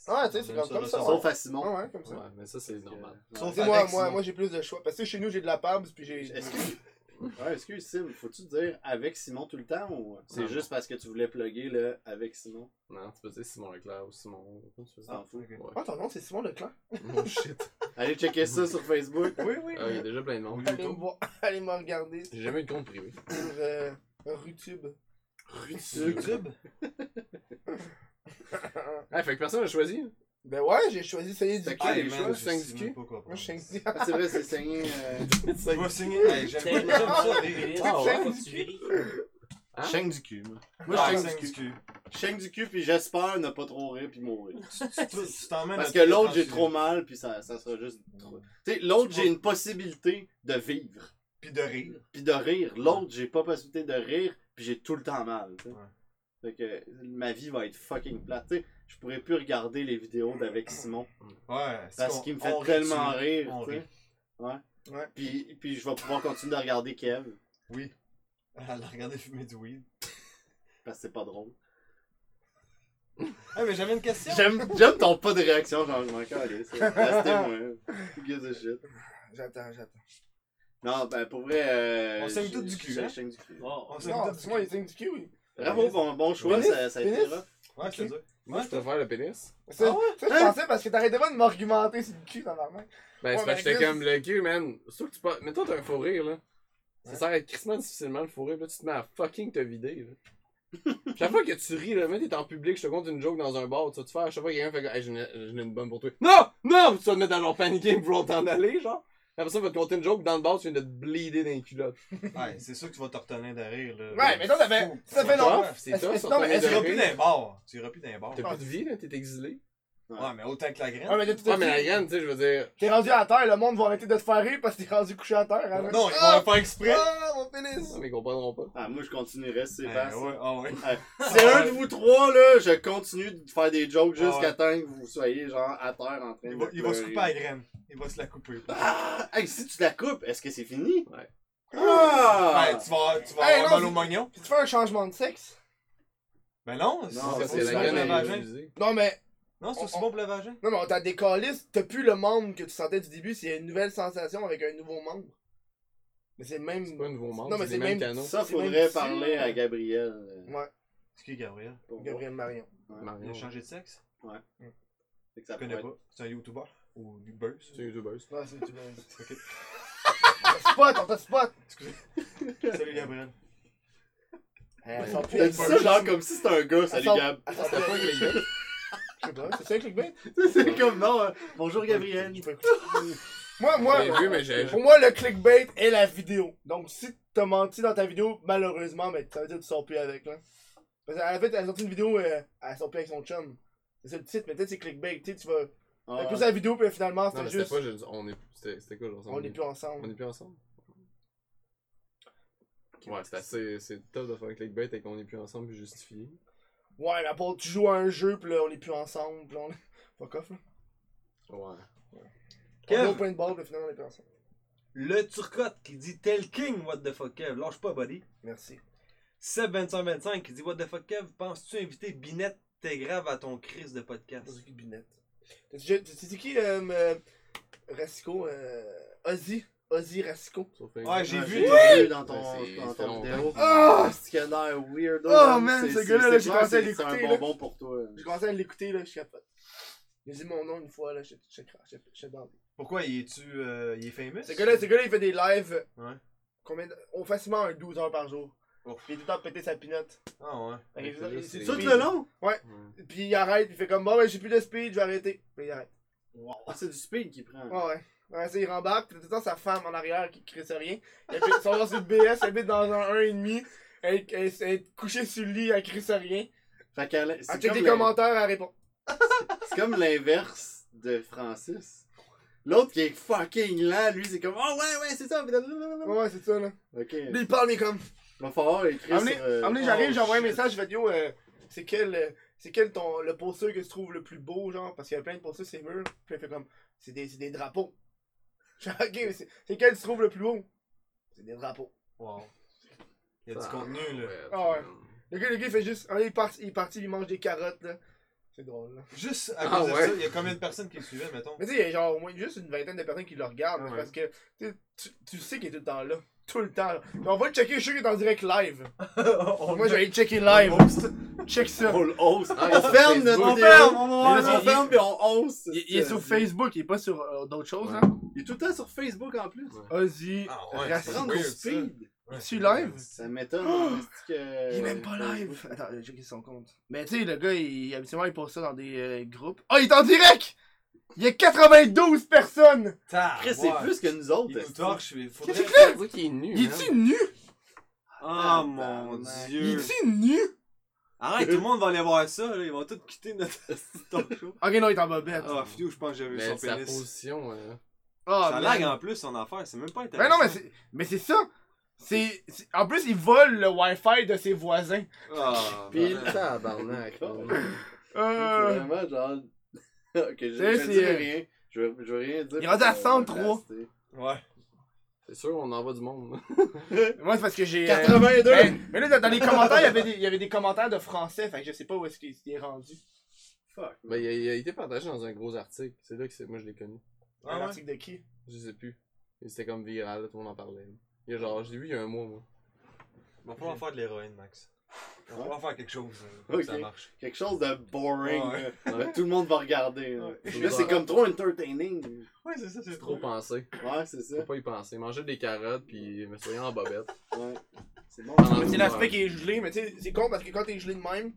S4: Ah, tu sais, c'est
S2: On aime
S4: comme- comme ça,
S1: Sauf à Simon.
S4: ouais, ouais, comme ça.
S3: Ouais, mais ça, c'est normal.
S4: Tu
S2: Sauf
S4: sais, moi,
S2: Alex,
S4: moi,
S2: sinon.
S4: moi j'ai plus de choix. Parce que chez nous, j'ai de la pâte, puis j'ai.
S1: Est-ce que. Ouais, excuse Sim, faut-tu dire avec Simon tout le temps ou c'est
S3: Non.
S1: juste parce que tu voulais plugger le avec Simon
S3: Non, tu peux dire Simon Leclerc ou Simon. Comment tu veux
S1: S'en
S3: ça?
S1: fout.
S3: Ouais.
S4: Ah, ton nom, c'est Simon Leclerc.
S3: Oh shit.
S1: Allez checker ça sur Facebook.
S2: Oui, oui.
S3: Ah, Il y a déjà plein de monde.
S4: Allez me voir, [LAUGHS] allez me regarder sur
S3: J'ai jamais eu de compte privé.
S4: euh, RuTube.
S2: YouTube.
S3: Ah, fait que personne n'a choisi.
S4: Ben ouais, j'ai choisi Saïd
S1: Fait
S4: du
S1: que-
S4: cul.
S1: Ah, les
S2: man,
S1: choix,
S2: je
S3: cinq
S2: sais
S3: du
S2: même
S3: cul.
S2: pas quoi
S4: Moi, je suis
S2: prendre.
S4: Saint-
S1: Ah, c'est vrai, c'est saigné. euh,
S2: Tu vas signer. Hey, J'aime j'aime ça. les-
S9: Ah,
S3: ouais.
S9: faut que tu ris.
S3: Hein?
S1: Chaîne du cul, moi. Moi,
S2: Ah,
S1: je
S2: cinq
S1: chaîne
S2: du
S1: du cul.
S2: cul.
S1: Chaîne du cul, puis j'espère ne pas trop rire puis mourir.
S2: Tu- tu- tu t'emmènes
S1: Parce
S2: à
S1: que
S2: tous les
S1: l'autre, j'ai
S2: sens,
S1: trop mal, puis ça, ça sera juste trop. Tu sais, l'autre, j'ai une possibilité de vivre,
S2: Puis de rire.
S1: puis de rire. L'autre, j'ai pas possibilité de rire, puis j'ai tout le temps mal. tu sais.
S2: Ouais.
S1: Fait que ma vie va être fucking plate. Tu sais, je pourrais plus regarder les vidéos d'avec Simon.
S2: Ouais. c'est
S1: Parce
S2: qu'on-
S1: qu'il me
S2: on
S1: fait
S2: rit
S1: tellement
S2: [LAUGHS] dessus.
S1: rire.
S2: On
S1: tu sais.
S2: rit.
S1: Ouais.
S4: Ouais.
S1: Puis, puis je vais pouvoir continuer de regarder Kev.
S2: Ah, la regarder fumer du weed.
S1: Parce que c'est pas drôle.
S2: Ah, mais j'avais une question.
S1: J'aime, j'aime ton pas de réaction, genre, je m'en calais. Restez-moi. Who gives a shit?
S4: [LAUGHS] j'attends, j'attends.
S1: Non, ben pour vrai. euh,
S2: On saigne
S1: je-
S2: tout du cul,
S1: je-
S2: hein?
S1: je saigne du cul.
S2: On s'est
S4: Non,
S2: dit.
S4: dis-moi les signes du cul, oui.
S1: Bravo, bon, bon choix,
S4: Pénis,
S1: ça, ça a été
S4: pénis.
S1: rough.
S2: Ouais, je te dis.
S3: Moi, je te faire le pénis.
S4: Ça, ça, je pensais parce que t'arrêtais pas de m'argumenter sur le cul, dans la main.
S3: Ben,
S4: Ouais,
S3: c'est parce que
S4: mais
S3: j'étais comme le cul, man. Surtout que tu pas. Mettons, t'as un faux rire, là. Ça sert à être crissement difficilement le faux rire, puis là, tu te mets à fucking te vider, là. [LAUGHS] chaque fois que tu ris, là, même t'es en public, je te compte une joke dans un bar, tu vas te faire, chaque fois que quelqu'un fait, hey, j'en ai j'en ai une bonne pour toi. Non! Non! Tu vas te mettre à genre paniquer pour t'en aller, genre. Après ça, il va te compter une joke dans le bar, tu viens de te bleeder dans les culottes.
S2: Ouais, c'est sûr que tu vas te retenir derrière, là.
S4: Ouais, mais toi, t'avais. Ça fait longtemps.
S3: Tough, C'est
S4: Est-ce-
S3: tough,
S4: est-ce-
S3: ça
S4: non, mais
S3: t'en est
S4: est-ce
S2: Tu
S3: de
S2: iras plus
S3: rire.
S2: dans les bars. Tu iras plus dans les bars.
S3: T'as plus de vie, là, t'es exilé.
S2: Ouais, mais autant que la
S4: Ouais,
S2: graine.
S4: mais là, tu
S3: Ouais,
S4: t'es
S3: mais la graine, tu sais, je veux dire.
S4: t'es rendu à terre, le monde va arrêter de te faire rire parce que t'es rendu couché à terre. hein.
S2: Non, ils
S4: Ah,
S2: vont faire exprès.
S4: Ah, mon pénis!
S3: Non, mais ils comprendront pas.
S1: Ah, moi, je continuerai, c'est
S2: Ouais,
S1: pas.
S2: ouais,
S1: [LAUGHS]
S2: ah ouais.
S1: C'est un de vous trois, là, je continue de faire des jokes
S2: Ah
S1: jusqu'à
S2: ouais.
S1: temps que vous soyez, genre, à terre en train
S2: Il
S1: de.
S2: va, il va se
S1: pleurer.
S2: couper à la graine. Il va se la couper.
S1: Ah! Hey, si tu la coupes, est-ce que c'est fini?
S3: Ouais.
S1: Ah!
S2: Ouais, Ben, tu vas, tu vas
S4: Hey,
S2: avoir
S4: non,
S2: mal au mognon.
S4: Si tu fais un changement de sexe?
S2: Ben non, c'est
S1: parce
S3: Parce
S1: que
S3: que
S2: aussi
S3: la
S2: bon pour le
S3: graine est
S2: vagin.
S3: utilisée.
S4: Non, mais.
S2: Non, c'est aussi
S4: On-
S2: bon pour le hein. vagin.
S4: Non, mais t'as des calices, t'as plus le membre que tu sentais du début, c'est une nouvelle sensation avec un nouveau membre. Mais c'est le même.
S3: C'est pas un nouveau membre,
S4: Non, mais
S3: c'est
S4: c'est
S3: les mêmes
S4: même-
S3: canaux.
S1: Ça,
S4: C'est même
S1: faudrait
S4: petit,
S1: parler
S4: là.
S1: à Gabriel. euh,
S4: Ouais,
S2: C'est qui, hein. Gabriel
S1: pour voir.
S4: Gabriel Marion.
S2: Il
S3: Marion,
S1: Oh.
S2: a changé de sexe
S1: Fait que ça
S2: Je connais
S1: pourrait
S2: pas. C'est un YouTuber ou youtuber
S3: c'est une youtubeuse.
S4: Non, Ah, c'est tout [LAUGHS] bien.
S2: Ok.
S4: Spot, on t'a spot!
S2: [LAUGHS] Salut Gabriel.
S4: Elle sent plus
S1: T'as dit ça genre comme si c'était un gars, salut
S4: sort-
S1: Gab.
S4: Elle sent plus un clickbait. Je sais pas, c'est ça un clickbait?
S1: [LAUGHS] C'est comme non, euh, bonjour Gabriel.
S4: Je peux écouter. Moi, moi.
S3: J'ai vu, mais j'ai.
S4: Pour moi, le clickbait est la vidéo. Donc, si t'as menti dans ta vidéo, malheureusement, mais ça veut dire que tu sors plus avec, là. Parce qu'elle a fait, elle a sorti une vidéo, euh, elle sort plus avec son chum. C'est ça le titre, mais peut-être c'est clickbait, tu sais, tu vas.
S1: Euh,
S4: T'as plus la vidéo, puis finalement,
S3: Ah. Non,
S4: c'était
S3: mais c'était
S4: juste.
S3: pas. je- On est. C'était c'était quoi, genre
S4: On n'est plus
S3: On
S4: ensemble.
S3: est plus ensemble. Ouais, c'est assez. C'est tough de faire un clickbait et qu'on est plus ensemble puis justifié.
S4: Ouais, mais à part, tu joues à un jeu, puis là, on est plus ensemble, puis là, on est. [LAUGHS] Fuck off, là.
S3: Ouais.
S4: On est
S6: Kev.
S4: au point de bord, puis finalement, on est plus ensemble.
S6: Le Turcotte qui dit Tel King, what the fuck, Kev. Lâche pas, buddy.
S4: Merci.
S6: Seb2525 qui dit What the fuck, Kev. Penses-tu inviter Binette T'es grave à ton crise de podcast
S4: Suzuki Binette. C'est qui, euh, euh, Rasco, euh. Ozzy. Ozzy Rasco.
S3: Sur Facebook.
S2: Ouais, j'ai
S1: Ah,
S2: vu.
S1: vu dans ton,
S3: Ouais, c'est-
S1: dans
S3: ça fait
S1: ton
S3: longtemps.
S1: vidéo.
S4: Ah!
S1: ce qu'il a l'air weirdo.
S4: Oh,
S1: hein.
S4: man,
S1: C'est-
S4: ce
S1: c'est-
S4: gars-là,
S1: c'est
S4: j'ai
S1: clair,
S4: commencé à
S1: c'est- C'est
S4: l'écouter,
S1: un
S4: là.
S1: bonbon pour toi.
S4: J'ai commencé à l'écouter, là, je capote. J'ai dit mon nom une fois, là, je je je- je dans
S2: Pourquoi il est-tu. euh, il est famous
S4: Ce gars-là, ce gars-là, il fait des lives.
S2: Ouais.
S4: Combien de- oh, facilement un 12 heures par jour.
S2: Ouf.
S4: Puis il est tout le temps pété sa pinotte.
S2: Ah ouais.
S4: Fait que
S3: Ouais,
S4: il-
S3: c'est
S4: c'est
S3: juste
S1: Tout
S4: tout
S3: les-
S1: le long?
S4: le- Puis il arrête, puis il fait comme bon, ben j'ai plus de speed, je vais arrêter. Puis il arrête.
S1: Ah, c'est du speed qu'il prend.
S4: Ouais, ouais. Ouais, ça, il rembarque, puis tout le temps sa femme en arrière qui crée sur rien. Elle habite, son nom c'est BS, elle habite dans un 1,5. Elle, elle, elle est couchée sur le lit, elle crie sur rien.
S1: Fait qu'elle.
S4: Elle
S1: C'est
S4: check
S1: comme,
S4: des
S1: l'in-
S4: commentaires, elle répond.
S1: c'est comme l'inverse de Francis. L'autre qui est fucking lent, lui, c'est comme Oh ouais, ouais, c'est ça.
S4: Ouais, ouais, c'est ça, là.
S1: Ok.
S4: Lui, il parle, mais comme.
S1: Va falloir écrire
S4: Amenez,
S1: sur. euh,
S4: amenez, j'arrive, j'envoie un message, je fais yo, euh, c'est quel, euh, c'est quel ton, le poster que tu trouves le plus beau, genre, parce qu'il y a plein de posters, c'est murs, puis il fait comme, c'est des, c'est des drapeaux. [LAUGHS] Je fais, ok, mais c'est, c'est quel tu trouves le plus beau? C'est des drapeaux.
S2: Wow. Il y a du contenu, là.
S4: Ah ouais. Le gars, le gars, il fait juste, ah, il part, il est parti, il mange des carottes, là. C'est drôle, là.
S2: Juste à
S3: Ah
S2: cause
S3: ouais.
S2: de ça, il y a combien de personnes qui le suivaient,
S1: [LAUGHS]
S2: mettons
S4: Mais tu sais, il y a genre au moins juste une vingtaine de personnes qui le regardent,
S3: Ah ouais.
S4: parce que, tu, sais, tu, tu sais qu'il est tout le temps là. Tout le temps, là. Mais on va le checker, je suis qu'il est en direct live. Moi, je vais aller le checker live. Check ça.
S1: On le hausse.
S3: Ah, il est
S1: on
S3: sur
S1: ferme notre
S3: Facebook.
S1: vidéo.
S4: on
S1: Mais là,
S4: ferme.
S1: on ferme puis on hausse.
S4: Il, il est sur Facebook, il est pas sur euh, d'autres choses,
S3: Ouais.
S4: là.
S1: Il est tout le temps sur Facebook en plus.
S4: Ozzy,
S2: Ah ouais, c'est
S4: Rascal.
S1: Prendre au
S2: weird,
S1: speed.
S2: Ouais,
S4: Tu
S2: c'est-
S4: live?
S1: Ça m'étonne.
S4: [GASPS] Oh!
S1: est-ce que-
S4: Il
S2: Euh,
S4: est même pas live! Attends, j'ai checké son compte. Mais tu sais, le gars, il, habituellement, il poste ça dans des euh, groupes. Oh, il est en direct! Il y a 92 personnes!
S2: Ah,
S1: Chris, c'est
S2: ouais.
S1: plus que nous autres.
S2: Il nous
S1: est-ce que-
S2: torche, il faudrait.
S4: Qu'est-ce
S3: On dirait qu'il est nu. hein.
S4: Il
S3: man.
S4: est-tu nu?
S2: Ah,
S6: Oh mon
S1: Tabarnak.
S6: dieu.
S4: Il est-tu nu?
S6: Arrête,
S4: Euh.
S6: tout le monde va aller voir ça, là. Ils vont tous quitter notre [LAUGHS] talk show.
S4: Ok, non, il est en bobette.
S6: Ah, Fido, je pense que j'avais vu
S3: Mais
S6: son
S3: sa
S6: pénis.
S3: position. euh,
S4: Ah,
S6: Ça
S4: man.
S6: lag en plus son affaire, c'est même pas
S4: Ben
S6: intéressant.
S4: non, mais c'est, mais c'est ça! C'est, c'est- En plus, il vole le Wi-Fi de ses voisins.
S6: Ah,
S1: Pile.
S6: man.
S3: Tabarnak.
S4: [LAUGHS]
S3: man.
S1: C'est
S4: Euh...
S1: vraiment genre. [LAUGHS] ok, je,
S4: sais,
S1: je
S4: c'est- euh,
S1: dirai rien. Je, vais- je vais rien dire.
S4: Il est rendu à
S1: pour, euh,
S4: 103.
S1: rester.
S2: Ouais.
S3: C'est sûr, on envoie du monde.
S4: Moi, c'est parce que j'ai... euh,
S1: 82!
S4: ben, mais là, dans- dans les commentaires, il y, avait des, il y avait des commentaires de français, fait que je sais pas où est-ce qu'il est rendu.
S1: Fuck.
S3: Ben, il a, il a été partagé dans un gros article. C'est là que c'est- moi je l'ai connu.
S4: un
S2: Ah ouais.
S4: article de qui?
S3: Je sais plus. Et c'était comme viral, là, tout le monde en parlait. là. Il y a genre, j'ai vu il y a un mois, moi.
S2: Il va falloir faire de l'héroïne, Max. Il va falloir faire quelque chose euh, pour
S1: Ok.
S2: que ça marche.
S1: Quelque chose de boring.
S2: Ouais.
S1: là. [LAUGHS] Tout le monde va regarder. là. Là, c'est comme trop entertaining.
S2: Ouais, c'est ça, c'est
S3: Trop
S2: trop.
S3: pensé.
S1: Ouais, c'est ça.
S3: Faut pas y penser. Manger des carottes, puis me soigner en bobette.
S1: Ouais. C'est bon.
S3: Pendant
S4: Mais
S3: deux
S4: c'est
S3: heures.
S4: l'aspect qui est gelé, mais tu sais, c'est con parce que quand t'es gelé de même,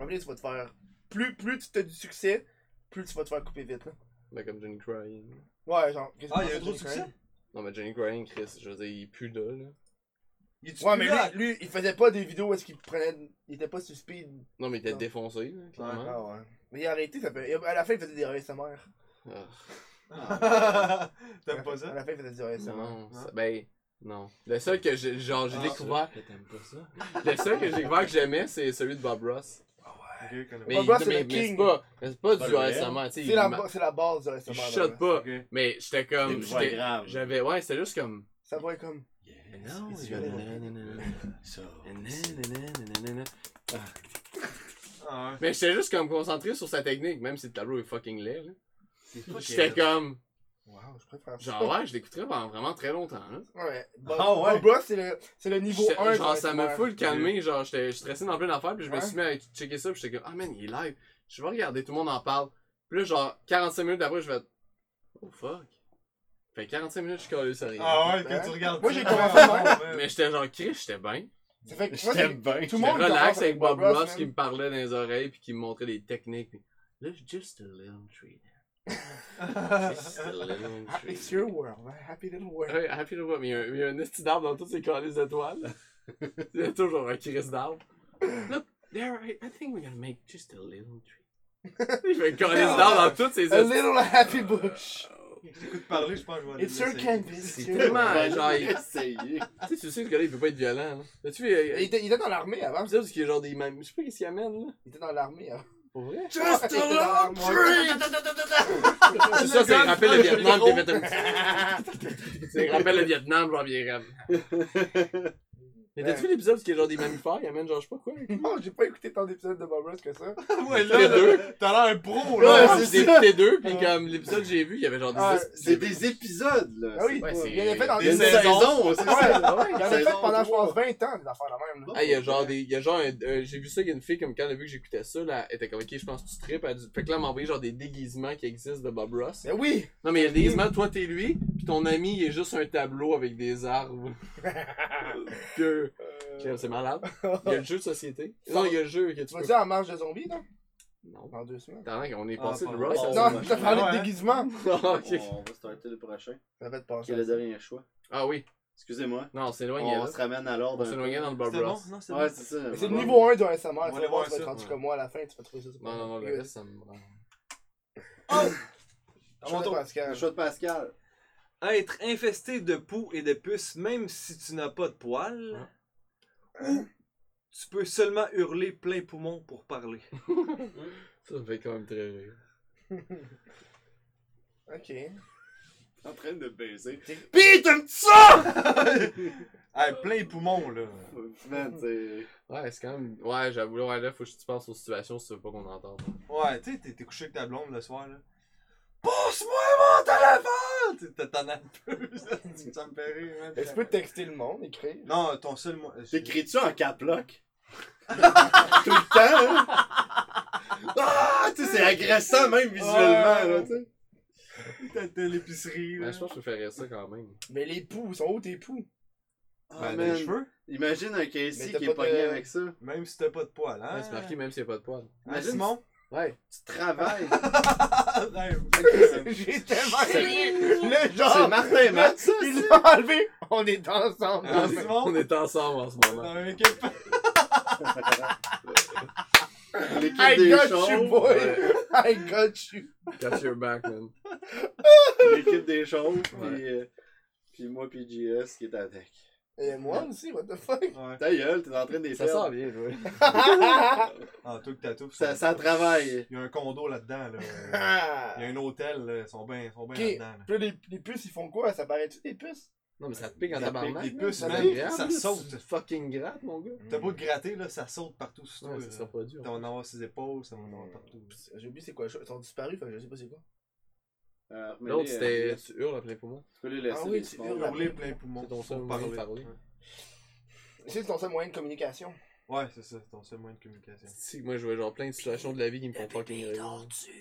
S4: après, tu vas te faire. Plus, plus tu as du succès, plus tu vas te faire couper vite. Là.
S3: Ben, comme Johnny Crying.
S4: Ouais, genre.
S2: Ah, il y a eu trop de succès?
S3: Non, mais Johnny Crying, Chris, je veux dire, il pue là, là.
S2: Il est-tu
S4: Ouais,
S2: plus
S4: mais
S2: là?
S4: lui, lui, il faisait pas des vidéos où est-ce qu'il prenait. Il était pas sur speed.
S3: Non, mais il était
S4: Non.
S3: défoncé, là, clairement.
S4: Ah ouais. Mais il a arrêté, ça fait. À la fin, il faisait des ASMR.
S3: Ah,
S2: [LAUGHS] T'aimes pas
S4: À
S2: ça?
S4: la fin, il faisait des ASMR.
S3: non,
S2: hein?
S3: ça- ben, non. Le seul que j'ai, genre, j'ai
S2: Ah,
S3: découvert,
S5: T'aimes pas ça?
S3: le seul que j'ai découvert que j'aimais, c'est celui de Bob Ross.
S4: Ah,
S2: Ok, je connais
S3: Mais,
S4: Bob Ross,
S3: non,
S4: c'est
S3: mais,
S4: le
S3: mais c'est
S4: king.
S3: pas, mais c'est pas
S1: Pas
S3: du
S1: le vrai.
S3: récemment, tu sais.
S4: C'est
S3: il
S4: la,
S3: ma-
S4: ba- c'est la base du ASMR.
S3: il
S4: là,
S3: shot
S4: là.
S3: pas.
S2: Ok.
S3: Mais j'étais
S1: C'est
S3: comme,
S1: pas
S3: j'étais,
S1: grave.
S3: j'avais, ouais, c'était juste comme,
S4: Ça doit être comme.
S5: Non,
S4: c'est
S5: il y a
S4: vrai.
S5: nanana. Ça.
S3: Nanananananana.
S2: Ah ouais.
S3: Mais j'étais juste comme concentré sur sa technique, même si le tableau est fucking laid. là.
S2: fucking
S3: J'étais
S2: laid.
S3: comme,
S4: Waouh, je préfère ça.
S3: genre ouais, je l'écouterais pendant vraiment très longtemps. Là.
S4: Ouais. Bob,
S1: Ah ouais.
S4: Bob Ross, c'est le, c'est le niveau
S3: J'étais-
S4: 1.
S3: genre
S4: du
S3: ça m'a
S4: ASMR.
S3: full calmé, genre j'étais j'étais stressé dans plein d'affaires, puis je me
S4: Ouais.
S3: suis mis à checker ça, puis j'étais comme, ah man, il est live. Je vais regarder, tout le monde en parle. Puis là, genre 45 minutes après, je vais, oh fuck. Fait 45 minutes, je suis collé sur rien.
S2: Ah ouais, que tu regardes.
S4: Hein? Moi, j'ai
S2: ça.
S4: commencé à
S2: Ah ouais, ouais.
S3: Mais j'étais genre, Chris, j'étais bien.
S4: Ça fait que
S1: Je
S4: moi, c'est-
S1: t'aime bien.
S4: Tout le
S3: J'étais
S4: monde
S3: relax avec Bob Ross qui
S4: man.
S3: me parlait dans les oreilles, puis qui me montrait des techniques. Puis, Look just a little
S4: [LAUGHS]
S3: tree. Just a little tree.
S4: It's your world, man. Happy little world.
S3: Ouais, Happy to Work, mais il y a un- il y a un esti d'arbre dans toutes ces calices
S4: [LAUGHS]
S3: d'étoiles. il y a toujours un Chris d'arbre. Look, there, I, I think we're gonna make just a little tree.
S4: [LAUGHS]
S3: il fait une calice d'arbre dans toutes ces
S4: A
S3: esti-
S4: little happy bush.
S2: [LAUGHS] J'écoute parler, je pense que je vais aller.
S4: It's your
S2: l'essayer.
S4: canvas.
S3: C'est
S4: it's your-
S3: tellement,
S1: Ouais,
S3: genre, il-
S1: essayer.
S4: Euh,
S3: Ah, tu sais, tu sais que ce gars-là, il peut pas être violent. Là. As-tu vu, il y a-
S4: Il
S3: il y a
S4: était, il était dans l'armée
S3: un
S4: avant.
S3: épisode où il y a genre des mêmes. Je sais pas qu'est-ce qu'il amène, là.
S4: Il était dans l'armée avant.
S3: Pour vrai?
S4: [LAUGHS] Just a long
S3: C'est ça, ça rappelle le Vietnam, t'es fait [LAUGHS] un- Ça rappelle le Vietnam, genre, bien grave. Mais t'as-tu vu l'épisode où il y a genre des mammifères, il amène genre, je sais pas quoi?
S4: Non, j'ai pas écouté tant d'épisodes de Bob Ross que ça.
S2: Ouais,
S3: Les
S2: là,
S3: deux.
S2: là, t'as l'air un pro,
S1: Ouais,
S2: là.
S1: c'est
S3: J'ai
S1: ça.
S3: écouté deux, puis comme l'épisode que j'ai vu, il y avait genre des
S4: Ah,
S3: espèces-
S1: C'est des épisodes, là.
S4: Ah oui,
S1: C'est pas-
S3: c'est-
S4: il y en a fait dans
S1: Il y a
S4: des
S1: une
S2: Des
S4: saisons.
S1: saison, c'est ça.
S4: Ouais, il en a fait
S1: Saison
S4: pendant, je
S1: trois.
S4: pense, 20 ans des affaires la même. là.
S3: Ah, il y a genre des. Il y a genre un. euh, j'ai vu ça, il y a une fille, comme quand elle a vu que j'écoutais ça, là, elle était comme, ok, je pense que tu tripes. Elle a dit- Fait que là, elle m'a envoyé genre des déguisements qui existent de Bob Ross.
S4: Mais Ben oui!
S3: Non, mais il y a des déguisements, toi t'es lui, puis ton ami, il est juste un tableau avec des [LAUGHS] arbres. que. que C'est malade. Il y a le jeu de
S2: [LAUGHS]
S3: société. Non, il y a le jeu que
S4: Tu
S3: tu
S4: vas
S3: peux.
S4: dire en marche de zombies, non?
S3: Non. ben,
S4: Dans deux semaines.
S3: Attends, on est
S2: Ah,
S3: passé de
S2: pardon.
S3: Ross
S1: Oh,
S3: à.
S4: Non, je te parlais
S2: ouais.
S4: de déguisement.
S3: [LAUGHS] Ah, ok.
S1: On va starter le prochain.
S4: Ça fait de penser.
S1: Qui est le dernier choix.
S3: Ah oui.
S1: Excusez-moi.
S3: Non, on s'éloigne
S1: On
S3: là.
S1: se ramène à l'ordre.
S3: On s'éloignait dans le Bob
S2: C'était bon?
S3: Ross.
S2: Non, c'est
S1: Ouais,
S2: bon.
S1: c'est ça.
S4: Mais c'est le niveau 1 de ASMR,
S2: va
S4: tu vas
S2: aller
S4: voir,
S2: voir
S4: tu vas être
S2: ça.
S4: rendu
S3: Ouais.
S4: comme moi à la fin, tu vas trouver ça super.
S3: Non, non, non, le
S4: Ouais.
S3: reste, ça me.
S2: À
S4: Je
S2: mon
S4: sais
S2: tour.
S4: pas, Pascal.
S1: Le choix de Pascal.
S2: Être infesté de poux et de puces même si tu n'as pas de poils. Ou tu peux seulement hurler plein poumon pour [LAUGHS] parler.
S3: Ça me fait quand même très rire.
S4: Ok.
S1: En train de baiser.
S2: Ah, plein poumon, là.
S1: Man, c'est.
S3: Ouais, c'est quand même. Ouais, j'avoue, là, ouais, là, faut que tu penses aux situations si tu veux pas qu'on entende.
S2: Ouais, tu sais, t'es- t'es couché avec ta blonde le soir, là. Pousse-moi mon téléphone! Tu sais, T'as t'en as un peu, ça, ça me fait rire, man.
S4: Est-ce que tu peux texter le monde, écrire?
S2: Non, ton seul mot.
S1: T'écris-tu en caploc? [LAUGHS] Tout le temps, hein? Ah, tu sais, c'est agressant même visuellement, là, tu sais.
S2: T'as t'as l'épicerie, là.
S3: Ouais, Ben, je pense que je ferais ça quand même.
S4: Mais les poux, ils sont où tes poux?
S1: Ah,
S2: Ben,
S1: man.
S2: les cheveux,
S1: Imagine un Casey
S4: Mais t'as
S1: qui
S4: pas
S1: est
S4: de-
S1: pogné avec ça.
S2: même si t'as pas de poils, hein.
S3: Ouais, Ben, c'est marqué même s'il n'y a pas de poils.
S2: Ah, Simon?
S1: Tu
S4: [LAUGHS]
S1: travailles.
S2: Ah, ouais,
S4: J'ai tellement aimé le
S1: C'est
S4: genre!
S1: Martin
S4: [LAUGHS]
S1: Matt, ça?
S4: Ils l'ont enlevé! On est ensemble!
S2: Ah,
S4: Ouais,
S2: Simon? Ah,
S3: On est ensemble en ce moment.
S2: [LAUGHS] Dans une équipe.
S1: L'équipe
S4: I
S1: des
S4: got you,
S1: choses.
S4: boy!
S3: Ouais.
S4: [LAUGHS] I got you!
S3: Catch your back, man.
S1: L'équipe des choses.
S3: Ouais.
S1: Puis, euh, puis moi, puis JS qui est avec.
S4: Et moi aussi, what the fuck? [LAUGHS]
S2: Ouais.
S1: Ta gueule, t'es en train de les
S3: Ça
S1: perdre.
S3: sort bien, ouais.
S2: Ah, toi que t'as tout.
S1: Ça, ça travaille.
S2: Il y a un condo là-dedans,
S3: [LAUGHS]
S2: là. Il y a
S4: Ah.
S2: un hôtel, là. Ils sont bien ils sont bien
S4: Ok.
S2: là-dedans, là.
S4: Puis là, les, les puces, ils font quoi? Ça paraît-tu des puces?
S3: Non, mais ça te pique en
S2: Ça pique
S3: tabarnak.
S2: des
S3: là.
S2: puces,
S3: C'est
S2: man.
S3: agréable,
S2: Ça
S3: là.
S2: saute. Mm.
S3: C'est fucking gratte, mon gars.
S2: T'as beau te gratter, là, ça saute partout sur toi.
S3: Mm. Ouais, ça Mm.
S2: là.
S3: sera pas dur.
S2: Ça va en avoir ses épaules, ça va en avoir partout.
S4: J'ai oublié c'est quoi, ils sont disparus, fait que je sais pas c'est quoi.
S1: Euh, remets-les,
S3: L'autre,
S1: euh,
S3: c'était. Tu hurles à plein poumon.
S1: Tu peux les laisser.
S4: Ah oui,
S1: les
S4: tu
S1: small.
S4: hurles à
S2: Hurler plein poumon.
S3: C'est ton seul
S2: pour
S3: moyen de
S2: parler.
S3: parler.
S4: C'est ton seul moyen de communication.
S2: Ouais, c'est ça, c'est ton seul moyen de communication.
S3: Si, moi, je vois genre plein de situations de la vie qui me font fucking rêver.
S1: Ouais,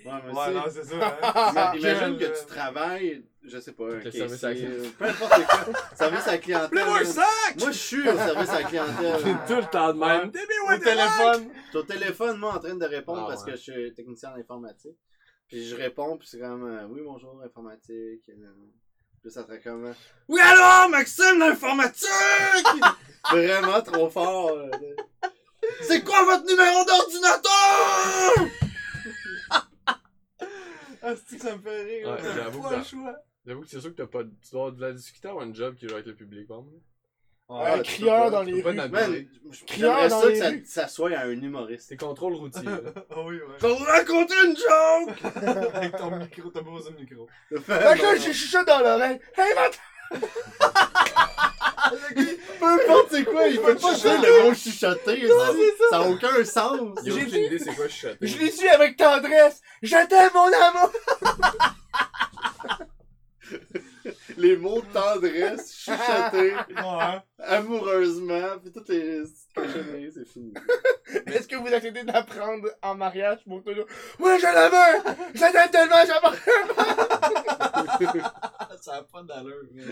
S1: mais
S2: Ouais,
S1: c'est-
S2: non, c'est
S3: Ah,
S2: ça.
S1: Ima-
S2: hein.
S1: Imagine
S2: Quel,
S1: que tu travailles, je sais pas, un
S3: euh, le service à la
S1: caissier, peu importe quoi, service à la clientèle.
S3: Fais-moi un
S1: Moi, je suis au service à la
S4: [LAUGHS]
S1: clientèle.
S3: tout
S4: Ah.
S3: le temps Ah, de même.
S2: euh, Au téléphone.
S1: T'es au téléphone, moi, en train de répondre
S3: Ah,
S1: parce
S3: ouais.
S1: que je suis technicien en informatique. Puis je réponds, puis c'est comme euh, oui, bonjour, informatique. euh, Puis ça serait comme euh, Oui, alors, Maxime, [LAUGHS] l'informatique Vraiment trop fort. euh, C'est quoi votre numéro d'ordinateur
S2: Ah, c'est que ça me fait rire.
S3: Ouais,
S2: T'as
S3: j'avoue
S2: pas
S3: que-
S2: le choix.
S3: J'avoue que c'est sûr que t'as pas. de- Tu dois avoir de la discuter ou un job qui joue avec le public, par exemple.
S2: Ouais.
S4: Un
S1: tu peux
S4: crieur
S1: pas,
S4: dans
S1: tu
S3: peux
S4: les
S3: pas
S4: rues.
S3: dans-
S1: Man, je-
S4: Crieur
S1: j'aimerais
S4: dans
S1: ça que
S4: les
S1: ça,
S4: rues.
S1: ça soit à un humoriste.
S3: C'est contrôle routier. là.
S2: Ah [LAUGHS]
S3: [LAUGHS]
S2: oui, ouais.
S1: Faut vous raconter une joke [LAUGHS]
S2: Avec ton micro, t'as pas besoin de micro.
S4: Fait que là, j'ai chuchoté dans l'oreille. Hey, va
S1: Peu importe c'est quoi, il peut pas dire le mot chuchoter, ça- ça n'a aucun sens.
S3: J'ai aucune idée c'est quoi chuchoter.
S4: Je l'ai su avec tendresse. Je t'aime, mon amour.
S1: Les mots de tendresse, chuchoter,
S2: [LAUGHS] Ouais. hein.
S1: amoureusement, puis toutes les cochonneries, c'est fini.
S4: Est-ce que vous acceptez d'apprendre en mariage pour toujours? Oui, je l'aime. Je t'aime tellement,
S2: [LAUGHS]
S4: j'adore.
S6: Ça a pas d'allure, mais.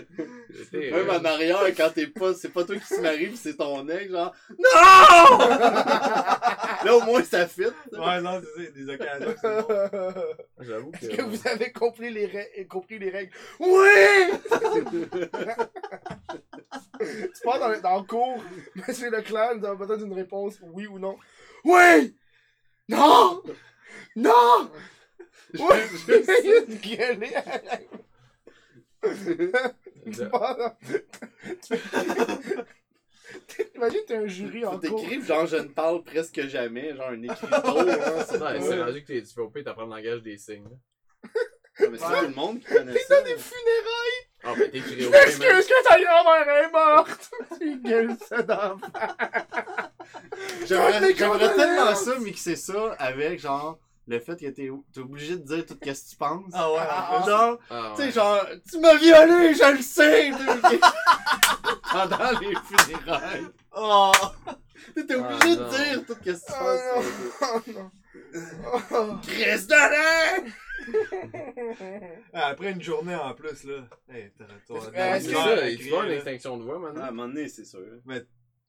S3: J'étais,
S1: Même
S3: euh,
S1: en arrière, quand t'es pas, c'est pas toi qui se marie, pis c'est ton ex, genre, NON! Là, au moins, ça fit.
S2: Ouais,
S1: [LAUGHS]
S2: non, c'est ça, il y a des occasions. que c'est bon.
S4: Est-ce
S3: J'avoue que.
S4: que vous avez compris les, rè- compris les règles? Oui! Tu pars dans, le- dans le cours, [LAUGHS] monsieur Leclerc, nous avons besoin d'une réponse, oui ou non. Oui! Non! Non! Oui! [LAUGHS] Il a gueulé à la- [LAUGHS] Tu pars dans- [LAUGHS] Imagine, t'es un jury en
S1: Faut
S4: cours.
S1: t'écrire, genre, je ne parle presque jamais, genre, un écriteau, hein, c'est
S3: Ouais, c'est rendu que t'es- tu vas au pire t'apprends le langage des signes. là.
S1: Ouais, mais c'est pas tout le monde qui connaît ça.
S3: Ah, ben t'écris au pire, man.
S4: [LAUGHS] Excuse que ta grand-mère est morte! Tu gueules ça dans
S1: J'aimerais j'aimerais tellement ça mixer ça avec genre le fait que t'es t'es obligé de dire tout ce que tu penses.
S2: Ah ouais, en plus.
S1: genre,
S3: Ah,
S1: tu
S3: ouais.
S1: sais, genre, tu m'as violé, je le sais! tu- [LAUGHS] Pendant les funérailles.
S2: Oh!
S1: T'es
S3: Ah,
S1: obligé
S3: non.
S1: de dire tout ce que tu
S4: Ah,
S1: penses.
S4: [LAUGHS] Oh non! Oh.
S1: Chris de l'air!
S2: Ah, Après une journée en plus, là. Hey, t'as t'as-
S4: Euh,
S2: t'as-
S3: C'est
S4: est-ce que-
S3: ça,
S2: t'as-
S3: tu vas à une
S2: t'as-
S3: extinction de voix
S1: Ah, à
S3: maintenant.
S1: un moment donné, c'est sûr.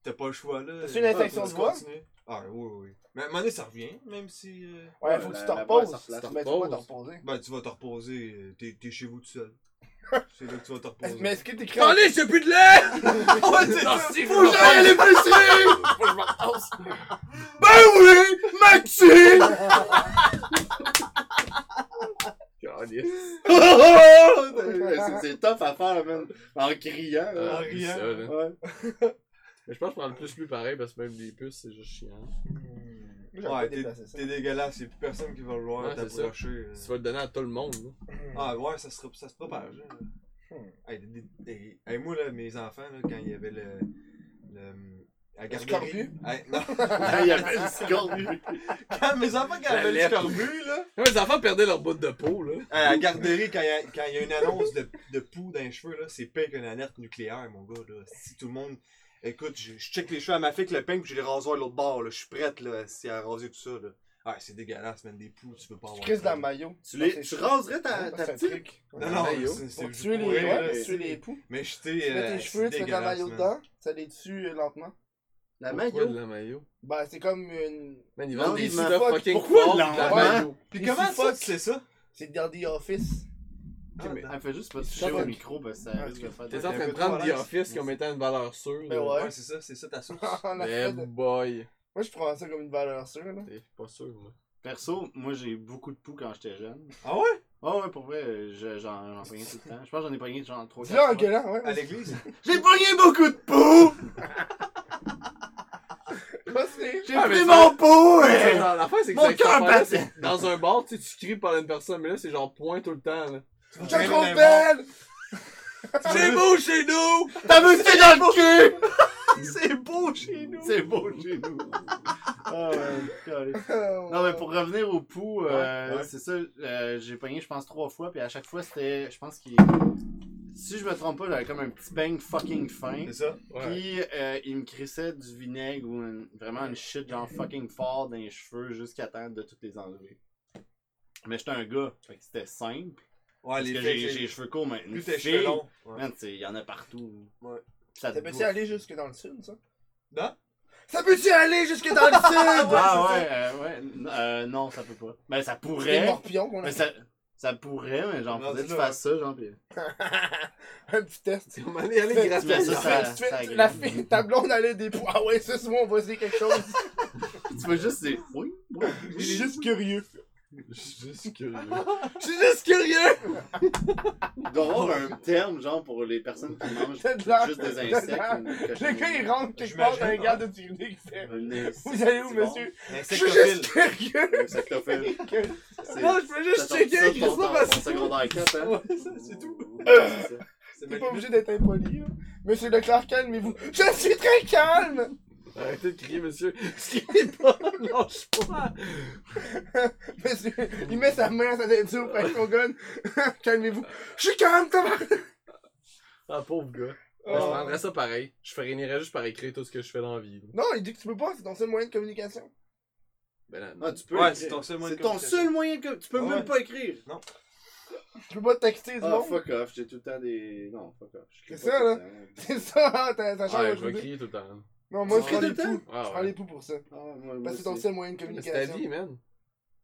S2: T'as pas le choix, là.
S4: T'as-tu une infection
S2: Ah,
S4: de voix?
S2: continuer. Ah, oui, oui. Mais à un moment donné, ça revient, même si. euh,
S4: Ouais, faut que
S1: la-
S4: tu te
S1: la
S4: reposes.
S1: voix, ça
S4: Tu te
S1: se
S4: mets de quoi te
S3: repose.
S4: reposer.
S2: Ben, tu vas te reposer. euh, T'es t'es chez vous tout
S4: [LAUGHS]
S2: seul. C'est là que tu vas te reposer. [LAUGHS]
S4: Mais est-ce que t'écris.
S3: Attendez, j'ai plus de lait!
S1: Faut que j'aille à
S3: [LAUGHS]
S1: l'épicerie! Ben oui! Maxime!
S3: Calisse.
S1: Oh, C'est- c'est tough à faire, man. En criant, là.
S3: Ah,
S2: En
S3: oublie
S2: riant.
S3: ça, là.
S1: Ouais.
S3: Mais je pense que je prends le plus lui pareil parce que même les puces, c'est juste chiant.
S2: Ouais,
S4: Ouais,
S2: t'es t'es dégueulasse. Y'a plus personne qui va vouloir
S3: Ouais, c'est
S2: t'approcher. euh.
S3: Tu vas le donner à tout le monde. là.
S2: Ah, ouais, ça se, rep- ça se propage. hein.
S4: Hmm.
S2: Hey, des- des- hey, hey, moi, là, mes enfants, là, quand il y avait le. le la
S4: scorbut?
S2: Hey, non. [LAUGHS]
S1: Ah, Il appelle le scorbut.
S2: Quand mes enfants, quand
S3: La
S2: ils avaient le
S3: lèpre.
S2: scorbut, là.
S3: Ouais, les enfants perdaient leur bout de peau, là.
S2: À la garderie, quand il y a, quand il y a une annonce de, de poux dans les cheveux, là, c'est pire qu'une alerte nucléaire, mon gars. Là. Si tout le monde. Écoute, je, je check les cheveux à ma fille avec le peigne, puis je les rasoir de l'autre bord. Là. Je suis prête là, si elle a rasé tout ça. Là. Ah, c'est dégueulasse, man. Des poux, tu peux pas avoir.
S4: Chris
S2: ça.
S4: dans le maillot.
S1: Tu, les, tu raserais ta, ta
S4: C'est un
S1: petite?
S4: truc.
S2: Non, non,
S3: Maillot.
S2: c'est- c'est
S4: Pour
S2: juste
S4: tuer les
S2: pourri,
S4: ouais,
S2: là.
S4: pour tuer les époux.
S2: Mais euh, jeter.
S4: Tu mets tes cheveux, tu mets ta maillot dedans, ça les tue euh, lentement.
S1: La
S3: Pourquoi
S1: maillot?
S3: de la maillot.
S4: Bah, c'est comme une.
S3: Man, ils
S1: Non,
S3: vendent des
S1: ils vendent
S3: sida
S4: pas-
S3: fucking
S1: pourquoi
S3: forts
S1: de
S3: de
S1: la-
S4: Ah,
S3: la
S1: Ouais.
S3: maillot.
S2: Puis
S4: Les
S2: comment ça,
S4: suffocs.
S2: tu sais ça
S4: C'est dans The Office. [LAUGHS]
S2: Ah,
S3: mais-
S2: dans-
S1: Elle fait juste pas
S3: Ça
S1: toucher au
S3: va.
S1: micro parce que ça
S4: Ouais,
S1: risque de faire
S3: T'es
S1: des
S3: en
S2: un
S3: train de
S2: peu
S3: prendre
S2: trop à
S3: The
S2: l'aise.
S3: Office comme étant une valeur sûre.
S4: Ben
S3: là.
S4: ouais.
S2: Ouais, c'est ça, c'est ça ta source.
S4: On a
S3: Mais
S4: fait de-
S3: boy.
S4: Moi, je prends ça comme une valeur sûre, là.
S3: T'es pas sûr,
S1: [LAUGHS]
S3: moi.
S1: Perso, moi j'ai beaucoup de poux quand j'étais jeune.
S2: Ah ouais
S1: Oh ouais, pour vrai, euh, je- j'en j'en pognais tout le temps. Je pense que j'en ai pogné genre 3
S4: Dis-le en gueulant, ouais.
S2: À l'église
S1: J'ai pogné beaucoup de poux!
S4: Moi, c'est.
S1: J'ai
S3: Ah, mais
S1: pris
S3: ça-
S1: mon poux!
S3: C'est
S1: hein!
S3: genre, L'affaire, c'est que
S1: Mon
S3: cette
S1: cœur
S3: affaire-là,
S1: battait.
S3: c'est- Dans un bar, tu sais, tu cries par une personne, mais là, c'est genre point tout le temps,
S1: [LAUGHS]
S3: là.
S4: [LAUGHS] Je
S2: Ouais,
S4: suis trop
S2: mais bon.
S4: belle!
S3: C'est beau chez nous!
S1: [LAUGHS] T'as vu que c'est dans le cul! C'est beau chez nous! C'est beau chez nous! Ah, ouais, calé. Non, mais pour revenir au pouls, euh,
S2: Ouais, ouais.
S1: c'est ça, euh, j'ai pogné, je pense, trois fois, puis à chaque fois, c'était, je pense qu'il... Si je me trompe pas, j'avais comme un petit bang fucking fin.
S2: C'est ça?
S3: Ouais.
S1: Puis euh, il me crissait du vinaigre ou une- vraiment une shit genre fucking fort dans les cheveux jusqu'à temps de toutes les enlever. Mais j'étais un gars, fait que c'était simple.
S2: Ouais,
S1: Parce
S2: Ah, les
S1: que
S2: filles,
S1: j'ai j'ai
S2: c'est-
S1: les cheveux courts, mais une
S2: plus tes
S1: fille,
S2: cheveux longs. Ouais.
S1: man, tu sais, il y en a partout.
S2: Ouais.
S1: Ça te
S4: Ça peut-tu
S1: bouffe.
S4: aller jusque dans le sud, ça?
S2: Non?
S4: Ça peut-tu aller
S2: [LAUGHS]
S4: jusque dans le sud?
S1: Ah ouais, euh, ouais. n- euh, non, ça peut pas. Mais ça
S4: Des
S1: pourrait.
S4: morpions qu'on a.
S1: Mais ça, ça pourrait, mais genre,
S2: Non,
S1: faudrait que tu
S2: dis-le,
S1: fasses
S4: hein.
S1: ça, genre. Pis...
S4: [LAUGHS] Un petit test.
S3: On va aller aller
S4: Tu
S1: mets
S3: gratter.
S1: ça, ça-
S4: Tu fais-
S1: ça
S4: tu-
S1: agrée.
S4: la fille, ta blonde, elle a des poux. Ah ouais, ce soir, on va essayer
S2: [LAUGHS]
S4: quelque chose.
S1: tu vas juste dire oui,
S4: [LAUGHS]
S1: oui.
S4: Je suis juste curieux.
S3: Juste curieux.
S2: Je suis juste curieux!
S1: Il doit y avoir un terme, genre, pour les personnes qui
S4: [LAUGHS]
S1: mangent
S4: C'est de la-
S1: juste des
S4: de la-
S1: insectes. ou des
S4: Le gars, il
S1: cochonneries.
S4: rentre quelque part,
S2: J'imagine,
S4: t'as un
S2: ouais.
S4: garde de Turinée qui fait.
S1: Un insecte,
S4: Vous allez où,
S1: c'est
S4: monsieur? Je suis
S2: Insectophile.
S4: juste curieux.
S1: bon. Un
S4: [LAUGHS]
S1: insectophile. C'est-
S3: Non, je peux juste
S1: t'attends
S3: checker
S1: ça,
S3: avec
S1: ton-
S3: ça
S1: ton-
S3: parce
S1: ton secondaire 4, hein?
S2: c'est tout.
S1: Ouais, c'est ça.
S2: C'est
S4: T'es
S2: ma
S4: pas
S2: limite.
S4: obligé d'être impoli, là. Monsieur Leclerc, calmez-vous. Je suis très calme!
S3: Arrêtez de crier, monsieur. [LAUGHS] Criez pas, lâche pas.
S4: Monsieur, il met sa main à sa teinture avec son gun. [LAUGHS] calmez-vous. Je suis calme, tabarnak!
S3: Ah, pauvre gars. je
S4: Ah.
S2: Oh,
S3: prendrais ça pareil. Je freinerais juste par écrire tout ce que je fais dans la vie.
S4: Non, il dit que tu peux pas, c'est ton seul moyen de communication.
S3: Ben là,
S1: Ah, tu peux
S2: Ouais,
S1: écrire.
S2: c'est ton seul moyen
S1: C'est
S2: de
S1: ton
S2: communication.
S1: seul moyen que. Tu peux
S2: Ah
S1: même
S2: ouais.
S1: pas écrire.
S4: Tu peux pas texter du
S1: Ah,
S4: monde.
S1: fuck off, j'ai tout le temps des. Non, fuck off. je crie
S4: C'est
S1: pas
S4: ça,
S1: tout le temps.
S4: [LAUGHS] C'est ça, hein, ta, ta chambre
S3: ouais, je
S4: aujourd'hui.
S3: vais crier tout le temps.
S4: Non, moi, je
S1: Tu
S4: prends
S1: cries
S4: les
S1: tout le
S4: poux. Je
S3: Ah,
S4: prends
S3: ouais.
S4: les poux pour ça.
S1: Ah, moi, moi
S4: Parce que c'est ton
S1: aussi.
S4: seul moyen de
S3: Mais c'est ta
S4: communication.
S3: vie, man.
S2: Ouais,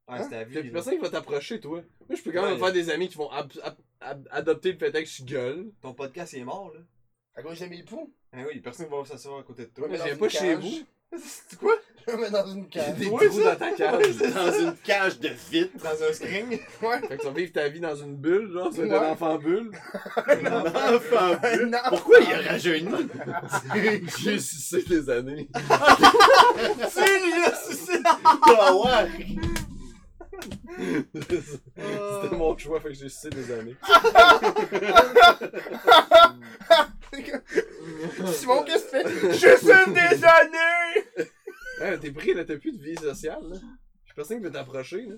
S2: c'est
S4: Hein?
S2: ta
S3: T'as plus
S2: vie. là.
S3: personne qui va t'approcher, toi. Moi, je peux quand même
S2: Ouais.
S3: faire des amis qui vont ab- ab- ab- adopter le fait que je gueule.
S2: Ton podcast, il est mort, là.
S4: À quoi j'ai mis les poux?
S2: Ben oui, personne va s'asseoir à côté de toi. [LAUGHS]
S3: Mais
S4: dans
S3: je viens
S4: une
S3: pas chez
S4: cage.
S3: vous.
S2: C'est quoi?
S4: [LAUGHS] Je le mets dans une
S3: J'ai
S4: cage.
S3: des
S2: Ouais,
S3: trous
S2: ça.
S3: dans ta cage.
S1: Dans une cage de vitre.
S4: [LAUGHS]
S2: Dans un screen?
S3: Fait que tu vas vivre ta vie dans une bulle, genre, tu vas être
S4: Ouais.
S3: un enfant bulle.
S1: [LAUGHS] Un enfant bleu.
S4: [LAUGHS]
S3: [LAUGHS]
S4: Non.
S1: Pourquoi il a rajeuni
S3: J'ai sucé des années.
S1: Ah
S3: [LAUGHS]
S1: ouais
S3: C'était mon choix, fait que j'ai sucé des années.
S4: Simon, qu'est-ce que tu
S3: [LAUGHS]
S4: fais? Je suis des années!
S3: Ouais, t'es pris, là, t'as plus de vie sociale, là. J'ai personne qui veut t'approcher, là.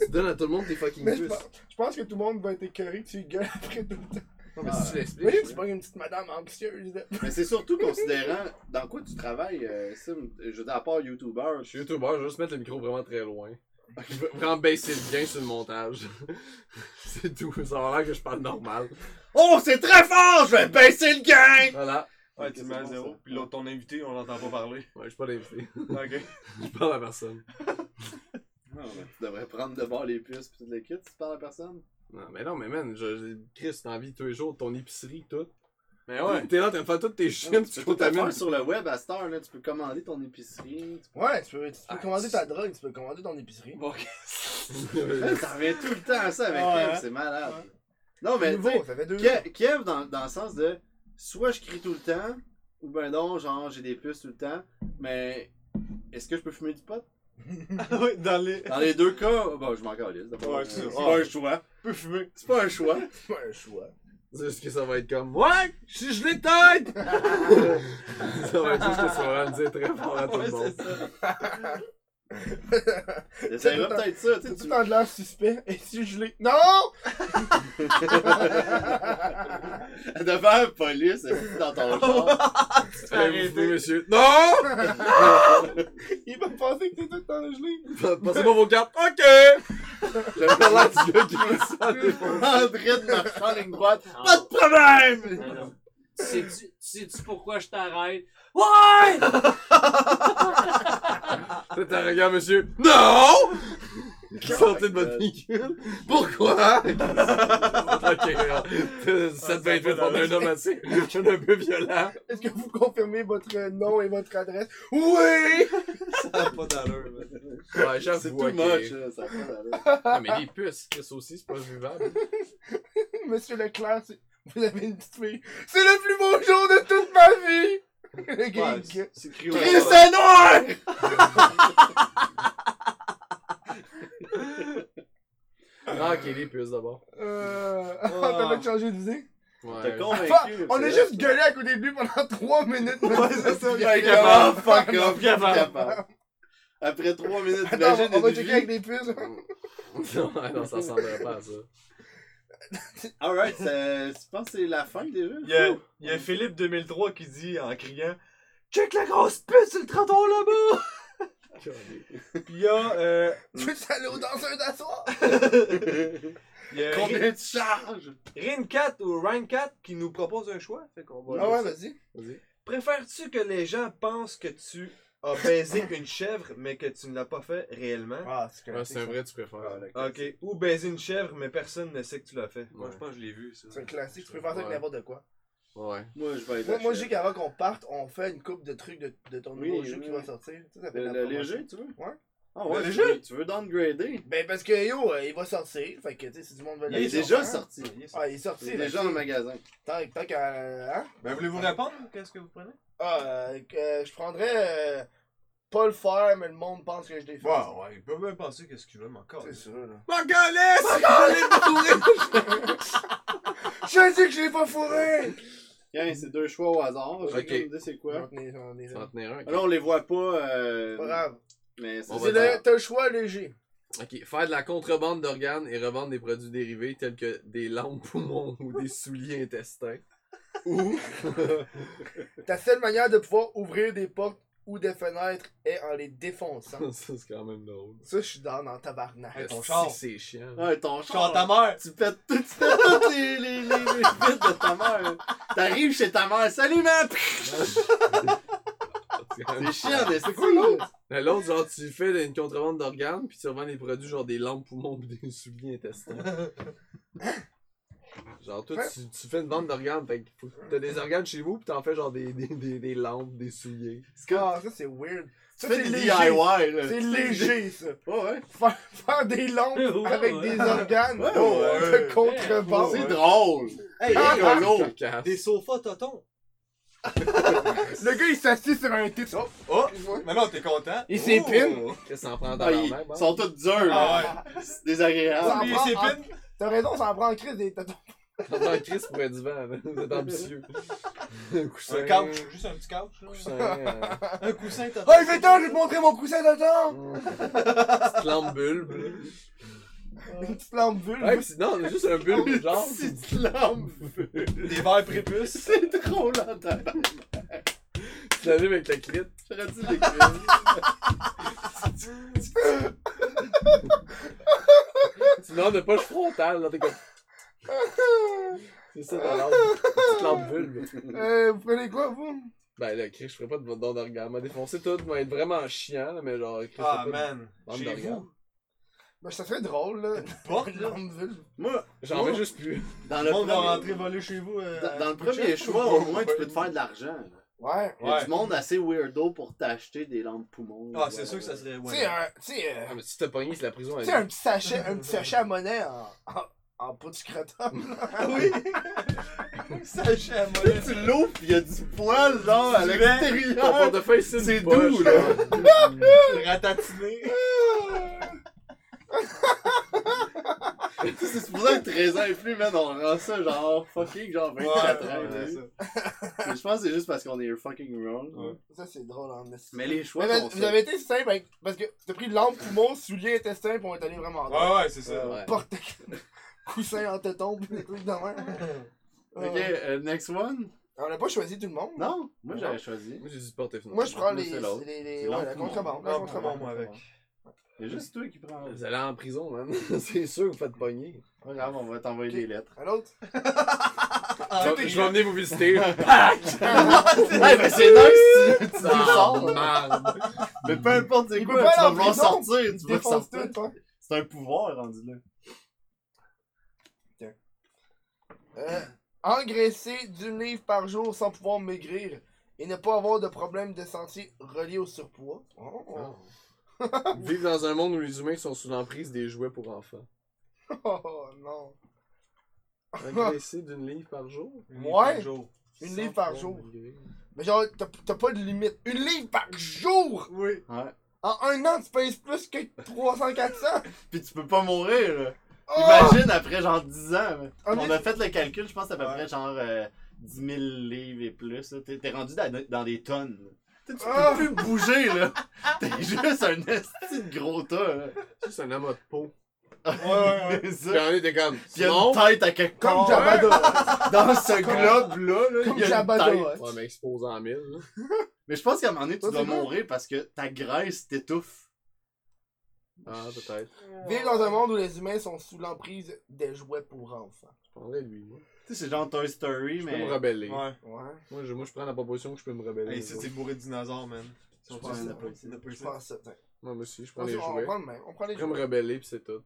S3: Tu donnes à tout le monde tes fucking
S4: Mais je
S3: bus.
S4: pense, je pense que tout le monde va être écœuré que tu gueules après tout le temps.
S3: Non, mais si
S1: Ah.
S3: tu l'expliques.
S4: Imagine que tu prends une petite madame anxieuse. là.
S1: Mais c'est surtout considérant dans quoi tu travailles, euh, Sim. Je veux dire, à part YouTuber,
S3: Je suis youtubeur, je vais juste mettre le micro vraiment très loin. Je vais vraiment baisser le gain sur le montage. [LAUGHS] C'est tout, ça va l'air que je parle normal.
S1: Oh, c'est très fort! Je vais baisser le gain!
S3: Voilà.
S2: Ouais, tu mets à zéro. Puis l'autre, ton invité, on l'entend pas [LAUGHS] parler.
S3: Ouais, je suis pas l'invité. [LAUGHS]
S2: Ok.
S3: Je parle à personne.
S1: Non, mais Ah, tu devrais prendre de bord les puces pis tout le kit si tu parles à personne.
S3: Non, mais non, mais man, je, je- Chris, t'as envie tous les jours, ton épicerie, tout.
S2: Mais ouais.
S3: T'es là en train de faire toutes tes
S1: Non,
S3: chiens,
S1: tu
S3: tu
S1: peux tout
S3: contamines.
S1: faire sur le web à cette heure, là. Tu peux commander ton épicerie. tu
S4: Ouais, tu peux, tu peux
S3: Ah,
S4: commander
S3: tu-
S4: ta drogue, tu peux commander ton épicerie.
S1: peux- Ça revient tout le temps à ça avec
S4: Ouais,
S1: Kev,
S4: hein.
S1: c'est malade. Non, mais
S3: ben,
S4: C'est
S1: tu sais,
S4: nouveau, ça fait deux ans.
S1: Ke- Kev, dans, dans le sens de soit je crie tout le temps, ou ben non, genre j'ai des puces tout le temps, mais est-ce que je peux fumer du pot?
S2: ouais, dans les.
S1: Dans les deux cas, bon, je m'en calisse d'abord.
S2: Ouais,
S1: c'est
S2: c'est ça.
S1: pas un choix.
S2: Tu peux fumer.
S1: C'est pas un choix.
S4: C'est pas un choix.
S3: [LAUGHS] C'est juste que ça va être comme Ouais, je suis gelé de
S2: [LAUGHS]
S3: tête! ça va être juste que ça va le dire très fort à tout le monde.
S1: J'essaierai peut-être ça, tu
S4: C'est
S1: sais. tu-
S4: tout en de l'air suspect. Et tu gelé. Non!
S1: [LAUGHS] Devant la police, assis dans
S4: Ah,
S1: ton char.
S3: Arrêtez, monsieur. Non!
S4: Il va penser que t'es tout le temps gelé.
S3: Passez-moi Bah, vos cartes. OK! J'avais pas l'air du gars qui veut ça.
S1: André de marcher en ligne droite. Pas de problème!
S9: Non, non. Tu sais-tu tu sais-tu pourquoi je t'arrête? Ouais!
S3: Là, t'as regardé, monsieur. Non! Sortez de votre véhicule. Pourquoi? ok, alors, euh, ça devait être on a un homme assez, un homme un peu violent.
S4: Est-ce que vous confirmez votre nom et votre adresse? [LAUGHS] Oui!
S2: Ça a pas d'allure, man.
S3: Ouais,
S1: C'est
S3: j'avoue,
S1: too
S3: ok.
S1: much, là, ça a pas d'allure.
S3: Ah, mais les puces, Chris aussi, c'est pas vivable.
S4: Monsieur Leclerc, c'est- vous avez une petite fille. C'est le plus beau jour de toute ma vie! [LAUGHS] Le gars,
S2: Ouais,
S4: il gueule.
S2: c'est- c'est crié au
S1: Chris,
S2: hasard.
S1: c'est noir!
S3: Ah, ok, les puces d'abord.
S4: Euh, [LAUGHS] T'as pas changé d'idée?
S1: T'es
S3: Ouais.
S4: Enfin,
S1: convaincu.
S4: on a juste gueulé [LAUGHS] à côté de lui pendant 3 minutes.
S2: [LAUGHS] Ouais, c'est ça.
S1: Fuck off, fuck off,
S4: capable.
S1: capable. Après 3 minutes,
S4: [LAUGHS] Attends,
S1: imagine
S4: on va
S1: une
S4: checker
S1: vie.
S4: avec des puces. [LAUGHS]
S3: non, [LAUGHS] ouais, non, ça ressemblerait pas à ça.
S1: Alright, ça- tu penses que c'est la fin déjà?
S2: Il y a, il y a Philippe 2003 qui dit en criant Check la grosse pute sur le trottoir là-bas! Puis il y a. euh,
S4: Tu veux aller aux danseurs d'asseoir?
S2: il y a
S1: Combien de charges?
S2: Rincat ou Rhincat qui nous propose un choix. Fait qu'on va-
S4: Ah ouais, vas-y.
S2: Préfères-tu que les gens pensent que tu as [LAUGHS] baisé une chèvre mais que tu ne l'as pas fait réellement? Ah,
S4: Ah, c'est
S3: Ouais, c'est un vrai, tu préfères.
S2: Ok. Ou baiser une chèvre mais personne ne sait que tu l'as fait.
S5: Moi, je pense que je l'ai vu, ça.
S4: C'est un classique, tu peux faire ça avec
S3: Ouais.
S4: n'importe de quoi.
S3: Ouais.
S1: Moi, je vais être
S4: Moi, moi
S1: la
S4: je
S1: chef.
S4: sais qu'avant qu'on parte, on fait une coupe de trucs de, de ton
S1: Oui,
S4: nouveau
S1: oui,
S4: jeu qui
S1: oui.
S4: va sortir. Ça, ça s'appelle
S1: Le,
S4: la
S1: le
S4: promotion.
S1: léger, tu veux?
S4: Ouais.
S1: Ah
S4: Le
S1: ouais, tu
S4: léger?
S1: veux, tu veux downgrader?
S4: Ben parce que yo, euh, il va sortir. Fait que tu sais, si du monde veut
S1: Il
S4: l'aller
S1: est déjà
S4: sortir,
S1: sorti. Il est sorti.
S4: Ah, il est sorti.
S1: Il est
S4: fait
S1: déjà
S4: que,
S1: en magasin.
S4: Tant, tant qu'à. Hein?
S2: Ben voulez-vous répondre? Qu'est-ce que vous prenez?
S4: Ah, euh, que je prendrais. euh, pas le faire, mais le monde pense que je l'ai fait.
S2: Wow, ouais, ils peuvent même penser qu'est-ce qu'ils veulent encore.
S4: C'est
S1: [LAUGHS]
S4: sûr, là.
S2: Margalès!
S4: J'ai dit que je l'ai pas fourré!
S1: Tiens, c'est deux choix au hasard. J'ai
S3: Ok.
S1: aucune idée c'est quoi.
S4: J'en ai- j'en ai-
S3: Tu vas en tenir un. ok.
S1: Ah, Là, on les voit pas. euh,
S4: Pas grave.
S1: Mais c'est
S3: On va
S4: C'est le, t'as le choix léger.
S3: Ok, faire de la contrebande d'organes et revendre des produits dérivés tels que des lampes poumons ou des souliers intestins. [LAUGHS] Ou.
S4: Ta seule manière de pouvoir ouvrir des portes ou des fenêtres est en les
S1: [LAUGHS]
S4: défonçant.
S3: ça, c'est quand même drôle.
S4: Ça, je suis dans dans tabarnak.
S2: Ouais, ton
S3: Si,
S2: char.
S3: C'est chiant. [LAUGHS]
S1: Ah, ton
S2: Chante
S1: char.
S2: ta mère!
S1: Tu pètes tout- tu pètes toutes les, les, les, les vitres de ta mère. T'arrives chez ta mère. Salut, ma p-
S3: C'est quand même
S1: C'est chiant, mais c'est hein?
S4: quoi, l'autre?
S3: Mais L'autre, genre, tu fais une contrebande d'organes, puis tu revends des produits, genre des lampes poumons pis des souliers intestins. genre, toi,
S4: Ouais.
S3: tu, tu fais une vente d'organes, fait que faut- t'as des organes chez vous, pis t'en fais genre des, des, des, des lampes, des souliers.
S1: C'est comme-
S4: Ah, ça c'est weird.
S1: Tu
S4: Ça
S1: fais des
S4: c'est léger.
S1: DIY, là.
S4: C'est léger, ça.
S1: Ouais, ouais.
S4: Faire, faire des lampes
S9: Ouais,
S4: avec
S9: ouais.
S4: des organes
S1: Ouais,
S4: oh,
S1: ouais.
S4: de contrebande.
S1: C'est drôle.
S2: Hey,
S3: [LAUGHS]
S4: Ah,
S2: hey,
S4: ah,
S1: Rigolo.
S3: Carcasse.
S2: des sofas totons!
S4: Le gars il s'assied sur un thé. Oh,
S2: Oh!
S4: excuse-moi.
S2: Mais non, t'es content?
S4: Il s'épine.
S3: Qu'est-ce que Oh! ça en prend dans
S1: Ah,
S3: la
S1: ils
S3: même, hein?
S1: sont tous durs, là.
S2: Ah
S1: C'est désagréable. [LAUGHS]
S4: Ça-
S2: ouais! Lui, il
S4: prend-
S1: Ah,
S2: s'épine!
S4: T'as raison, ça en prend en crise des tatons.
S3: Dans Chris pour un divan, là. Vous êtes ambitieux. [LAUGHS] Un coussin.
S2: Un couch, juste un petit couch. là.
S3: Coussin. euh,
S2: Un coussin toton.
S4: Oh, il fait tard, je vais te montrer mon coussin taton.
S3: Petite lampe bulbe. là.
S4: Une petite lampe bulle.
S3: Ouais, pis c'est- non, mais juste un
S1: [LAUGHS]
S3: bulbe, genre.
S1: Petite lampe.
S2: Des verres prépuces!
S1: C'est drôle, hein, en tabac.
S3: Tu l'allumes avec la clit.
S1: J'aurais dû l'écrire.
S3: Tu demandes de poche frontale, là. T'es comme. C'est ça, ta lampe. Petite lampe bulbe.
S4: Euh, vous prenez quoi, vous
S3: Ben là, Chris, je ferais pas de don d'organe. M'a défoncé tout, m'a être vraiment chiant, là, mais genre, Chris,
S2: Ah
S3: c'est pas-
S2: man!
S3: Bande
S2: Chez
S3: d'organes.
S2: vous!
S4: Ben, ça serait drôle, là.
S2: Porte
S4: Une
S2: là!
S4: lampe bulle.
S1: Moi,
S3: J'en veux juste plus.
S1: dans
S2: Le
S1: le
S2: monde va rentrer
S1: premier,
S2: voler chez vous. euh,
S1: dans, dans le
S2: Butcher.
S1: premier choix, au moins, tu peux te faire de l'argent. là.
S4: Ouais.
S1: Il y a
S2: Ouais.
S1: du monde assez weirdo pour t'acheter des lampes poumons.
S2: Ah, c'est sûr que ça serait.
S4: Tu
S2: ouais.
S4: sais, un, tu sais, euh,
S3: Ah, mais si t'as pogné, c'est la prison à
S4: tu sais, un petit sachet, un [LAUGHS] petit sachet à monnaie en, en, en pot de scrotum. [LAUGHS] oui.
S2: sachet à mollet.
S1: [LAUGHS] Tu l'ouvres pis y a du poil, genre, à
S3: Ton
S2: Du
S1: l'extérieur.
S3: portefeuille, c'est une
S1: Ah, C'est
S3: poche.
S1: doux, là.
S2: ratatiné.
S1: [LAUGHS] Tu sais, c'est supposé être 13 ans et plus, man. On rend ça, genre, fucking, genre, 24 ans. tu sais. Mais Je pense que c'est juste parce qu'on est fucking wrong.
S2: Ouais.
S4: Ça, c'est drôle, en esti.
S1: Mais les choix
S4: Ouais, mais
S1: sont
S4: vous avez été simple avec- parce que t'as pris lampe, poumon, soulier, intestin, puis on est allé vraiment droit.
S2: Ouais, ouais, c'est ça.
S3: Ouais.
S4: Porte [LAUGHS] coussin en téton, puis des trucs de même.
S1: Ok,
S4: Euh,
S1: euh, next one?
S4: on n'a pas choisi tout le monde.
S1: Non? Moi,
S4: Non.
S1: j'avais choisi.
S3: Moi, j'ai du portefeuille.
S4: Moi, je prends
S1: Moi,
S4: les.
S1: c'est l'autre.
S4: les, les
S1: C'est
S4: ouais,
S1: lampe,
S4: la
S1: poumon.
S4: contrebande. La
S2: Non, prends
S4: contrebande.
S2: moi avec.
S1: C'est juste toi qui prends.
S3: Vous allez en prison, man. [LAUGHS] c'est sûr que vous faites pogner.
S1: Pas grave, on va t'envoyer
S4: Ok.
S1: des [LAUGHS] lettres.
S4: Un [LAUGHS] autre
S3: Je vais- je vais venir vous visiter.
S1: hey, ben c'est nice, tu, tu nous
S3: Ah,
S1: sors.
S3: merde.
S1: Mais peu importe c'est
S4: Il
S1: quoi,
S4: peut
S1: tu
S4: pas aller
S1: vas
S4: en
S1: vouloir
S4: prison.
S1: sortir, tu vas
S4: Défonce
S1: sortir.
S4: tout, toi.
S1: C'est un pouvoir rendu là.
S4: Euh, engraisser d'une livre par jour sans pouvoir maigrir et ne pas avoir de problème de santé relié au surpoids. Oh. [LAUGHS]
S3: Vivre dans un monde où les humains sont sous l'emprise des jouets pour enfants.
S4: Oh, non.
S3: Agressé d'une livre par jour.
S4: Ouais.
S2: Oui.
S4: Une
S3: Sans
S4: livre par
S3: pouvoir
S4: jour.
S3: migrer.
S4: Mais genre, t'as t'as pas de limite. Une livre par jour!
S1: Ouais.
S4: En un an, tu pèses plus que 300-400!
S1: Puis tu peux pas mourir. là.
S4: Oh!
S1: Imagine après genre 10 ans. là.
S4: On
S1: On
S4: est-
S1: a fait le calcul, je pense à peu
S2: Ouais.
S1: près genre euh, 10 000 livres et plus. là. T'es t'es rendu dans, dans des tonnes. là. Tu peux plus bouger, là. [LAUGHS] T'es juste un esti de gros tas, là.
S3: C'est un homme de peau.
S4: ouais,
S2: [LAUGHS]
S1: C'est ça.
S3: Puis on était comme.
S1: Pis il y a
S3: Simon?
S1: une tête à quelque
S4: Comme
S1: part.
S4: Jabba the
S1: Dans ce globe-là, là, il
S4: Comme
S1: y a une
S4: Jabba the
S1: tête.
S4: Hutt.
S3: Ouais, mais exposé en mille. là.
S1: Mais je pense qu'à un moment donné, tu
S4: Ouais,
S1: dois
S4: c'est bon.
S1: mourir parce que ta graisse t'étouffe.
S3: Ah, peut-être.
S4: Vivre dans un monde où les humains sont sous l'emprise des jouets pour enfants.
S3: Je prendrais lui, moi.
S1: Tu sais, c'est genre Toy Story,
S3: Je peux
S1: mais.
S3: me rebeller.
S2: Ouais.
S4: Ouais,
S3: Moi, je, moi, je prends la proposition que je peux me rebeller.
S2: Hey, c'est c'est bourré de dinosaures, man. Ils sont
S1: pense
S2: tous-
S1: que c'est-
S2: ils ont pas eu
S4: je
S2: ça.
S4: pense ça. tiens.
S3: Moi aussi, je prends
S4: On,
S3: les
S4: on
S3: jouets.
S4: prend le même. On prend les
S3: Je vais me
S4: jouets.
S3: rebeller, pis c'est tout.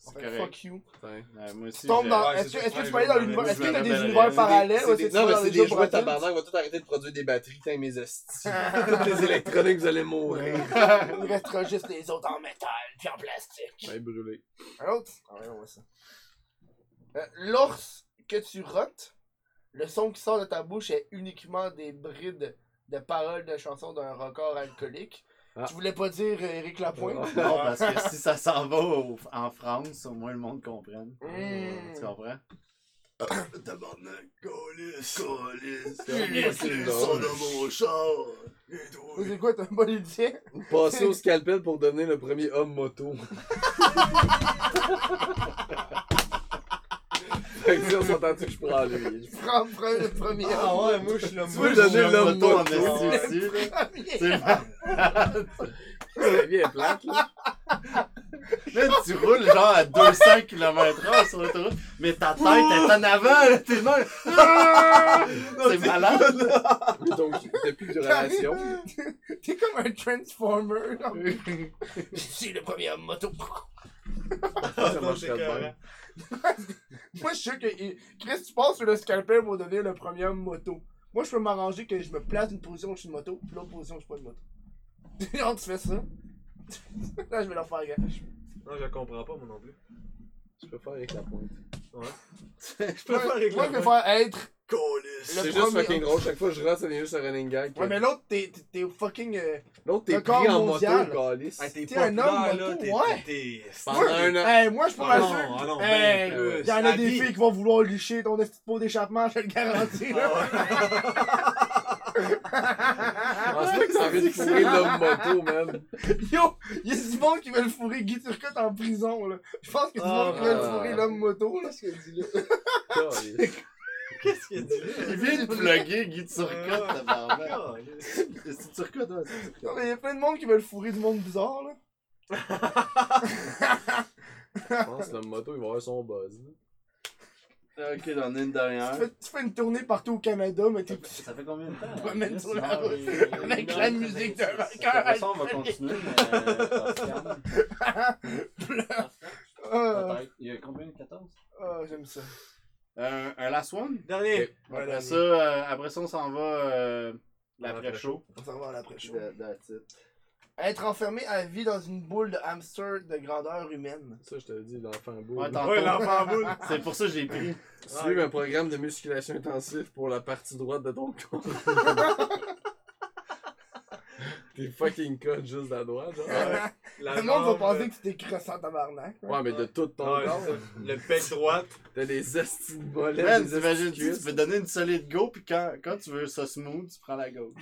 S1: C'est
S4: On fait
S1: correct.
S4: fuck you.
S3: Putain.
S1: Ouais, euh, moi aussi.
S4: Tu tombes
S1: je-
S4: dans.
S1: [LAUGHS]
S2: Ouais, c'est
S4: Est-ce que
S2: ça, je
S4: est-ce que tu peux
S2: prends les
S4: aller dans
S2: jouets.
S4: l'univers.
S1: Je
S4: Est-ce que t'as
S1: me
S4: des
S1: rappelle,
S4: univers
S1: euh,
S4: parallèles ou
S3: c'est
S4: est-ce que
S3: des-
S4: tu
S3: Non,
S4: vas
S3: mais
S4: dans
S3: c'est
S4: les
S3: des
S4: jeux
S3: jouets
S4: pour
S3: tabarnak, on va tout arrêter de produire des batteries, putain, mes estis. Toutes les électroniques, vous allez mourir.
S4: adultes? Il restera juste les autres en métal puis en plastique.
S3: Allez, brûler.
S4: Un autre? Ah ouais, on voit ça. Euh, Lorsque tu rotes, le son qui sort de ta bouche est uniquement des brides de paroles de chansons d'un record alcoolique.
S3: Ah.
S4: Tu voulais pas dire euh, Éric Lapointe?
S1: Non, parce que si ça s'en va au- en France, au moins le monde comprenne.
S4: Mm.
S1: Tu comprends?
S5: [COUGHS] Tabarnak, colis, colis.
S3: Impossible,
S5: Ils
S3: non.
S5: sont dans mon char. Les
S4: Vous
S5: douilles.
S4: C'est quoi, t'as un bon idée?
S3: Passer au scalpel pour devenir le premier homme moto. fait que ça, on s'entend que je prends lui.
S4: [LAUGHS] Prends, prends le premier.
S2: Ah ouais, moi je suis l'homme.
S3: Tu veux
S2: je
S3: donner
S2: suis l'homme
S3: l'homme
S2: moto,
S1: en
S2: mais-
S1: esti aussi, là.
S4: Premier. [LAUGHS]
S1: C'est marrant.
S3: La vie est plate, là.
S1: Là, tu roules genre à 200 km/h sur l'autoroute, mais ta tête est en avant,
S4: [LAUGHS]
S1: là, t'es mal. C'est malade.
S3: Donc, t'as plus de relation.
S4: T'es comme un Transformer. genre. Je suis le premier homme moto.
S3: Ça marcherait bien.
S4: Moi, je suis sûr que il- Chris, tu passes sur le scalpel pour devenir le premier homme moto. Moi, je peux m'arranger que je me place d'une position où je suis une moto, puis l'autre position où je suis pas une moto. [LAUGHS] Non, tu fais ça. [LAUGHS] Là, je vais leur faire gaffe.
S2: Non, je comprends pas, moi non plus.
S3: Je peux faire avec la pointe.
S2: Je
S4: Moi, moi, je vais faire être.
S5: Colis.
S4: Le
S3: C'est juste
S4: premier-
S3: fucking drôle. Chaque fois que je rentre, c'est juste un running gag.
S4: Ouais, mais l'autre, t'es t'es- t'es au fucking. euh,
S3: L'autre, t'es
S4: record
S3: pris en moto,
S4: mondial.
S3: calice.
S2: Hey,
S4: T'es un homme
S2: populaire, là,
S4: moto,
S2: t'es-
S4: ouais.
S2: t'es- t'es-
S3: Pendant un an.
S4: Hey, moi, je
S3: Oh,
S4: suis
S2: Ah
S4: pas
S2: non,
S4: sûr.
S2: ah non,
S4: Hey,
S2: ben plus.
S4: Y'en a des
S2: Habille. [LAUGHS]
S4: filles qui vont vouloir licher ton petit pot d'échappement, je te le garantis. là.
S3: Ah, c'est vrai que ça envie de fourrer l'homme moto, man.
S4: Yo, il y a du monde qui veulent fourrer Guy Turcotte en prison, là. Je pense que du monde qui veut
S3: ah.
S4: fourrer l'homme moto, là.
S3: Calice.
S2: Qu'est-ce qu'il a dit là?
S1: Il vient de plugger Guy Turcotte, tabarnak.
S2: Caliste.
S1: C'est Turcotte, ouais. c'est
S4: Non,
S1: Turcotte.
S4: mais il y a plein de monde qui veulent fourrer du monde bizarre, là.
S3: Je pense que l'homme moto, il va avoir son buzz. là.
S1: Ah, Ok, j'en ai une dernière.
S4: Tu fais, tu fais une tournée partout au Canada, mais t'es plus
S1: Ça fait combien de temps?
S4: te promènes sur la
S1: Ah,
S4: route.
S1: oui, oui,
S4: avec
S1: oui,
S4: la
S1: oui, oui,
S4: musique d'un
S1: oui.
S4: rocker
S1: De toute façon, on va continuer, mais. euh, Pascal,
S4: Ah,
S1: peut-être. Il y a combien de 14?
S4: ah, j'aime ça.
S1: Euh, un last one?
S2: Dernier.
S1: Après ça, euh, après ça, on s'en va. euh, L'après-chaud.
S4: On s'en va à l'après-show.
S1: That- that's it.
S4: Être enfermé à vie dans une boule de hamster de grandeur humaine.
S3: Ça, je t'avais dit, l'enfant beau.
S1: Ouais,
S3: là.
S1: tantôt.
S2: Ouais, l'enfant boule.
S1: C'est pour ça que j'ai [LAUGHS] pris.
S3: Suivre un programme de musculation intensive pour la partie droite de ton [LAUGHS] corps. T'es fucking cut juste la droite, genre.
S2: La
S4: [LAUGHS] Le monde va
S2: jambe,
S4: penser que tu t'es crossé en tabarnak. là.
S3: Ouais, mais de tout ton
S2: Ouais,
S3: corps.
S2: c'est ça. Le pec droite.
S3: T'as des estis de mollets,
S1: Man,
S3: des estis de
S1: t'imagines, tu
S3: cuisses.
S1: peux donner une solide go, puis quand, quand tu veux ça smooth, tu prends la gauche.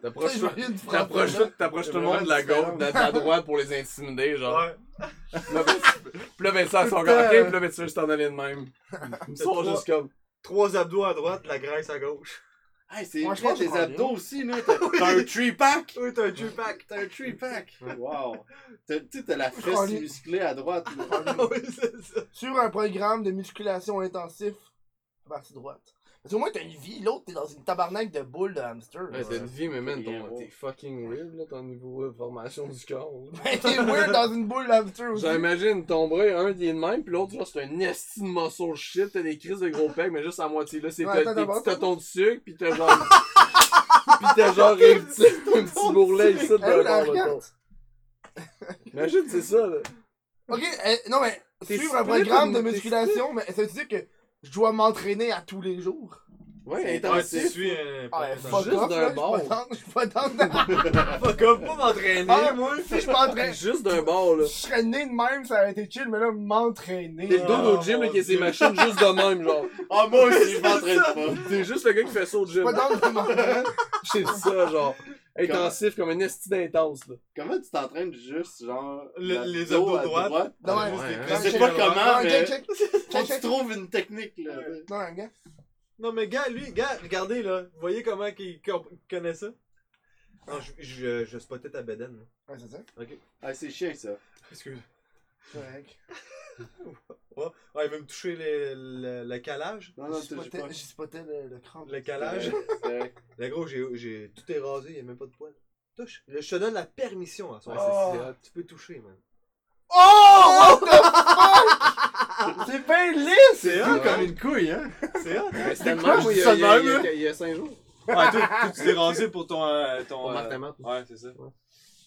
S3: T'approches
S4: J'imagine du français,
S3: t'approches-
S4: là.
S3: t'approches tout le monde de la
S1: Vraiment
S3: gauche, de la droite pour les intimider, genre.
S2: Ouais.
S3: Puis là, ben, Puis là, ben, ça, ils sont comme, ok, puis là, ben, tu veux juste t'en aller de
S2: [LAUGHS]
S3: même. Ils sont
S2: Trois.
S3: juste comme,
S2: Trois abdos à droite, la graisse à gauche.
S1: Hey, c'est
S4: Moi,
S1: vrai,
S4: je pense que je
S1: des
S4: prends
S1: abdos aussi, là. T'as t'as [LAUGHS] un three-pack.
S2: Oui, t'as un [LAUGHS] Tupac.
S1: T'as un three-pack. Wow. T'as- Tu sais, t'as la fesse
S4: Colin.
S1: musclée à droite. là.
S2: Oui, c'est ça.
S4: sur un programme de musculation intensif partie droite. Parce qu'au moins t'as une vie, l'autre t'es dans une tabarnak de boules de hamster.
S3: ouais, t'as une vie, mais man, ton-
S1: Ouais.
S3: t'es fucking weird, là, ton niveau de formation du corps. là.
S4: Ben, [LAUGHS] t'es weird dans une boule de hamster aussi.
S3: J'imagine tomber, un il est de même, puis l'autre, genre, c'est un esti de muscle shit, t'as des crises de gros pecs, mais juste à moitié. Là, c'est
S4: Ouais,
S3: t'as-
S4: attends,
S3: tes
S4: d'abord,
S3: petits totons de sucre, puis t'as genre. [LAUGHS] puis t'as genre un petit, un petit bourrelet ici de
S4: Elle, la
S3: bord, là,
S4: regarde. [LAUGHS]
S3: ton- Imagine, c'est ça, là.
S4: Ok, eh, non mais
S3: T'es
S4: suivre un
S3: split
S4: programme
S3: ou
S4: de
S3: t'es
S4: musculation, mais ça veut dire que je dois m'entraîner à tous les jours.
S3: Ouais,
S2: Ouais, tu
S3: intensif.
S2: suis un.
S4: Ah,
S2: un-
S4: ouais, fuck
S3: Juste
S4: off,
S3: d'un
S4: là, je suis
S3: bord.
S4: pas dans- je suis pas dans.
S2: Ah, Fuck off, pas m'entraîner.
S4: Ah,
S2: moi.
S4: Si je m'entraîne,
S3: Juste d'un bord, là.
S4: [LAUGHS] je serais né de même, ça aurait été chill, mais là m'entraîner.
S3: T'es le
S4: là.
S3: dos au gym, là, qui a
S2: Ah,
S3: ses machines juste de même, genre.
S1: Ah, [LAUGHS] moi aussi, je m'entraîne pas.
S3: T'es juste le gars qui fait ça au
S4: Je
S3: gym.
S4: [LAUGHS] suis pas dans le
S3: C'est ça, genre. Intensif comme un esti d'intense, là.
S1: Comment tu t'entraînes juste, genre.
S2: Le-
S1: la-
S2: les
S1: dos
S2: abdos
S1: à
S2: droits.
S1: [LAUGHS]
S4: Non,
S3: Ouais,
S4: ouais,
S3: ouais,
S1: Je
S3: ouais.
S1: sais
S4: check,
S1: pas
S4: check,
S1: comment,
S4: check,
S1: mais.
S4: [LAUGHS] check,
S1: Faut
S4: check,
S1: que tu
S4: check.
S1: trouves une technique, là.
S4: Non, non, gars.
S2: Non, mais gars, lui, gars, regardez là. Vous voyez comment qu'il comp- connaît ça? Non, Ah, je, je, je spottais ta bédaine. là.
S4: Ouais, c'est ça.
S1: Ah, c'est chiant, ça.
S2: Excuse.
S4: Correct.
S2: Ouais, ouais, il veut me toucher le, le, le calage.
S1: Non, non,
S4: J'ai
S1: t'as- j'ai
S4: spoté-
S1: pas-
S4: J'ai spoté le, le cran.
S2: Le
S1: C'est vrai,
S2: calage.
S1: c'est vrai.
S2: Là, gros, j'ai, j'ai tout est rasé, il y a même pas de poils. Touche. Là, je te donne la permission à soir.
S4: Oh.
S2: C'est- c'est- Tu peux toucher, man.
S4: [LAUGHS]
S1: C'est bien lisse!
S2: C'est
S1: Doux comme une couille, hein?
S2: C'est hot.
S3: Mais c'était le
S1: quoi,
S3: même,
S1: je
S3: il y
S1: dis ça
S3: a- il y a-
S1: de
S3: il y
S4: hein?
S1: même,
S3: a- il y a 5 jours.
S2: Ouais, toi, toi, tu t'es rasé pour ton. euh, ton
S3: Pour
S2: euh,
S3: Martin Matt.
S2: Ouais, c'est ça.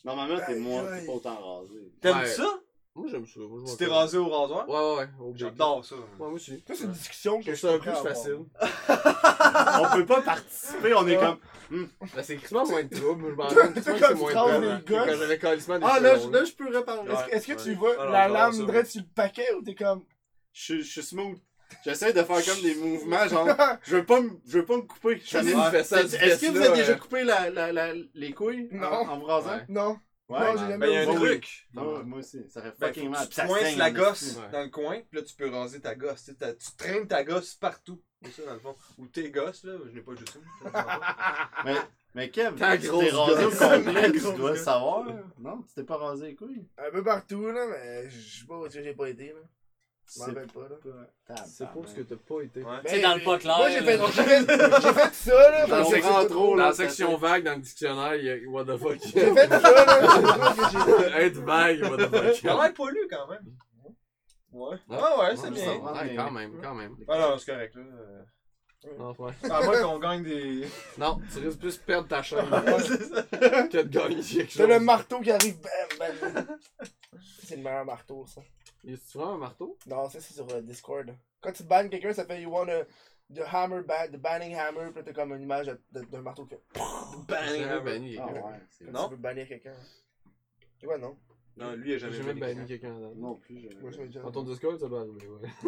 S1: Normalement, t'es moins,
S4: Aïe, aïe.
S1: t'es pas autant [LAUGHS] rasé.
S2: T'aimes
S3: Ouais.
S2: ça?
S3: Moi, j'aime ça. Moi, je
S2: Tu
S3: m'en
S2: t'es
S3: fous.
S2: rasé au rasoir?
S3: Ouais, ouais, ouais. au Jack.
S2: J'adore ça.
S3: Ouais, moi aussi.
S4: Ça, c'est une discussion
S3: Je trouve
S4: que je
S3: ça
S4: pourrais
S3: plus
S4: avoir.
S3: facile.
S1: On peut pas participer, on est comme.
S3: Ben, c'est quasiment moins de trouble. Je
S4: [LAUGHS]
S3: m'en rends quasiment que c'est moins hein.
S4: Quand
S3: de
S4: les
S3: peine.
S4: gosses-
S3: Quand j'avais calissement des
S1: Ah, là,
S3: cheveux
S1: je-
S3: longs,
S1: là, je peux réparer.
S4: Est-ce que- est-ce que tu vois
S2: Ouais,
S4: la
S2: non, ça,
S4: lame
S2: ouais.
S4: droite sur le paquet ou t'es comme.
S1: Je je suis smooth. J'essaie de faire comme des mouvements, [LAUGHS] genre. Je veux pas me, je veux pas me couper. Je
S3: Ça
S1: connais-
S3: nous fait ça,
S1: Est-ce
S3: du
S1: est-ce que vous
S3: Tesla,
S1: avez déjà
S3: euh.
S1: coupé la, la, la, les couilles en-
S4: Non.
S1: en vous rasant?
S3: Ouais.
S4: [LAUGHS] Non.
S1: Ouais,
S4: non, j'ai
S2: Ben, il y a
S4: jamais
S2: un
S1: Oui.
S2: truc.
S1: Moi, moi aussi, ça fait
S2: Ben, faut
S1: fucking mal.
S2: que
S1: Puis
S2: tu
S1: ça
S2: coinces
S1: saigne
S2: la
S1: en
S2: gosse
S1: esti.
S3: ouais.
S2: dans le coin, puis là tu peux raser ta gosse. Tu sais, t'as- tu traînes ta gosse partout. C'est ça, dans le fond. Ou tes gosses, là, je n'ai pas juste une.
S1: Mais, mais Kev,
S3: Ta
S1: tu
S3: grosse
S1: t'es rasé au
S3: gosse.
S1: complet,
S2: Ta
S1: tu
S2: grosse
S1: dois le
S2: gosse.
S1: savoir. Non, tu t'es pas rasé les couilles.
S4: Un peu partout, là, mais je sais pas où est-ce que j'ai pas été, là. Je m'en
S1: C'est-
S4: rappelle pas, là.
S1: Ah,
S3: C'est pas ce que t'as pas été.
S2: Ouais.
S9: C'est dans le pas clair,
S4: Moi, j'ai fait,
S9: là.
S4: j'ai fait, j'ai fait ça, là.
S1: Dans
S4: parce que
S1: le
S4: c'est
S1: grand
S4: tout-
S1: trou,
S3: Dans
S1: là.
S3: la section vague, dans le dictionnaire, il y a what the fuck.
S4: J'ai fait ça, là. c'est tout ce que j'ai-
S3: [LAUGHS] Être vague, what the fuck.
S2: T'as l'air poilu quand même. Ouais. Ah ouais, c'est
S3: Ouais,
S1: ça
S2: bien.
S1: va.
S3: Ouais, quand même, quand même.
S2: Ah non, c'est correct, là. Euh,
S3: Non, ouais.
S2: À moins qu'on gagne [LAUGHS] des.
S3: Non, tu risques plus de perdre ta chaîne
S2: c'est ça.
S3: que de gagner quelque
S4: T'as
S3: chose. [LAUGHS]
S4: le marteau qui arrive, bam, bam. C'est le meilleur marteau, ça.
S3: Y a-tu vraiment un marteau?
S4: Non, ça, c'est sur euh, Discord. Quand tu bannes quelqu'un, ça fait You want a, the hammer, ban, the banning hammer, pis t'as comme une image de- de- d'un marteau que
S3: J'ai jamais
S2: Bang!
S3: banni
S1: Ah
S3: quelqu'un.
S1: ouais, c'est
S4: que
S2: Non.
S4: tu veux bannir quelqu'un. Tu vois, non?
S2: Non, lui, il a
S3: J'ai
S2: jamais
S3: jamais
S2: fait
S3: banni quelqu'un. dans-
S1: Non plus, je.
S4: Moi, je l'ai déjà.
S3: Dans ton Discord, ça doit arriver, ouais.
S1: [LAUGHS]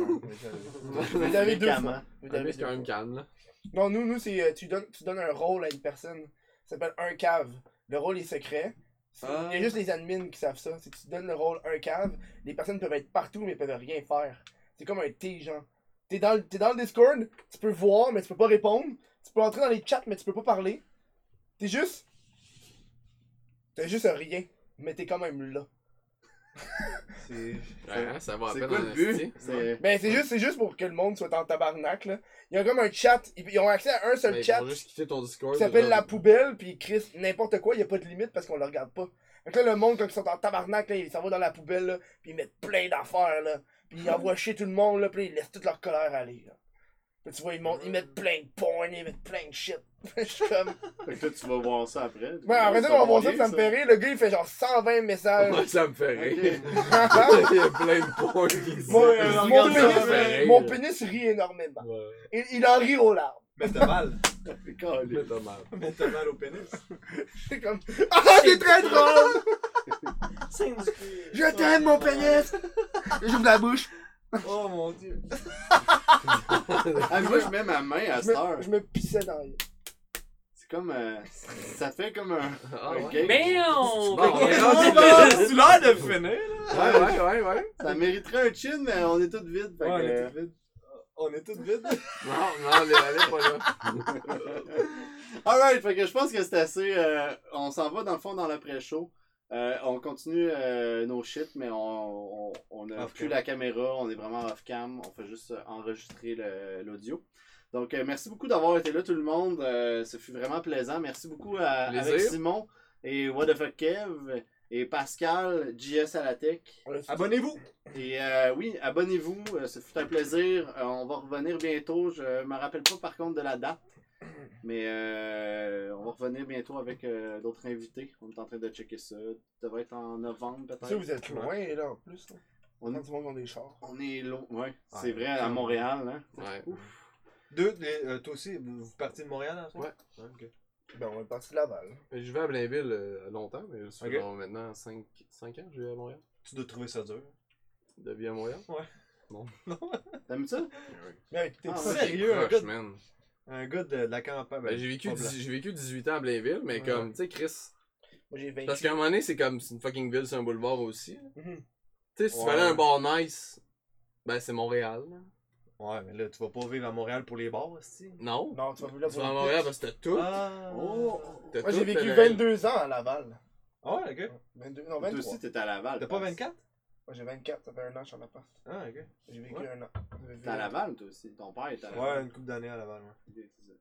S4: Vous avez deux
S1: Fréquemment.
S4: fois. Vous
S3: Un
S4: avez
S3: mec qui
S4: deux
S3: a un
S4: fois.
S3: canne, là.
S4: Non, nous, nous c'est euh, tu donnes, tu donnes un rôle à une personne. Ça s'appelle un cave. Le rôle est secret. C'est- Il
S3: Ah.
S4: y a juste les admins qui savent ça. C'est que tu donnes le rôle un cave. Les personnes peuvent être partout, mais peuvent rien faire. C'est comme un T, genre. T'es dans, le- t'es dans le Discord, tu peux voir, mais tu peux pas répondre. Tu peux entrer dans les chats, mais tu peux pas parler. T'es juste. T'es juste un rien, mais t'es quand même là.
S2: C'est.
S3: Ouais, hein, ça va à
S1: C'est
S3: peine
S1: quoi
S3: en
S1: le but?
S3: esti.
S1: C'est.
S4: Ben, c'est juste, c'est juste pour que le monde soit en tabarnak, là. Ils ont comme un chat. Ils, ils ont accès à un seul
S3: Mais Ben, ils
S4: chat.
S3: vont juste quitter ton Discord.
S4: qui s'appelle
S3: genre-
S4: la poubelle, puis Chris, n'importe quoi, y a pas de limite parce qu'on le regarde pas. Fait que là, le monde, quand ils sont en tabarnak, là, ils s'en vont dans la poubelle, là, puis ils mettent plein d'affaires, là. Puis ils envoient chier tout le monde, là, puis ils laissent toute leur colère aller, là. Puis tu vois, ils, montent, ils mettent plein de porn, ils mettent plein de shit. [LAUGHS] Je suis comme.
S1: Fait que toi, tu vas voir ça après.
S4: Ouais, en vrai, on va voir ça, ça me fait rire. Le gars, il fait genre 120
S3: [LAUGHS]
S4: messages.
S3: Ouais, ça me fait
S4: [LAUGHS]
S3: rire.
S1: Ok.
S4: Ah
S3: [LAUGHS] Il y a plein de points qui disent.
S4: Mon,
S3: Ouais,
S4: euh, mon
S3: regarde ça,
S4: pénis,
S3: ça fait rire.
S4: mon pénis rit énormément. Il, il en rit aux larmes. [LAUGHS]
S2: Mais t'as mal.
S1: [LAUGHS]
S3: Mais t'as mal.
S2: Mais t'as mal au pénis.
S4: C'est comme. Ah, t'es très drôle! Je t'aime, mon pénis! J'ouvre la bouche.
S2: Oh mon dieu.
S1: Ah, moi, je mets ma main à
S4: Je
S1: cette heure.
S4: me, je me pissais dans les.
S1: C'est comme. euh, ça fait comme un.
S3: Ah,
S1: un
S3: ouais.
S1: gag.
S9: Bam!
S3: Bon, ouais,
S2: [LAUGHS] Ah, bah, C'est l'heure de finir.
S3: ouais, ouais, ouais, ouais.
S1: Ça mériterait un chin, mais on est tous vides. Fait
S2: Ouais, on
S1: que,
S2: est
S1: euh,
S2: tous vides. On est tous vides.
S3: Non, non, allez, allez, pas là.
S1: [LAUGHS] Alright, fait que je pense que c'est assez. euh, on s'en va dans le fond dans l'après-show. Euh, on continue euh, nos shit, mais on, on, on a
S2: Off-cam.
S1: plus la caméra, on est vraiment off-cam, on fait juste euh, enregistrer le- l'audio. Donc euh, merci beaucoup d'avoir été là tout le monde, Euh, ce fut vraiment plaisant. Merci beaucoup à,
S3: Plaisir.
S1: avec Simon et What the fuck Kev et Pascal, JS à la tech.
S4: On
S3: Ah, bah,
S4: l'a-
S2: Abonnez-vous.
S1: Et euh, oui, abonnez-vous, euh, ce fut un plaisir. Euh, on va revenir bientôt. Je me rappelle pas par contre de la date, mais euh, on va revenir bientôt avec euh, d'autres invités. On est en train de checker ça. Ça va être en novembre
S4: Tu sais,
S1: peut-être.
S4: vous êtes loin, là, en plus. Là.
S1: On,
S4: Quand du monde qui ont des chars.
S1: on est long, ouais, c'est
S2: Ouais.
S1: vrai, à Montréal. Hein?
S3: Ouais.
S2: Deux, les- euh, toi aussi, vous, vous partez de Montréal hein, en ce moment? Ouais. ok.
S4: Ben, on est parti de Laval.
S3: Mais Je vais à Blainville euh, longtemps, mais ça fait
S2: Ok.
S3: genre maintenant 5, 5 ans que je vais à Montréal.
S2: Tu dois trouver ça dur.
S3: De vie à Montréal.
S1: T'aimes ça?
S4: Mais t'es
S1: Ah,
S4: pas
S1: ouais.
S4: Ah, sérieux, un gars.
S3: Proche, man.
S2: Un gars de, de la campagne.
S3: Ben, j'ai vécu,
S2: pas blanc.
S3: 10 j'ai vécu 18 ans à Blainville, mais
S4: Ouais.
S3: comme, tu sais, Chris.
S4: Moi j'ai 20
S3: Parce qu'à un moment donné, c'est comme c'est une fucking ville, c'est un boulevard aussi. là.
S4: Mhm.
S3: Tu sais, si tu
S2: Ouais.
S3: fallait un bar nice, ben c'est Montréal. là.
S2: Ouais, mais là, tu vas pas vivre à Montréal pour les bars, aussi.
S3: Non.
S4: Non, tu vas vouloir
S3: Tu vas à Montréal parce que t'as tout.
S2: Ah.
S5: Oh!
S3: t'as
S4: Moi
S3: tout,
S4: j'ai vécu
S3: t'as
S4: 22 ans à Laval.
S2: Ah, ouais, ok.
S4: 22, non,
S1: Toi
S4: 23.
S1: aussi, t'es à Laval.
S2: T'as pas
S1: Pat.
S2: 24
S4: Moi j'ai 24, ça fait un an que je suis en appart.
S2: Ah, ok.
S4: J'ai vécu
S2: Ouais.
S4: un an.
S1: T'es à Laval, toi aussi. Ton père est à Laval.
S2: Ouais, une coupe d'années à Laval, ouais.
S1: Ok, c'est ça.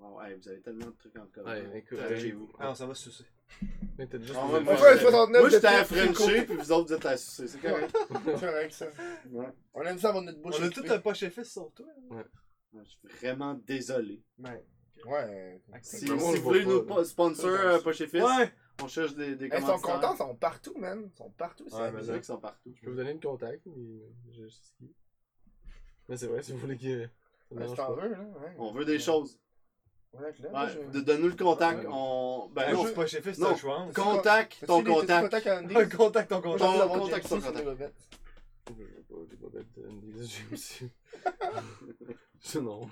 S1: Wow, hey, vous avez tellement de trucs en commun.
S3: Ouais, écoute,
S1: T'as-
S3: ouais.
S1: chez vous.
S2: Ah, non, ça va se sucer.
S3: Mais t'as juste.
S1: On va
S4: Moi
S1: le
S4: je fais un
S1: faire.
S4: 69
S1: Moi, j'étais
S4: de
S1: à
S4: plus,
S1: Frenchie, puis vous autres, vous êtes à sucer. C'est correct.
S4: C'est correct ça.
S1: Ouais.
S4: On aime ça avoir notre bouche.
S2: On a tout
S4: occupée.
S2: un poche fils sur toi. hein. Ben,
S1: Ouais, Je suis vraiment désolé.
S2: Ouais.
S4: Ouais.
S1: Si,
S3: Vraiment, on
S1: si
S3: le
S1: vous
S3: voit
S1: voulez
S3: pas,
S1: nous
S3: là.
S1: pas sponsor euh, Poche et Fils,
S2: Ouais!
S1: on cherche des, des
S4: Ils sont
S1: commanditaires.
S4: contents, ils sont partout, man. Ils sont partout. c'est
S2: Ouais,
S1: Les
S4: amusant.
S1: mecs sont partout.
S3: Je peux vous donner le contact, mais je sais qui. Mais c'est vrai, si vous voulez que. ça me
S4: Ouais,
S3: dérange
S4: si t'en
S3: pas.
S4: veux, là. ouais.
S1: On veut des choses.
S4: Ouais, là, moi,
S1: Ouais,
S4: je-
S1: de- Donne-nous le contact.
S3: Ouais.
S1: On...
S2: Ben
S1: Ben,
S2: non,
S1: non,
S2: c'est poche fils, c'est
S1: Non.
S2: un chouan.
S4: Con-
S1: contact,
S4: T'as-tu
S1: ton
S4: des- t'as-tu
S1: contact.
S4: contact à Andy?
S2: [LAUGHS] Un contact, ton
S4: Moi,
S2: contact.
S4: j'ai envie
S1: Ton
S4: d'avoir
S1: contact, ton
S4: James sur les
S1: contact.
S4: bobettes.
S3: J'ai pas, j'ai pas euh, bête de j'ai aussi. C'est non.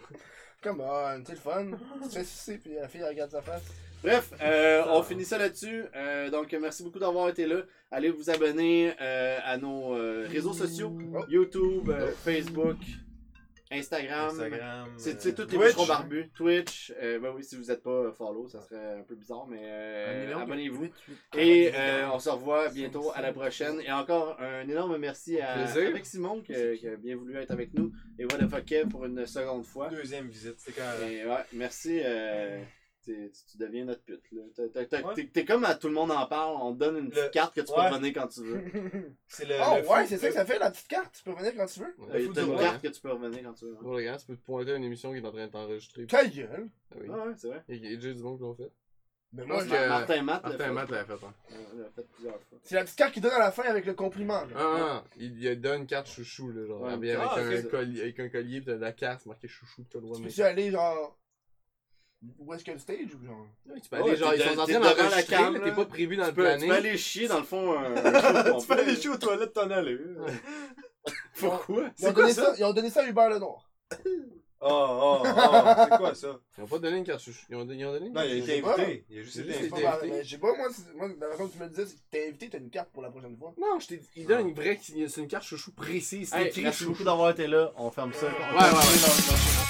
S4: Come on, c'est le fun. Tu te fais sucer, puis la fille elle regarde sa face.
S1: Bref, euh,
S3: Ça
S1: on
S3: va.
S1: finit ça là-dessus. Euh, donc, merci beaucoup d'avoir été là. Allez vous abonner euh, à nos euh, réseaux sociaux YouTube, euh, Facebook, Instagram.
S2: Instagram.
S1: C'est
S2: euh,
S1: c'est tous les
S2: Twitch.
S1: bouchons barbus. Twitch. Euh, ben oui, si vous n'êtes pas euh, follow, ça serait un peu bizarre, mais euh,
S5: Un énorme
S1: abonnez-vous.
S5: huit,
S1: Et euh, on se revoit bientôt à la prochaine. Et encore un énorme merci à,
S3: Plaisir.
S1: avec Simon qui, qui a bien voulu être avec nous. Et voilà, Foquet pour une seconde fois.
S2: Deuxième visite, c'est quand même.
S1: Et ouais, merci. euh, t'es- tu, tu deviens notre pute. là. T'as- t'as- t'as-
S2: Ouais.
S1: T'es t'es comme à tout le monde en parle, on te donne une petite
S2: Le-
S1: carte que tu peux
S2: Ouais.
S1: revenir quand tu
S4: [LAUGHS]
S1: veux. Euh,
S2: Ah, C'est le.
S4: Oh,
S2: le
S4: ouais,
S2: fou-
S4: c'est ça que ça fait, la petite carte. Tu peux venir quand tu veux.
S1: Euh,
S2: fou
S1: T'as
S2: du
S1: une
S2: roi.
S1: carte que tu peux revenir quand tu veux. ouais.
S3: Bon, les gars, tu peux te pointer à une émission qui est en train de t'enregistrer.
S4: Ta gueule.
S3: Ah oui.
S1: Ouais, ouais, c'est vrai.
S3: Il y a AJ Dumont qui l'ont fait.
S4: Mais
S3: Parce
S4: moi,
S3: que-
S4: je-
S3: Euh,
S1: Martin Matt l'a
S3: Martin
S1: fait.
S3: Matt l'avait fait, hein.
S1: Ouais, il l'a fait plusieurs fois.
S4: c'est la petite carte qui donne à la fin avec le compliment. là.
S3: Ah, ah, il, il donne carte chouchou, là, genre.
S1: Ouais.
S3: habillé
S2: Ah,
S1: ok.
S3: avec, un collier, avec un collier, pis t'as de la carte marquée chouchou, pis t'as le droit de
S4: Tu
S3: mettre.
S4: peux aller, genre. Où est-ce que le stage ou genre.
S3: Ouais, Tu peux
S1: Ouais,
S3: aller, genre,
S1: t'es
S3: ils sont
S1: de-
S3: en
S1: t'es
S3: train d'enregistrer,
S1: devant la cam,
S3: là,
S1: là.
S3: t'es pas prévu dans
S1: Tu
S3: le
S1: peux, tu peux
S3: planning.
S1: aller chier dans le fond. un- un show
S2: Tu peux aller
S1: complet.
S2: chier aux toilettes, t'en aller.
S1: Pourquoi
S4: Ils ont,
S2: C'est quoi
S4: donné
S2: ça?
S4: ça? ils ont donné ça à Hubert Lenoir.
S2: Oh, oh, oh, c'est quoi ça?
S3: Ils ont pas donné une carte chouchou. Ils ont, don- ils ont donné une
S1: Ben,
S2: Non, il a
S4: Je sais
S2: été
S4: pas.
S2: invité. Il a juste
S3: Juste
S2: été
S4: C'est
S3: été
S2: invité.
S4: pas
S3: t'es
S4: mal,
S3: invité?
S4: mais je sais pas, moi, c'est- moi, la façon que tu me le disais, c'est que t'es invité, t'as une carte pour la prochaine fois.
S3: Non, je t'ai dit, il donne une vraie. C'est une carte chouchou précise. C'est
S1: Hey,
S3: écrit
S1: Merci
S3: chouchou.
S1: beaucoup d'avoir été là. On ferme ça.
S3: Ouais, ouais, ouais.
S1: ouais.